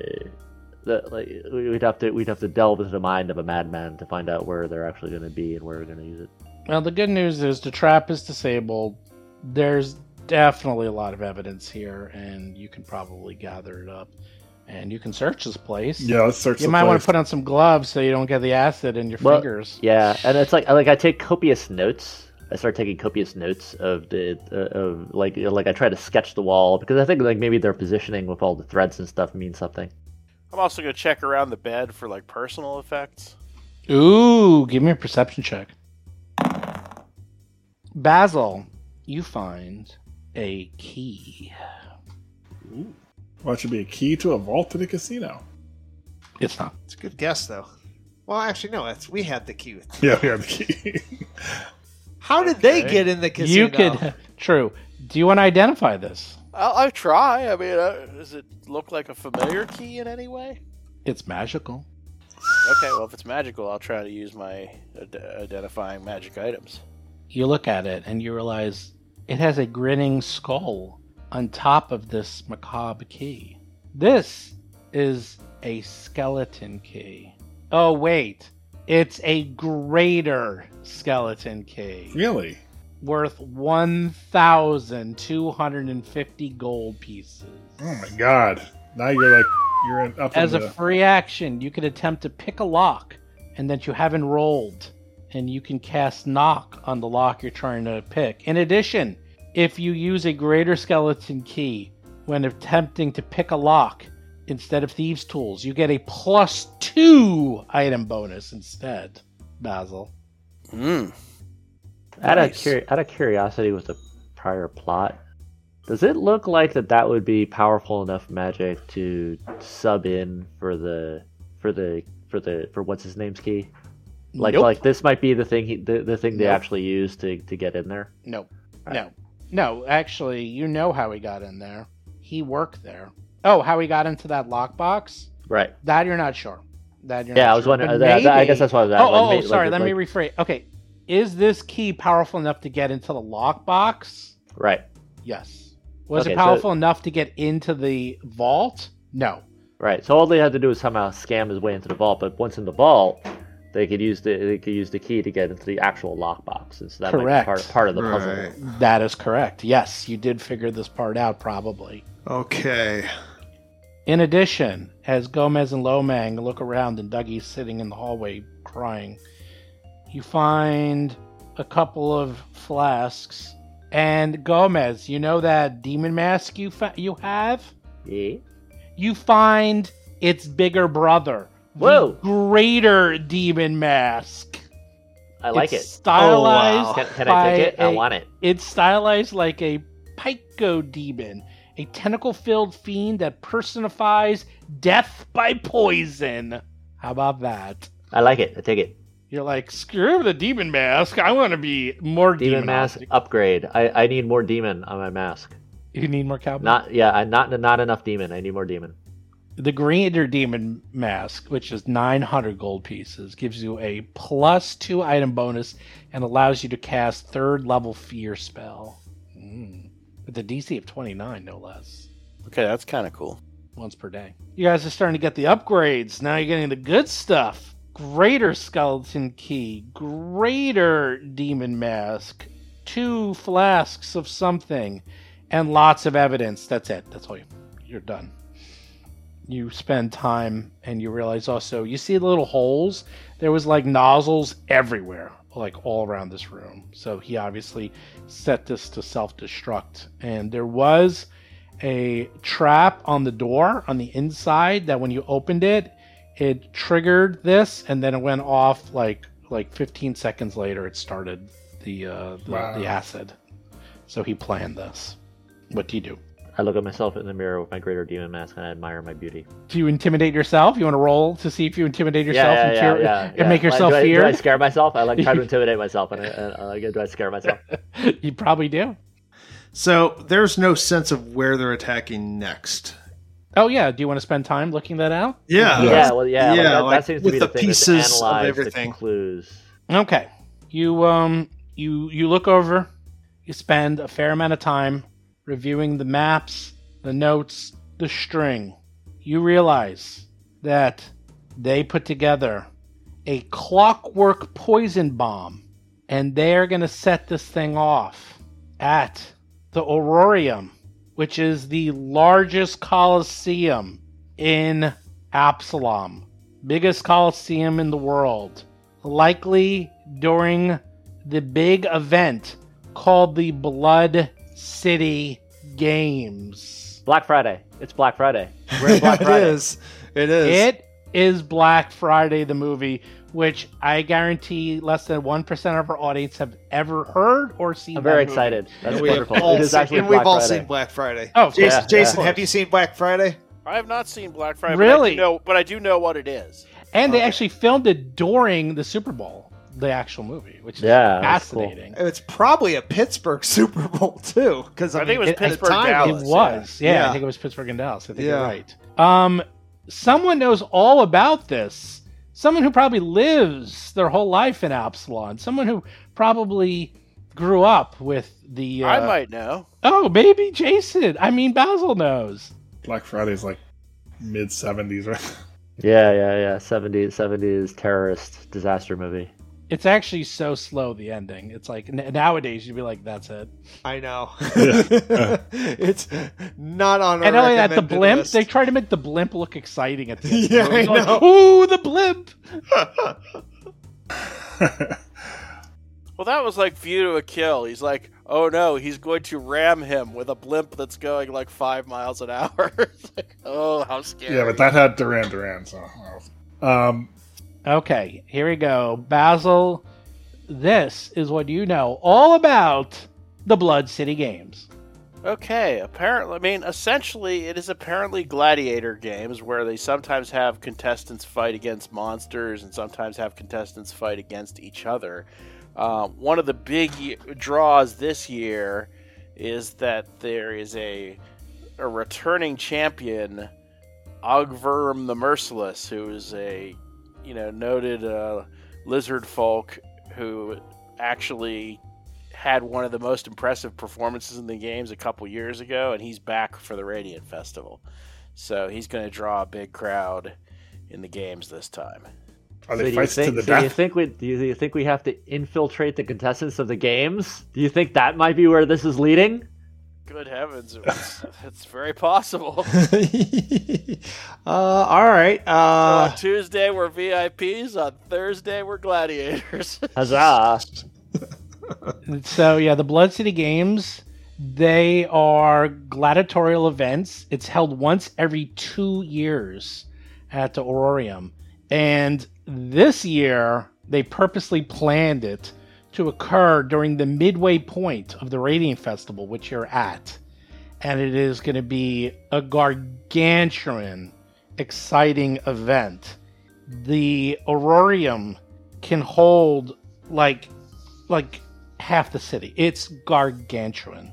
Speaker 4: that like we- we'd have to we'd have to delve into the mind of a madman to find out where they're actually going to be and where we're going to use it.
Speaker 2: Well, the good news is the trap is disabled. There's definitely a lot of evidence here, and you can probably gather it up. And you can search this place.
Speaker 3: Yeah, let's search.
Speaker 2: You
Speaker 3: the
Speaker 2: might want
Speaker 3: place.
Speaker 2: to put on some gloves so you don't get the acid in your
Speaker 4: Well,
Speaker 2: fingers.
Speaker 4: Yeah, and it's like like I take copious notes. I start taking copious notes of the uh, of like like I try to sketch the wall because I think like maybe their positioning with all the threads and stuff means something.
Speaker 6: I'm also going to check around the bed for like personal effects.
Speaker 2: Ooh, give me a perception check. Basil, you find a key.
Speaker 3: Well, it should be a key to a vault to the casino. (laughs)
Speaker 2: It's not.
Speaker 5: It's a good guess though. Well, actually, no. That's we had the key.
Speaker 3: Yeah, we have the key. (laughs)
Speaker 5: How did they get in the casino?
Speaker 2: You could. (laughs) True. Do you want to identify this?
Speaker 6: I'll, I'll try. I mean, uh, does it look like a familiar key in any way?
Speaker 2: It's magical.
Speaker 6: Okay, well, if it's magical, I'll try to use my ad- identifying magic items.
Speaker 2: You look at it and you realize it has a grinning skull on top of this macabre key. This is a skeleton key. Oh, wait. It's a greater skeleton key.
Speaker 3: really?
Speaker 2: worth 1,250 gold pieces.
Speaker 3: Oh my god! Now you're like you're in, up
Speaker 2: As
Speaker 3: in
Speaker 2: a
Speaker 3: the,
Speaker 2: free action, you can attempt to pick a lock and that you haven't rolled, and you can cast knock on the lock you're trying to pick. In addition, if you use a greater skeleton key when attempting to pick a lock instead of thieves' tools, you get a plus two item bonus instead, Basil.
Speaker 6: Mm.
Speaker 4: Out
Speaker 6: Nice.
Speaker 4: of curi- out of curiosity, with the prior plot, does it look like that that would be powerful enough magic to sub in for the for the for the for what's his name's key? Like
Speaker 2: Nope.
Speaker 4: like this might be the thing he, the, the thing they
Speaker 2: Nope.
Speaker 4: actually use to to get in there.
Speaker 2: No. No. No, actually, you know how he got in there. He worked there. Oh, how he got into that lockbox?
Speaker 4: Right.
Speaker 2: That you're not sure. That you're
Speaker 4: Yeah,
Speaker 2: not
Speaker 4: I was
Speaker 2: sure.
Speaker 4: wondering.
Speaker 2: But
Speaker 4: uh, that- that- I guess
Speaker 2: maybe-
Speaker 4: that's why I was.
Speaker 2: Oh,
Speaker 4: like,
Speaker 2: oh,
Speaker 4: may-
Speaker 2: oh, sorry.
Speaker 4: like-
Speaker 2: let me
Speaker 4: like-
Speaker 2: rephrase. Okay, is this key powerful enough to get into the lockbox?
Speaker 4: Right.
Speaker 2: Yes. Was
Speaker 4: Okay,
Speaker 2: it
Speaker 4: so-
Speaker 2: powerful enough to get into the vault? No.
Speaker 4: Right. So all they had to do was somehow scam his way into the vault. But once in the vault, they could use the they could use the key to get into the actual lockbox, and so that might
Speaker 2: Correct.
Speaker 4: be part part of the puzzle.
Speaker 5: Right.
Speaker 2: That is correct. Yes, you did figure this part out probably.
Speaker 5: Okay.
Speaker 2: In addition, as Gomez and Lomang look around and Dougie's sitting in the hallway crying, you find a couple of flasks. And Gomez, you know that demon mask you fa- you have?
Speaker 4: Yeah.
Speaker 2: You find its bigger brother. the
Speaker 4: Whoa.
Speaker 2: greater demon mask.
Speaker 4: I like
Speaker 2: it's
Speaker 4: it. Oh,
Speaker 2: Stylized.
Speaker 4: Can, can I
Speaker 2: by
Speaker 4: take it? I
Speaker 2: a-
Speaker 4: want it.
Speaker 2: It's stylized like a Pyco demon, a tentacle filled fiend that personifies death by poison. How about that?
Speaker 4: I like it. I take it.
Speaker 2: You're like, screw the demon mask. I want to be more
Speaker 4: Demon
Speaker 2: demon
Speaker 4: mask upgrade. I, I need more demon on my mask.
Speaker 2: You need more cowboy.
Speaker 4: Not yeah. I not not enough demon. I need more demon.
Speaker 2: the greater demon mask, which is 900 gold pieces, gives you a plus two item bonus and allows you to cast third level fear spell. Mm. With a DC of 29, no less.
Speaker 6: Okay, that's kind of cool.
Speaker 2: once per day. You guys are starting to get the upgrades. Now you're getting the good stuff. Greater skeleton key, greater demon mask, two flasks of something, and lots of evidence. That's it. That's all you, you're done. You spend time and you realize also you see the little holes. There was like nozzles everywhere, like all around this room. So he obviously set this to self destruct. And there was a trap on the door on the inside that when you opened it, it triggered this and then it went off like like 15 seconds later it started the uh, the,
Speaker 3: Wow.
Speaker 2: the acid. So he planned this. What do you do?
Speaker 4: I look at myself in the mirror with my greater demon mask and I admire my beauty.
Speaker 2: Do you intimidate yourself? You want to roll to see if you intimidate
Speaker 4: Yeah,
Speaker 2: yourself
Speaker 4: yeah,
Speaker 2: and,
Speaker 4: yeah,
Speaker 2: cheer-
Speaker 4: yeah,
Speaker 2: and make
Speaker 4: yeah. Like,
Speaker 2: yourself
Speaker 4: do I,
Speaker 2: fear?
Speaker 4: Do I scare myself? I like
Speaker 2: (laughs)
Speaker 4: try to intimidate myself. And I, and I, like, do I scare
Speaker 5: (laughs)
Speaker 4: myself?
Speaker 2: you probably do.
Speaker 5: So there's no sense of where they're attacking next.
Speaker 2: Oh yeah, do you want to spend time looking that out?
Speaker 5: Yeah.
Speaker 4: Yeah, well, yeah, like,
Speaker 5: Yeah,
Speaker 4: that,
Speaker 5: like,
Speaker 4: that seems to
Speaker 5: with
Speaker 4: be the,
Speaker 5: the
Speaker 4: thing that's
Speaker 5: pieces of
Speaker 4: analyze the
Speaker 5: everything.
Speaker 4: clues.
Speaker 2: Okay. You um you you look over, you spend a fair amount of time reviewing the maps, the notes, the string. You realize that they put together a clockwork poison bomb and they're going to set this thing off at the Aurorium, which is the largest coliseum in Absalom, biggest coliseum in the world likely during the big event called the Blood City Games.
Speaker 4: Black Friday. It's Black Friday. We're
Speaker 5: (laughs)
Speaker 4: at Black
Speaker 5: it
Speaker 4: Friday.
Speaker 5: is. It is.
Speaker 2: It is Black Friday, the movie, which I guarantee less than 1% of our audience have ever heard or seen.
Speaker 4: I'm
Speaker 2: that
Speaker 4: very
Speaker 2: movie.
Speaker 4: excited. That's
Speaker 5: And we have
Speaker 4: wonderful.
Speaker 5: all
Speaker 4: It is
Speaker 5: seen-
Speaker 4: actually
Speaker 5: and we've
Speaker 4: Black
Speaker 5: all
Speaker 4: Friday.
Speaker 5: seen Black Friday.
Speaker 2: Oh, of course.
Speaker 4: Yeah,
Speaker 8: Jason,
Speaker 4: yeah.
Speaker 8: Jason, have you seen Black Friday?
Speaker 6: I have not seen Black Friday. But I
Speaker 2: Really?
Speaker 6: do know, but I do know what it is.
Speaker 2: And they
Speaker 8: Okay.
Speaker 2: actually filmed it during the Super Bowl, the actual movie, which is
Speaker 4: Yeah, that's cool.
Speaker 2: fascinating.
Speaker 8: It's probably a
Speaker 5: (laughs)
Speaker 8: Pittsburgh Super Bowl too, because I,
Speaker 6: I
Speaker 8: mean,
Speaker 6: think it was
Speaker 8: at the
Speaker 6: Pittsburgh,
Speaker 8: time,
Speaker 6: Dallas.
Speaker 2: It was, yeah.
Speaker 8: Yeah.
Speaker 2: I think it was Pittsburgh and Dallas. I think
Speaker 8: Yeah.
Speaker 2: you're right. Um, someone knows all about this. Someone who probably lives their whole life in Absalon. Someone who probably grew up with the. Uh,
Speaker 6: I might know.
Speaker 2: Oh, maybe Jason. I mean, Basil knows.
Speaker 3: Black Friday's like mid seventies, right? (laughs)
Speaker 4: Yeah, yeah, yeah. 70s, 70s terrorist disaster movie.
Speaker 2: It's actually so slow. The ending. It's like n- nowadays you'd be like, "That's it."
Speaker 5: I know. (laughs)
Speaker 3: Yeah.
Speaker 5: it's not on. Our
Speaker 2: and not only that, the
Speaker 5: recommended
Speaker 2: blimp.
Speaker 5: list. (laughs)
Speaker 2: They try to make the blimp look exciting at the end.
Speaker 5: Yeah, I
Speaker 2: It's like,
Speaker 5: know.
Speaker 2: Ooh, the blimp.
Speaker 6: Well, that was like View to a Kill. He's like, oh no, he's going to ram him with a blimp that's going like five miles an hour. (laughs) it's like, oh, how scary.
Speaker 3: Yeah, but that had Duran Duran. So, um,
Speaker 2: Okay, here we go, Basil. This is what you know all about the Blood City games.
Speaker 6: Okay, apparently, I mean, essentially, it is apparently gladiator games where they sometimes have contestants fight against monsters and sometimes have contestants fight against each other. Uh, one of the big y- draws this year is that there is a a returning champion, Ogverm the Merciless, who is a you know noted uh, lizard folk who actually had one of the most impressive performances in the games a couple years ago, and he's back for the Radiant Festival. So he's going to draw a big crowd in the games this time.
Speaker 3: are
Speaker 4: So
Speaker 3: they
Speaker 4: do you
Speaker 3: fights
Speaker 4: think?
Speaker 3: to the
Speaker 4: so do you
Speaker 3: death?
Speaker 4: think we? Do you, do you think we have to infiltrate the contestants of the games? Do you think that might be where this is leading?
Speaker 6: Good heavens, (laughs) it was, it's very (laughs) possible.
Speaker 8: uh, all right. Uh,
Speaker 6: on Tuesday, we're VIPs. On Thursday, we're gladiators. (laughs)
Speaker 4: Huzzah!
Speaker 2: So yeah, the Blood City Games, they are gladiatorial events. It's held once every two years at the Aurorium, and this year they purposely planned it to occur during the midway point of the Radiant Festival, which you're at, and it is going to be a gargantuan, exciting event. The Aurorium can hold like like half the city. It's gargantuan.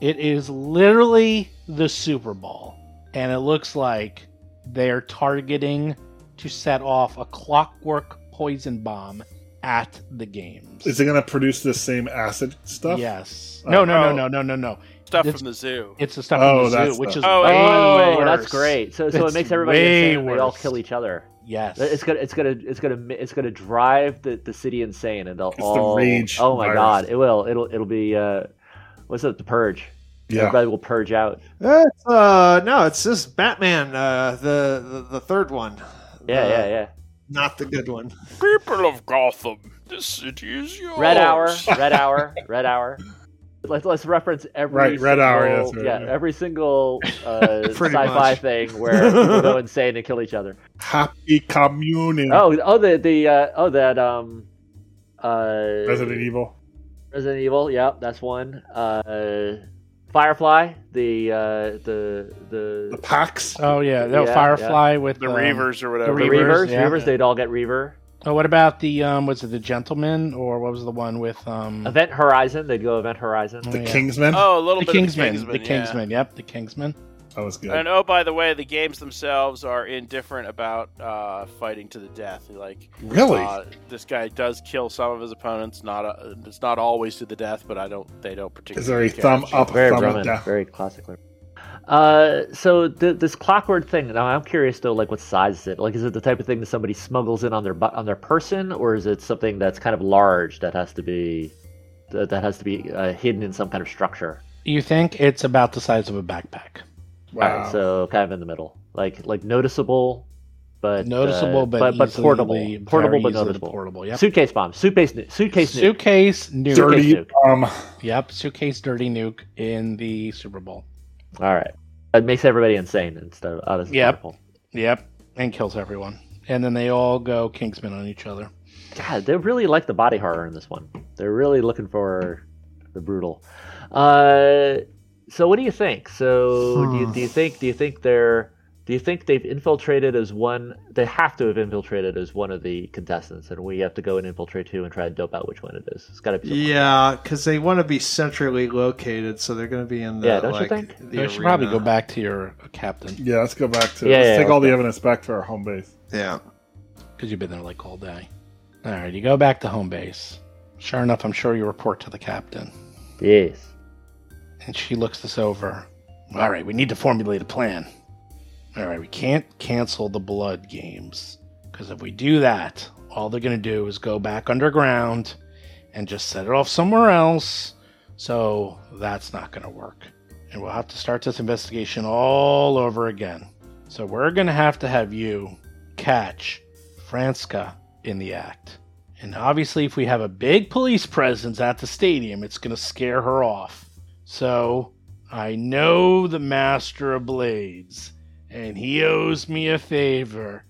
Speaker 2: It is literally the Super Bowl. And it looks like they're targeting to set off a clockwork poison bomb at the games.
Speaker 3: Is it going to produce the same acid stuff?
Speaker 2: Yes.
Speaker 3: Oh,
Speaker 2: No, no,
Speaker 3: oh.
Speaker 2: no, no, no, no, no.
Speaker 6: Stuff
Speaker 2: It's-
Speaker 6: from the zoo.
Speaker 2: It's the stuff
Speaker 3: Oh,
Speaker 2: in the
Speaker 3: that's
Speaker 2: zoo, which
Speaker 3: the-
Speaker 2: is
Speaker 6: Oh,
Speaker 2: way
Speaker 4: Oh,
Speaker 2: worse.
Speaker 4: that's great. So, so
Speaker 2: It's
Speaker 4: it makes everybody
Speaker 2: way
Speaker 4: insane. and They all
Speaker 2: worse.
Speaker 4: kill each other.
Speaker 2: Yes.
Speaker 4: It's gonna, it's gonna, it's gonna, it's gonna drive the, the city insane, and they'll
Speaker 3: the
Speaker 4: all.
Speaker 3: rage
Speaker 4: oh my
Speaker 3: virus.
Speaker 4: god! It will. It'll, it'll be. Uh, what's it? The purge.
Speaker 3: Yeah.
Speaker 4: Everybody will purge out.
Speaker 5: That's, uh, no, it's this Batman, uh, the, the the third one.
Speaker 4: Yeah,
Speaker 5: Uh,
Speaker 4: yeah, yeah.
Speaker 5: Not the good one.
Speaker 6: People of Gotham, this city is yours.
Speaker 4: Red
Speaker 3: Oh. (laughs)
Speaker 4: hour, red hour, red hour. Let's let's reference every
Speaker 3: Right, red hour, yeah,
Speaker 4: single-
Speaker 3: that's
Speaker 4: yeah,
Speaker 3: right, yeah.
Speaker 4: every single
Speaker 3: (laughs)
Speaker 4: uh,
Speaker 5: Pretty
Speaker 4: sci-fi
Speaker 5: much.
Speaker 4: thing where people go insane and kill each other.
Speaker 3: Happy communing.
Speaker 4: Oh, oh the the uh, oh that um uh
Speaker 3: Resident Evil.
Speaker 4: Resident Evil, yeah, that's one. Uh, Firefly, the uh, the
Speaker 3: The
Speaker 4: the
Speaker 3: packs.
Speaker 2: Oh yeah, no
Speaker 4: Yeah,
Speaker 2: Firefly with
Speaker 6: The
Speaker 2: um,
Speaker 6: Reavers or
Speaker 4: the
Speaker 6: whatever.
Speaker 2: Reavers,
Speaker 4: Reavers,
Speaker 2: yeah.
Speaker 4: Reavers, they'd all get Reaver.
Speaker 2: Oh, what about the um? Was it the Gentleman or what was the one with um?
Speaker 4: Event Horizon, they'd go Event Horizon.
Speaker 2: Oh,
Speaker 3: The
Speaker 2: yeah.
Speaker 3: Kingsmen.
Speaker 6: Oh, a little
Speaker 2: The
Speaker 6: bit
Speaker 2: Kingsman,
Speaker 6: of
Speaker 2: the
Speaker 6: yeah.
Speaker 2: Kingsman. Yep, the Kingsman.
Speaker 3: That was good.
Speaker 6: And oh, by the way, the games themselves are indifferent about uh, fighting to the death. Like,
Speaker 3: Really?
Speaker 6: uh, this guy does kill some of his opponents. Not uh it's not always to the death, but I don't. They don't particularly.
Speaker 3: Is there a
Speaker 6: care.
Speaker 3: thumb up,
Speaker 4: Very
Speaker 3: thumb
Speaker 4: Roman,
Speaker 3: down?
Speaker 4: very classic. Roman. Uh, so th- this clockwork thing. Now I'm curious though, like what size is it? Like, is it the type of thing that somebody smuggles in on their bu- on their person, or is it something that's kind of large that has to be that, that has to be uh, hidden in some kind of structure?
Speaker 2: You think it's about the size of a backpack?
Speaker 3: Wow.
Speaker 4: Alright, so kind of in the middle, like like noticeable, but
Speaker 2: noticeable,
Speaker 4: uh,
Speaker 2: but
Speaker 4: but,
Speaker 2: easily-
Speaker 4: portable, portable
Speaker 2: very
Speaker 4: but
Speaker 2: easily
Speaker 4: noticeable.
Speaker 2: Portable, yep.
Speaker 4: Suitcase bomb, suitcase, nu- suitcase, nuke.
Speaker 2: Suitcase nuke.
Speaker 4: Suitcase
Speaker 3: Dirty um,
Speaker 4: nuke.
Speaker 3: bomb.
Speaker 2: Yep, suitcase dirty nuke in the Super Bowl.
Speaker 4: All right, it makes everybody insane instead of oh, out of
Speaker 2: Yep. Yep, and kills everyone, and then they all go Kingsman on each other.
Speaker 4: God, they really like the body horror in this one. They're really looking for the brutal. Uh, so what do you think? So do, you, do you think do you think they're do you think they've infiltrated as one? They have to have infiltrated as one of the contestants, and we have to go and infiltrate two and try to dope out which one it is. It's got to be. someone.
Speaker 5: Yeah, because they want to be centrally located, so they're going to be in the
Speaker 4: Yeah, don't you
Speaker 5: like,
Speaker 4: think?
Speaker 5: the
Speaker 2: You should probably go
Speaker 5: arena.
Speaker 2: back to your captain
Speaker 3: Yeah, let's go back to.
Speaker 4: Yeah,
Speaker 3: let's
Speaker 4: yeah,
Speaker 3: take
Speaker 4: yeah,
Speaker 3: all the
Speaker 4: okay.
Speaker 3: evidence back to our home base.
Speaker 5: Yeah.
Speaker 2: because you've been there like all day. All right, you go back to home base. Sure enough, I'm sure you report to the captain.
Speaker 4: Yes.
Speaker 2: and she looks this over. All right, we need to formulate a plan. All right, we can't cancel the blood games. Because if we do that, all they're going to do is go back underground and just set it off somewhere else. So that's not going to work. And we'll have to start this investigation all over again. So we're going to have to have you catch Franska in the act. And obviously, if we have a big police presence at the stadium, it's going to scare her off. So I know the Master of Blades, and he owes me a favor.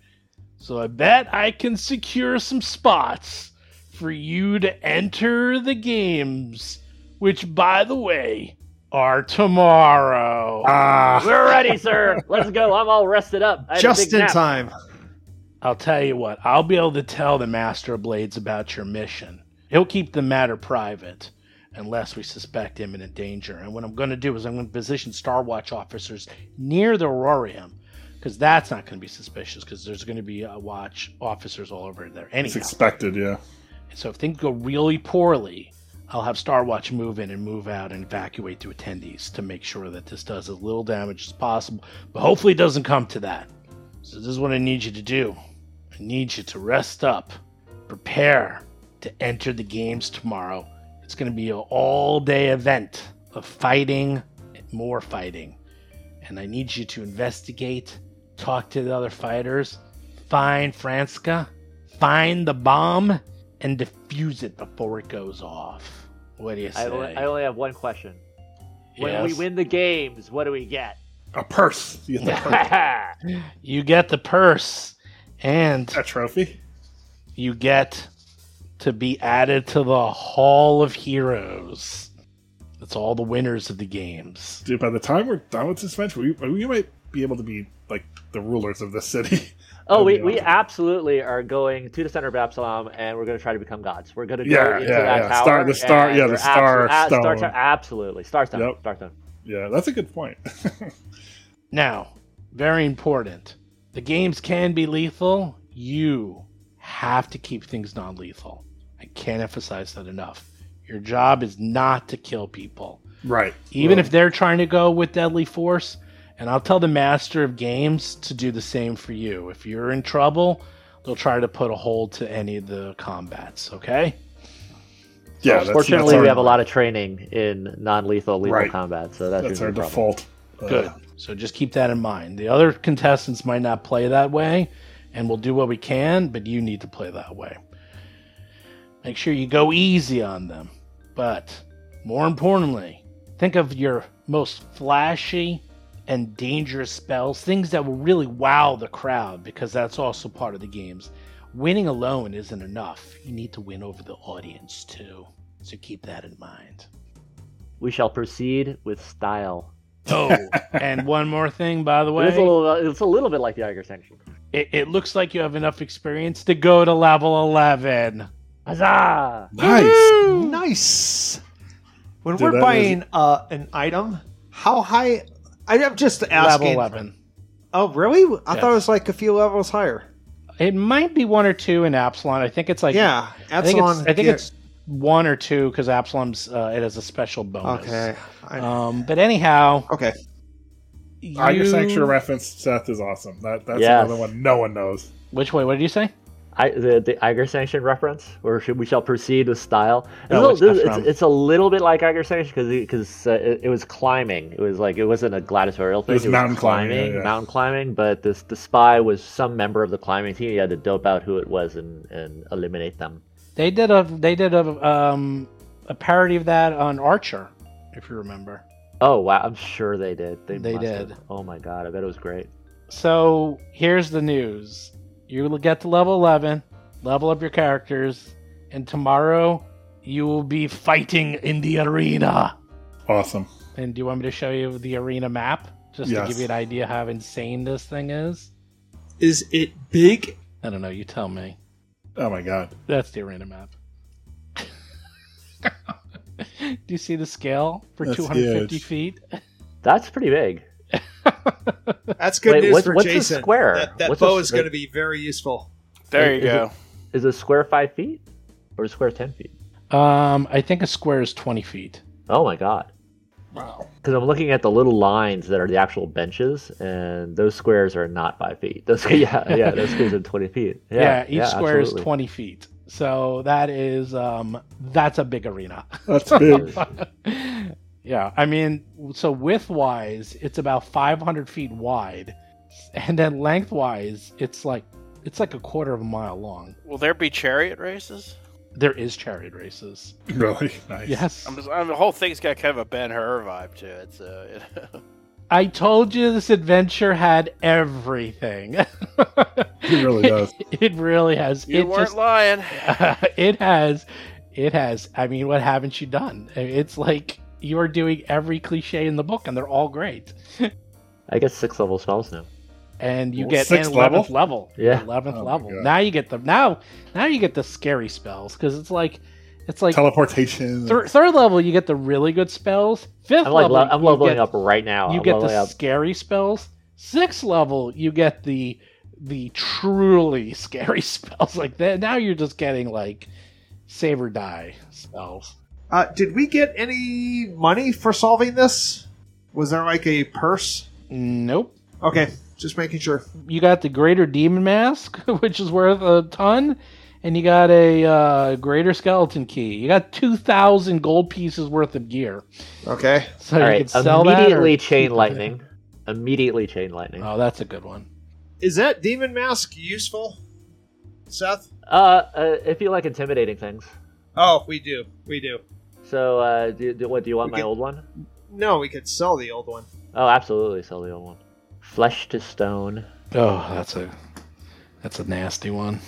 Speaker 2: So I bet I can secure some spots for you to enter the games, which, by the way, are tomorrow.
Speaker 3: Ah,
Speaker 4: We're ready, sir. Let's go. I'm all rested up. I had a
Speaker 5: Just
Speaker 4: big
Speaker 5: in
Speaker 4: nap.
Speaker 5: time.
Speaker 2: I'll tell you what, I'll be able to tell the Master of Blades about your mission. He'll keep the matter private unless we suspect imminent danger. And what I'm going to do is I'm going to position Star Watch officers near the Aurorium because that's not going to be suspicious because there's going to be uh, watch officers all over there
Speaker 3: it's
Speaker 2: anyhow.
Speaker 3: expected, yeah.
Speaker 2: so if things go really poorly, I'll have Star Watch move in and move out and evacuate to attendees to make sure that this does as little damage as possible. But hopefully, it doesn't come to that. So this is what I need you to do. I need you to rest up, prepare to enter the games tomorrow. It's going to be an all-day event of fighting, and more fighting, and I need you to investigate, talk to the other fighters, find Franska, find the bomb, and defuse it before it goes off. What do you say?
Speaker 4: I only, I only have one question. When
Speaker 2: Yes?
Speaker 4: we win the games, what do we get?
Speaker 3: A purse.
Speaker 2: (laughs)
Speaker 3: You get the purse.
Speaker 2: you get the purse,
Speaker 3: (laughs)
Speaker 2: and
Speaker 3: a trophy.
Speaker 2: you get to be added to the Hall of Heroes. That's all the winners of the games.
Speaker 3: Dude, by the time we're done with this match, we, we might be able to be like the rulers of the city. (laughs)
Speaker 4: oh, we,
Speaker 3: That'd be
Speaker 4: we
Speaker 3: awesome.
Speaker 4: absolutely are going to the center of Absalom, and we're going to try to become gods. We're going to go
Speaker 3: Yeah,
Speaker 4: into
Speaker 3: yeah,
Speaker 4: that
Speaker 3: yeah.
Speaker 4: tower.
Speaker 3: Star- the star-
Speaker 4: and
Speaker 3: yeah, the
Speaker 4: we're
Speaker 3: star
Speaker 4: absol- a-
Speaker 3: stone.
Speaker 4: star tower- absolutely, star stone,
Speaker 3: Yep.
Speaker 4: star stone.
Speaker 3: Yeah, that's a good point. (laughs)
Speaker 2: Now, very important. The games can be lethal. You have to keep things non lethal. I can't emphasize that enough. Your job is not to kill people.
Speaker 3: right.
Speaker 2: even if they're trying to go with deadly force and i'll tell the master of games to do the same for you if you're in trouble they'll try to put a hold to any of the combats okay
Speaker 3: yeah, that's-
Speaker 4: Fortunately,
Speaker 3: that's our-
Speaker 4: we have a lot of training in non-lethal lethal
Speaker 3: Right.
Speaker 4: combat, so that's,
Speaker 3: That's
Speaker 4: our
Speaker 3: our
Speaker 4: problem.
Speaker 3: default. uh,
Speaker 2: good so just keep that in mind the other contestants might not play that way and we'll do what we can but you need to play that way make sure you go easy on them but more importantly think of your most flashy and dangerous spells, things that will really wow the crowd because that's also part of the games. Winning alone isn't enough. You need to win over the audience too. So keep that in mind.
Speaker 4: We shall proceed with style.
Speaker 2: Oh, and one more thing, by the way.
Speaker 4: It's a little, uh, it's a little bit like the Iger sanction.
Speaker 2: It, it looks like you have enough experience to go to level 11.
Speaker 4: Huzzah!
Speaker 3: Nice.
Speaker 8: Nice.
Speaker 5: When
Speaker 3: Dude, that
Speaker 5: we're
Speaker 3: is-
Speaker 5: buying uh, an item,
Speaker 8: How high? I- I'm just
Speaker 2: Level
Speaker 8: asking.
Speaker 2: 11.
Speaker 8: Oh, really? I
Speaker 2: Yes.
Speaker 8: thought it was like a few levels higher.
Speaker 2: It might be one or two in Absalon. I think it's like
Speaker 8: yeah,
Speaker 2: I think it's,
Speaker 8: Epsilon.
Speaker 2: I think
Speaker 8: yeah.
Speaker 2: it's one or two because Absalom's uh, it has a special bonus.
Speaker 8: okay. I,
Speaker 2: Um, but anyhow,
Speaker 8: okay.
Speaker 2: you...
Speaker 3: I your sanctuary reference, Seth, is awesome. That that's
Speaker 4: Yes.
Speaker 3: another one no one knows.
Speaker 2: Which way? What did you say?
Speaker 4: I, the the Iger sanction reference, or should we shall proceed with style? It's,
Speaker 2: No,
Speaker 4: a, little,
Speaker 2: what's that
Speaker 4: this- it's,
Speaker 2: from?
Speaker 4: it's a little bit like Iger sanction because because uh, it, it was climbing. It was like it wasn't a gladiatorial thing.
Speaker 3: was mountain climbing, yeah, yeah.
Speaker 4: mountain climbing. But this the spy was some member of the climbing team. You had to dope out who it was and, and eliminate them.
Speaker 2: They did a they did a um a parody of that on Archer, if you remember.
Speaker 4: Oh wow! I'm sure they did. They,
Speaker 2: They
Speaker 4: must have.
Speaker 2: did.
Speaker 4: Oh my god! I bet it was great.
Speaker 2: So here's the news: you will get to level eleven, level up your characters, and tomorrow you will be fighting in the arena.
Speaker 3: Awesome.
Speaker 2: And do you want me to show you the arena map just
Speaker 3: Yes.
Speaker 2: to give you an idea how insane this thing is?
Speaker 9: Is it big?
Speaker 2: I don't know. You tell me.
Speaker 3: Oh my god.
Speaker 2: That's the arena map. (laughs) Do you see the scale for
Speaker 3: That's
Speaker 2: 250
Speaker 3: huge.
Speaker 2: feet?
Speaker 4: That's pretty big.
Speaker 9: That's good
Speaker 4: Wait,
Speaker 9: news
Speaker 4: what's-
Speaker 9: for
Speaker 4: what's a
Speaker 9: Jason.
Speaker 4: square?
Speaker 9: That, that
Speaker 4: What's a
Speaker 9: bow
Speaker 4: s-
Speaker 9: is going to be very useful.
Speaker 6: There you
Speaker 4: Is it-
Speaker 6: go.
Speaker 4: Is a square five feet or a square ten feet?
Speaker 2: Um, I think a square is 20 feet.
Speaker 4: Oh my god!
Speaker 3: Wow.
Speaker 4: because I'm looking at the little lines that are the actual benches, and those squares are not five feet. Those (laughs) yeah yeah those squares are twenty feet.
Speaker 2: (laughs) Yeah,
Speaker 4: Yeah,
Speaker 2: each square
Speaker 4: absolutely.
Speaker 2: is 20 feet. So that is um that's a big arena. (laughs)
Speaker 3: That's (laughs) big.
Speaker 2: yeah, I mean, so width wise, it's about 500 feet wide, and then lengthwise, it's like it's like a quarter of a mile long.
Speaker 6: Will there be chariot races?
Speaker 2: There is chariot races.
Speaker 3: really nice.
Speaker 2: Yes,
Speaker 6: I'm just, I'm, the whole thing's got kind of a Ben Hur vibe to it. So (laughs)
Speaker 2: I told you this adventure had everything. (laughs)
Speaker 3: It
Speaker 4: (laughs)
Speaker 3: really does.
Speaker 2: It, really has.
Speaker 6: you
Speaker 2: it
Speaker 6: weren't
Speaker 2: just- (laughs)
Speaker 6: lying.
Speaker 2: it has it has i mean what haven't you done I mean, it's like you are doing every cliche in the book and they're all great
Speaker 4: I get six level spells now.
Speaker 2: and you
Speaker 3: Well,
Speaker 2: get an
Speaker 3: sixth
Speaker 2: 11th level,
Speaker 4: Yeah.
Speaker 2: 11th
Speaker 3: Oh my
Speaker 2: level
Speaker 3: God.
Speaker 2: now you get the now now you get the scary spells because it's like it's like
Speaker 3: Teleportation.
Speaker 2: thir- third level you get the really good spells fifth
Speaker 4: I'm like
Speaker 2: level
Speaker 4: le- I'm
Speaker 2: you
Speaker 4: leveling
Speaker 2: get-
Speaker 4: up right now.
Speaker 2: you
Speaker 4: I'm
Speaker 2: get
Speaker 4: leveling
Speaker 2: the
Speaker 4: up.
Speaker 2: scary spells sixth level you get the the truly (laughs) scary spells like that now you're just getting like save or die spells
Speaker 9: Uh, did we get any money for solving this? Was there like a purse?
Speaker 2: nope
Speaker 9: Okay, just making sure.
Speaker 2: you got the greater demon mask, (laughs) which is worth a ton, and you got a uh, greater skeleton key. You got two thousand gold pieces worth of gear,
Speaker 9: Okay.
Speaker 2: so
Speaker 4: All
Speaker 2: you
Speaker 4: right,
Speaker 2: can sell that. or
Speaker 4: immediately
Speaker 2: (laughs) keep
Speaker 4: chain
Speaker 2: it.
Speaker 4: lightning. Immediately chain lightning. Uh,
Speaker 2: Oh, that's a good one.
Speaker 9: Is that demon mask useful, Seth?
Speaker 4: Uh, uh, if you like intimidating things.
Speaker 9: Oh, we do. We do.
Speaker 4: So, uh, do, do what? Do you want
Speaker 9: We
Speaker 4: my
Speaker 9: can-
Speaker 4: old one?
Speaker 9: No, we could sell the old one.
Speaker 4: Oh, absolutely, sell the old one. Flesh to stone.
Speaker 2: Oh, that's a that's a nasty one.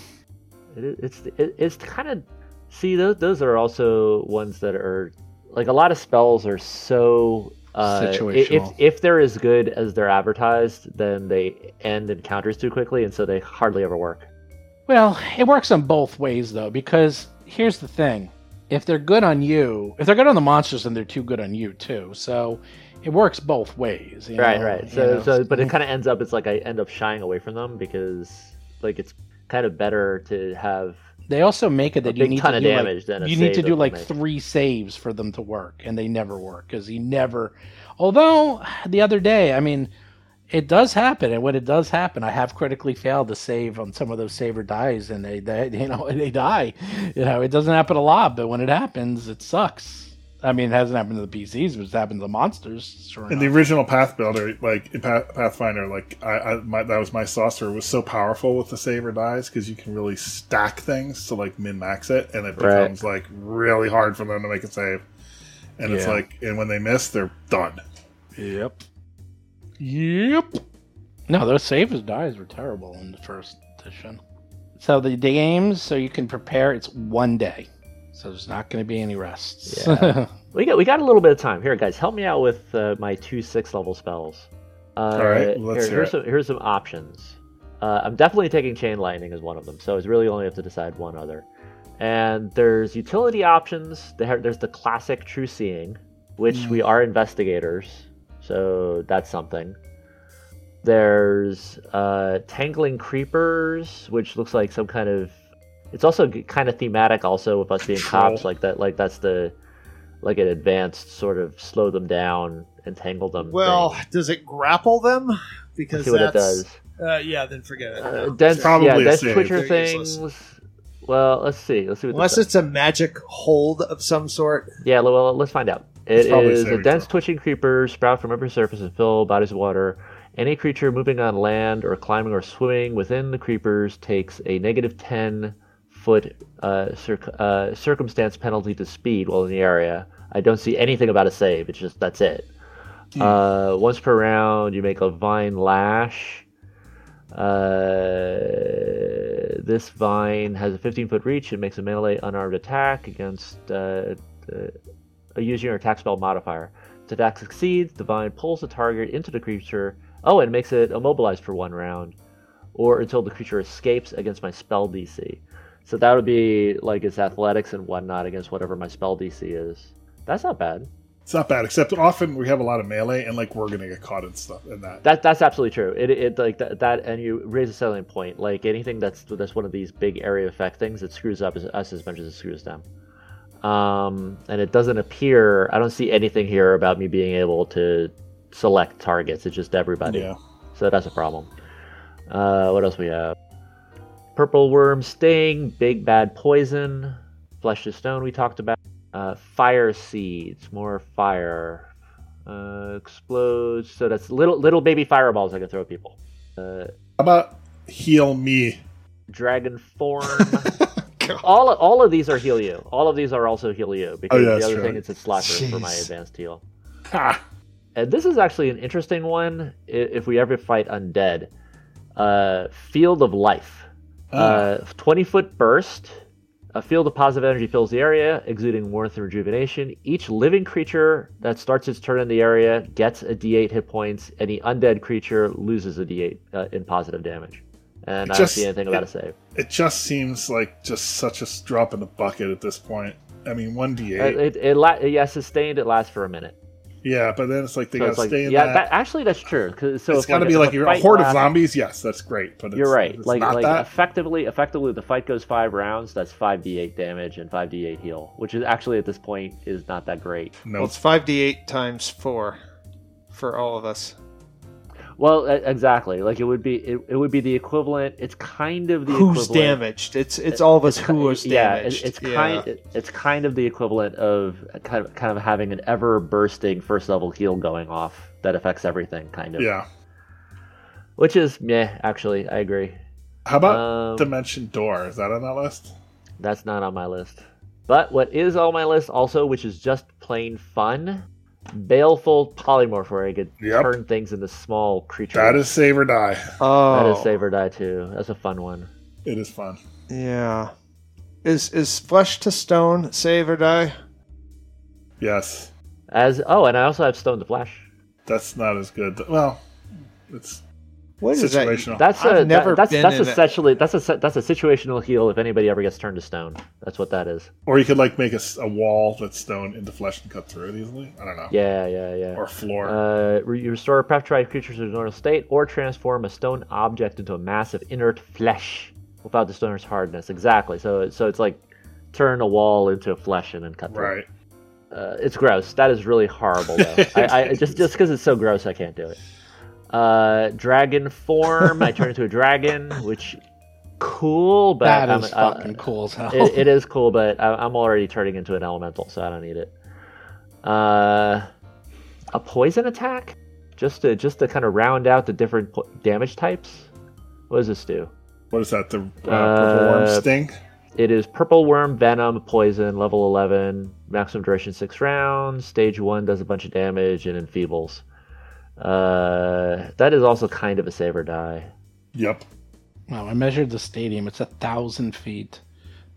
Speaker 4: It, i- it's it, it's kind of see those those are also ones that are like a lot of spells are so uh, i- If
Speaker 2: Situational.
Speaker 4: if they're as good as they're advertised, then they end encounters too quickly, and so they hardly ever work.
Speaker 2: Well, it works on both ways though, because here's the thing: if they're good on you, if they're good on the monsters, then they're too good on you too. So it works both ways. you
Speaker 4: right,
Speaker 2: know,
Speaker 4: right.
Speaker 2: you
Speaker 4: So
Speaker 2: know.
Speaker 4: so, but
Speaker 2: (laughs)
Speaker 4: it kind of ends up it's like I end up shying away from them because like it's kind of better to have
Speaker 2: They also make it
Speaker 4: A
Speaker 2: that you
Speaker 4: big
Speaker 2: need
Speaker 4: ton
Speaker 2: to
Speaker 4: of
Speaker 2: do
Speaker 4: damage
Speaker 2: like,
Speaker 4: than a
Speaker 2: you need
Speaker 4: save
Speaker 2: to do
Speaker 4: that
Speaker 2: like
Speaker 4: they make.
Speaker 2: three saves for them to work, and they never work because he never. Although the other day, I mean, it does happen, and when it does happen, I have critically failed to save on some of those saver dies, and they, they (laughs) you know they die. You know, it doesn't happen a lot, but when it happens, it sucks. I mean, it hasn't happened to the PCs, but it's happened to the monsters. Sure
Speaker 3: in
Speaker 2: enough.
Speaker 3: the original Path Builder, like in Path, Pathfinder, like I, I my, that was my saucer was so powerful with the save or dies because you can really stack things to like min max it, and it
Speaker 4: Right.
Speaker 3: becomes like really hard for them to make a save. And it's
Speaker 2: Yeah.
Speaker 3: like, and when they miss, they're done.
Speaker 2: Yep. Yep. No, those saves dies were terrible in the first edition. So the games, so you can prepare. It's one day, so there's not going to be any rests. (laughs)
Speaker 4: Yeah. We got we got a little bit of time here, guys. Help me out with uh, my two six level spells. Uh, All
Speaker 3: right, let's hear
Speaker 4: here's
Speaker 3: it.
Speaker 4: some here's some options. Uh, I'm definitely taking chain lightning as one of them, so it's really only have to decide one other. And there's utility options. There, there's the classic true seeing, which we
Speaker 3: Mm.
Speaker 4: are investigators, so that's something. There's uh, tangling creepers, which looks like some kind of. It's also kind of thematic, also with us being
Speaker 3: Control.
Speaker 4: cops, like that. Like that's the like an advanced sort of slow them down, entangle them.
Speaker 9: Well,
Speaker 4: thing.
Speaker 9: does it grapple them? Because
Speaker 4: see what it
Speaker 9: that's,
Speaker 4: does.
Speaker 9: Uh, yeah, then forget it.
Speaker 4: Uh,
Speaker 9: No.
Speaker 4: dense,
Speaker 3: probably
Speaker 4: yeah,
Speaker 3: a
Speaker 4: dense
Speaker 3: save.
Speaker 4: twitcher
Speaker 9: They're useless.
Speaker 4: things. Well, let's see. Let's see what.
Speaker 9: Unless
Speaker 4: this
Speaker 9: it's a magic hold of some sort.
Speaker 4: does. yeah, well, let's find out.
Speaker 3: It's
Speaker 4: It
Speaker 3: probably
Speaker 4: is a
Speaker 3: saving
Speaker 4: dense
Speaker 3: throw.
Speaker 4: twitching creeper sprout from every surface and fill bodies of water. Any creature moving on land or climbing or swimming within the creepers takes a negative ten foot uh, circ- uh, circumstance penalty to speed while in the area. I don't see anything about a save. It's just that's it.
Speaker 3: Hmm.
Speaker 4: Uh, once per round, you make a vine lash. Uh, this vine has a 15 foot reach. It makes a melee unarmed attack against uh, uh, a using your attack spell modifier. If the attack succeeds, the vine pulls the target into the creature. Oh, and makes it immobilized for one round, or until the creature escapes against my spell DC. So that would be like its athletics and whatnot against whatever my spell DC is. That's not bad.
Speaker 3: It's not bad, except often we have a lot of melee, and like we're gonna get caught in stuff in that.
Speaker 4: That that's absolutely true. It, it like that, that and you raise a selling point. Like anything that's that's one of these big area effect things, it screws up as, us as much as it screws them. Um, and it doesn't appear, I don't see anything here about me being able to select targets. It's just everybody.
Speaker 3: Yeah.
Speaker 4: So that's a problem. Uh, what else we have? Purple Worm Sting, Big Bad Poison, Flesh to Stone, we talked about. Uh, fire Seeds, more fire. Uh, explodes. So that's little little baby fireballs I can throw at people. Uh,
Speaker 3: How about heal me?
Speaker 4: dragon form.
Speaker 3: (laughs)
Speaker 4: all all of these are heal you. All of these are also heal you because
Speaker 3: Oh, yeah, that's
Speaker 4: the other
Speaker 3: right.
Speaker 4: thing is it's slacker for my
Speaker 8: Jeez.
Speaker 4: advanced heal.
Speaker 3: Ha!
Speaker 4: And this is actually an interesting one i- if we ever fight undead. Uh, field of life.
Speaker 3: Ah.
Speaker 4: Uh, 20 foot burst. A field of positive energy fills the area, exuding warmth and rejuvenation. Each living creature that starts its turn in the area gets a d8 hit points. Any undead creature loses a d8 uh, in positive damage. And I don't
Speaker 3: Just-
Speaker 4: see anything about a save.
Speaker 3: It just seems like just such a s- drop in the bucket at this point. I mean, one d
Speaker 4: Uh,
Speaker 3: eight.
Speaker 4: It, it, la- yeah, sustained. It lasts for a minute.
Speaker 3: Yeah, but then it's like they
Speaker 4: So
Speaker 3: gotta
Speaker 4: it's like,
Speaker 3: stay in
Speaker 4: yeah,
Speaker 3: that.
Speaker 4: that, actually that's true. 'cause- So
Speaker 3: it's
Speaker 4: if,
Speaker 3: gotta
Speaker 4: a-
Speaker 3: be
Speaker 4: if
Speaker 3: like you're a
Speaker 4: fight
Speaker 3: horde
Speaker 4: lasts-
Speaker 3: of zombies. Yes, that's great. But it's,
Speaker 4: You're
Speaker 3: if
Speaker 4: right.
Speaker 3: It's
Speaker 4: Like,
Speaker 3: not
Speaker 4: like
Speaker 3: that.
Speaker 4: effectively, effectively, the fight goes five rounds. That's five d8 damage and five d8 heal, which is actually at this point is not that great.
Speaker 3: no,
Speaker 5: Well, it's 5d8 times 4 for all of us.
Speaker 4: Well, e- exactly. Like it would be, it, it would be the equivalent. It's kind of the
Speaker 8: Who's
Speaker 4: equivalent. Uh,
Speaker 8: damaged? It's it's all of us who was
Speaker 4: yeah,
Speaker 8: damaged.
Speaker 4: it- it's kind. it- It's kind of the equivalent of kind of kind of having an ever bursting first level heal going off that affects everything, kind of.
Speaker 3: yeah.
Speaker 4: Which is meh. Actually, I agree.
Speaker 3: How about
Speaker 4: Um,
Speaker 3: dimension door? Is that on that list?
Speaker 4: That's not on my list. But what is on my list also, which is just plain fun, baleful polymorph, where I could
Speaker 3: Yep.
Speaker 4: turn things into small creatures.
Speaker 3: That is save or die.
Speaker 4: That
Speaker 8: Oh,
Speaker 4: is save or die too. That's a fun one.
Speaker 3: It is fun.
Speaker 8: yeah. Is is flesh to stone save or die?
Speaker 3: Yes,
Speaker 4: As oh, and I also have stone to flash.
Speaker 3: that's not as good. Well, it's
Speaker 8: What is that?
Speaker 3: situational.
Speaker 4: That's a
Speaker 8: I've
Speaker 4: that-
Speaker 8: never
Speaker 4: that's
Speaker 8: been
Speaker 4: that's
Speaker 8: in it.
Speaker 4: essentially that's a se- that's a situational heal if anybody ever gets turned to stone. That's what that is.
Speaker 3: or you could like make a, s- a wall that's stone into flesh and cut through it easily. I don't know.
Speaker 4: Yeah, yeah, yeah.
Speaker 3: Or floor.
Speaker 4: Uh, re- you restore petrified creatures to their normal state, or transform a stone object into a mass of inert flesh without the stone's hardness. Exactly. So, so it's like turn a wall into flesh and then cut through.
Speaker 3: right.
Speaker 4: it. Uh, it's gross. That is really horrible. Though. I, I just just because it's so gross, I can't do it. Uh, dragon form. I turn into a dragon, which cool, but
Speaker 2: That
Speaker 4: I'm,
Speaker 2: is
Speaker 4: uh,
Speaker 2: fucking cool as hell. (laughs)
Speaker 4: it, it is cool, but I, I'm already turning into an elemental, so I don't need it. Uh, a poison attack, just to just to kind of round out the different po- damage types. What does this do?
Speaker 3: What is that? The uh, purple worm
Speaker 4: Uh,
Speaker 3: sting.
Speaker 4: It is purple worm venom poison level 11 maximum duration six rounds. Stage one does a bunch of damage and enfeebles. Uh, that is also kind of a save or die.
Speaker 3: Yep.
Speaker 2: Wow, I measured the stadium. It's a thousand feet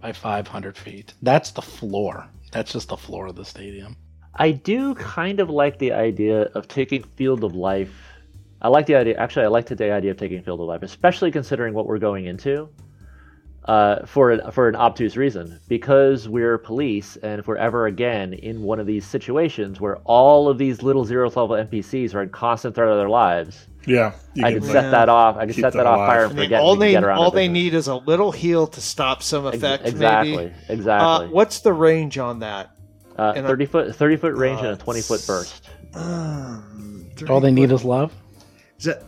Speaker 2: by five hundred feet. That's the floor. That's just the floor of the stadium.
Speaker 4: I do kind of like the idea of taking Field of Life. I like the idea. Actually, I like the idea of taking Field of Life, especially considering what we're going into. Uh, for an, for an obtuse reason, because we're police, and if we're ever again in one of these situations where all of these little zero level NPCs are in constant threat of their lives,
Speaker 3: Yeah. You
Speaker 4: I
Speaker 3: can
Speaker 4: can
Speaker 3: like-
Speaker 4: set that off. I can
Speaker 3: Keep
Speaker 4: set
Speaker 3: them
Speaker 4: that off
Speaker 3: alive.
Speaker 4: fire
Speaker 8: I
Speaker 4: and
Speaker 8: mean,
Speaker 4: forget. and
Speaker 8: all
Speaker 4: we can
Speaker 8: they
Speaker 4: get around
Speaker 8: all
Speaker 4: our
Speaker 8: they
Speaker 4: business.
Speaker 8: need is a little heal to stop some
Speaker 4: Ex-
Speaker 8: effect.
Speaker 4: exactly,
Speaker 8: Maybe.
Speaker 4: exactly.
Speaker 8: Uh, what's the range on that?
Speaker 4: Uh,
Speaker 8: and a-
Speaker 4: thirty foot thirty foot range and a
Speaker 8: Uh,
Speaker 4: twenty foot burst.
Speaker 8: Um,
Speaker 2: All they need is love.
Speaker 8: Is that,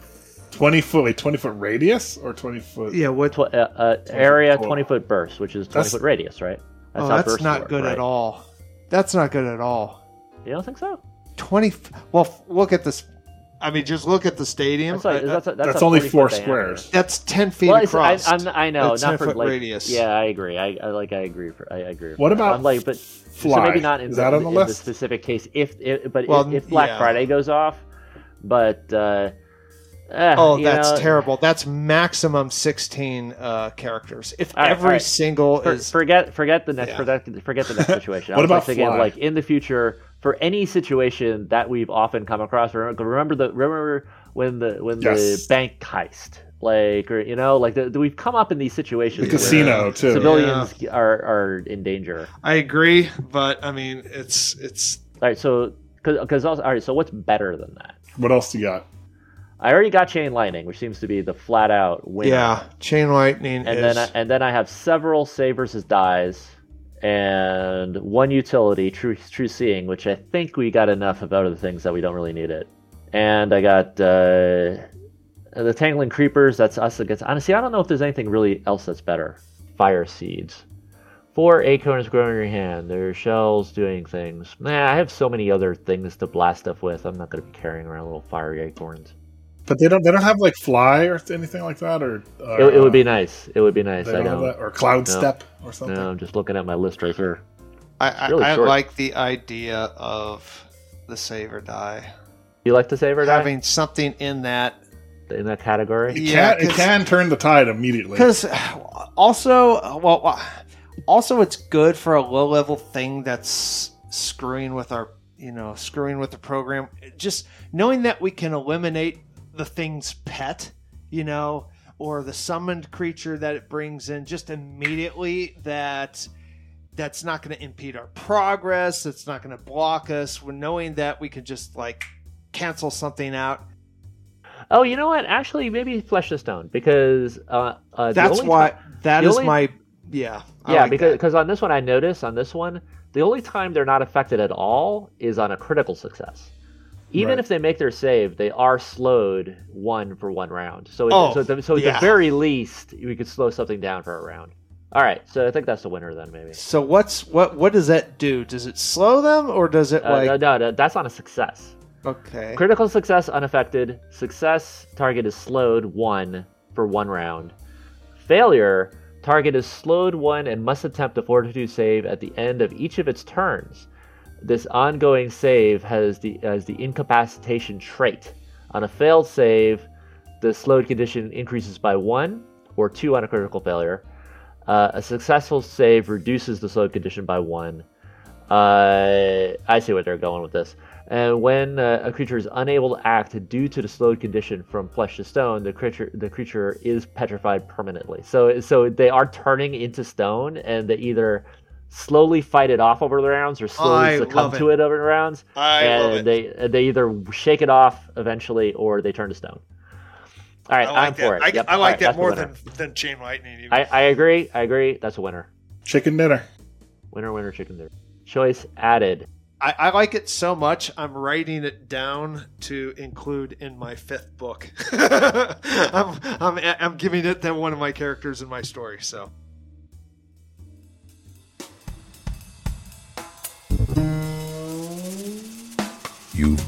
Speaker 3: Twenty foot. Wait, twenty foot radius or twenty foot?
Speaker 8: yeah, what?
Speaker 4: tw- uh, uh, area
Speaker 3: total.
Speaker 4: 20 foot burst, which is 20
Speaker 3: That's-
Speaker 4: foot radius, right?
Speaker 8: oh,
Speaker 4: how
Speaker 8: that's
Speaker 4: bursts
Speaker 8: not
Speaker 4: work,
Speaker 8: good
Speaker 4: right?
Speaker 8: at all. That's not good at all.
Speaker 4: You don't think so?
Speaker 8: Twenty. f- Well, f- look at this. I mean, just look at the stadium.
Speaker 4: That's, like,
Speaker 8: I- I-
Speaker 4: that's, a- that's,
Speaker 3: That's
Speaker 4: a
Speaker 3: only
Speaker 4: 40 foot
Speaker 3: four
Speaker 4: diameter.
Speaker 3: squares.
Speaker 8: that's ten feet
Speaker 4: Well, it's- I,
Speaker 8: across.
Speaker 4: I'm, I know,
Speaker 8: That's
Speaker 4: not
Speaker 8: 10
Speaker 4: for
Speaker 8: foot
Speaker 4: like,
Speaker 8: radius.
Speaker 4: Yeah, I agree. I, I like. I agree. For, I, I agree.
Speaker 3: What
Speaker 4: for that.
Speaker 3: about
Speaker 4: I'm like, but so
Speaker 3: fly?
Speaker 4: maybe not in,
Speaker 3: Is
Speaker 4: the,
Speaker 3: that on the
Speaker 4: in
Speaker 3: list?
Speaker 4: specific case. If, if but
Speaker 8: Well,
Speaker 4: if, if Black
Speaker 8: yeah.
Speaker 4: Friday goes off, but uh, eh,
Speaker 8: Oh,
Speaker 4: you
Speaker 8: that's
Speaker 4: know,
Speaker 8: terrible. That's maximum 16 uh, characters. If
Speaker 4: All right,
Speaker 8: every
Speaker 4: all right.
Speaker 8: single
Speaker 4: For,
Speaker 8: is.
Speaker 4: forget forget the next
Speaker 8: Yeah.
Speaker 4: forget,
Speaker 3: (laughs)
Speaker 4: forget the next situation.
Speaker 3: What
Speaker 4: I was
Speaker 3: about
Speaker 4: like thinking of,
Speaker 3: fly?
Speaker 4: like in the future for any situation that we've often come across. Remember, remember the remember when the when
Speaker 3: Yes.
Speaker 4: the bank heist, like or you know, like the, we've come up in these situations.
Speaker 3: The
Speaker 4: where
Speaker 3: casino too.
Speaker 4: Civilians are are in danger.
Speaker 5: I agree, but I mean, it's it's
Speaker 4: All right, so because all right, so what's better than that?
Speaker 3: What else do you got?
Speaker 4: I already got chain lightning, which seems to be the flat out winner.
Speaker 8: Yeah, chain lightning
Speaker 4: and
Speaker 8: is.
Speaker 4: then I, and then I have several save versus dies, and one utility, true true seeing, which I think we got enough of other things that we don't really need it. And I got uh, the tangling creepers. That's us against. Honestly, I don't know if there's anything really else that's better. Fire seeds. Four acorns growing in your hand. Their shells doing things. Nah, I have so many other things to blast stuff with. I'm not going to be carrying around little fiery acorns.
Speaker 3: But they don't they don't have like fly or anything like that or uh,
Speaker 4: It, it would be nice. It would be nice.
Speaker 3: they
Speaker 4: I
Speaker 3: don't have
Speaker 4: know.
Speaker 3: that? or cloud
Speaker 4: No.
Speaker 3: step or something.
Speaker 4: No, I'm just looking at my list right here.
Speaker 5: I, I,
Speaker 4: Really
Speaker 5: I
Speaker 4: short.
Speaker 5: like the idea of the save or die.
Speaker 4: You like to save or die
Speaker 5: Having something in that.
Speaker 4: in that category?
Speaker 3: It
Speaker 5: Yeah,
Speaker 3: can it
Speaker 5: 'cause-
Speaker 3: can turn the tide immediately.
Speaker 10: Because also, well, uh, also it's good for a low level thing that's screwing with our, you know, screwing with the program. Just knowing that we can eliminate the thing's pet, you know, or the summoned creature that it brings in just immediately that that's not going to impede our progress that's not going to block us when knowing that we can just like cancel something out
Speaker 4: Oh, you know what? Actually, maybe flesh this down because uh, uh, the
Speaker 10: that's
Speaker 4: only
Speaker 10: why
Speaker 4: ti-
Speaker 10: that
Speaker 4: the
Speaker 10: is
Speaker 4: only-
Speaker 10: my yeah I
Speaker 4: yeah,
Speaker 10: like that.
Speaker 4: because because on this one I notice on this one the only time they're not affected at all is on a critical success. Even
Speaker 3: Right.
Speaker 4: if they make their save, they are slowed one for one round. So it,
Speaker 10: Oh,
Speaker 4: so, the, so at
Speaker 10: yeah.
Speaker 4: the very least, we could slow something down for a round. All right, so I think that's the winner then maybe.
Speaker 10: So what's what? What does that do? Does it slow them or does it
Speaker 4: Uh,
Speaker 10: like?
Speaker 4: no, no, no, that's on a success.
Speaker 10: okay,
Speaker 4: Critical success unaffected. Success target is slowed one for one round. Failure target is slowed one and must attempt a fortitude save at the end of each of its turns. This ongoing save has the has the incapacitation trait. On a failed save, the slowed condition increases by one or two on a critical failure. Uh, a successful save reduces the slowed condition by one. Uh, I see where they're going with this. And when uh, a creature is unable to act due to the slowed condition from flesh to stone, the creature the creature is petrified permanently. So so they are turning into stone, and they either slowly fight it off over the rounds or slowly
Speaker 5: I
Speaker 4: succumb
Speaker 5: love
Speaker 4: to
Speaker 5: it.
Speaker 4: it over the rounds
Speaker 5: I love it.
Speaker 4: and they they either shake it off eventually or they turn to stone. All right,
Speaker 5: I like
Speaker 4: I'm
Speaker 5: that.
Speaker 4: for it.
Speaker 5: I,
Speaker 4: Yep,
Speaker 5: I
Speaker 4: all
Speaker 5: like
Speaker 4: right,
Speaker 5: that
Speaker 4: that's a
Speaker 5: more
Speaker 4: winner.
Speaker 5: than, than chain lightning. Even.
Speaker 4: I, I agree. I agree. That's a winner.
Speaker 3: Chicken dinner.
Speaker 4: Winner, winner, chicken dinner. Choice added.
Speaker 5: I, I like it so much. I'm writing it down to include in my fifth book. (laughs) I'm, I'm I'm giving it to one of my characters in my story. So
Speaker 1: You've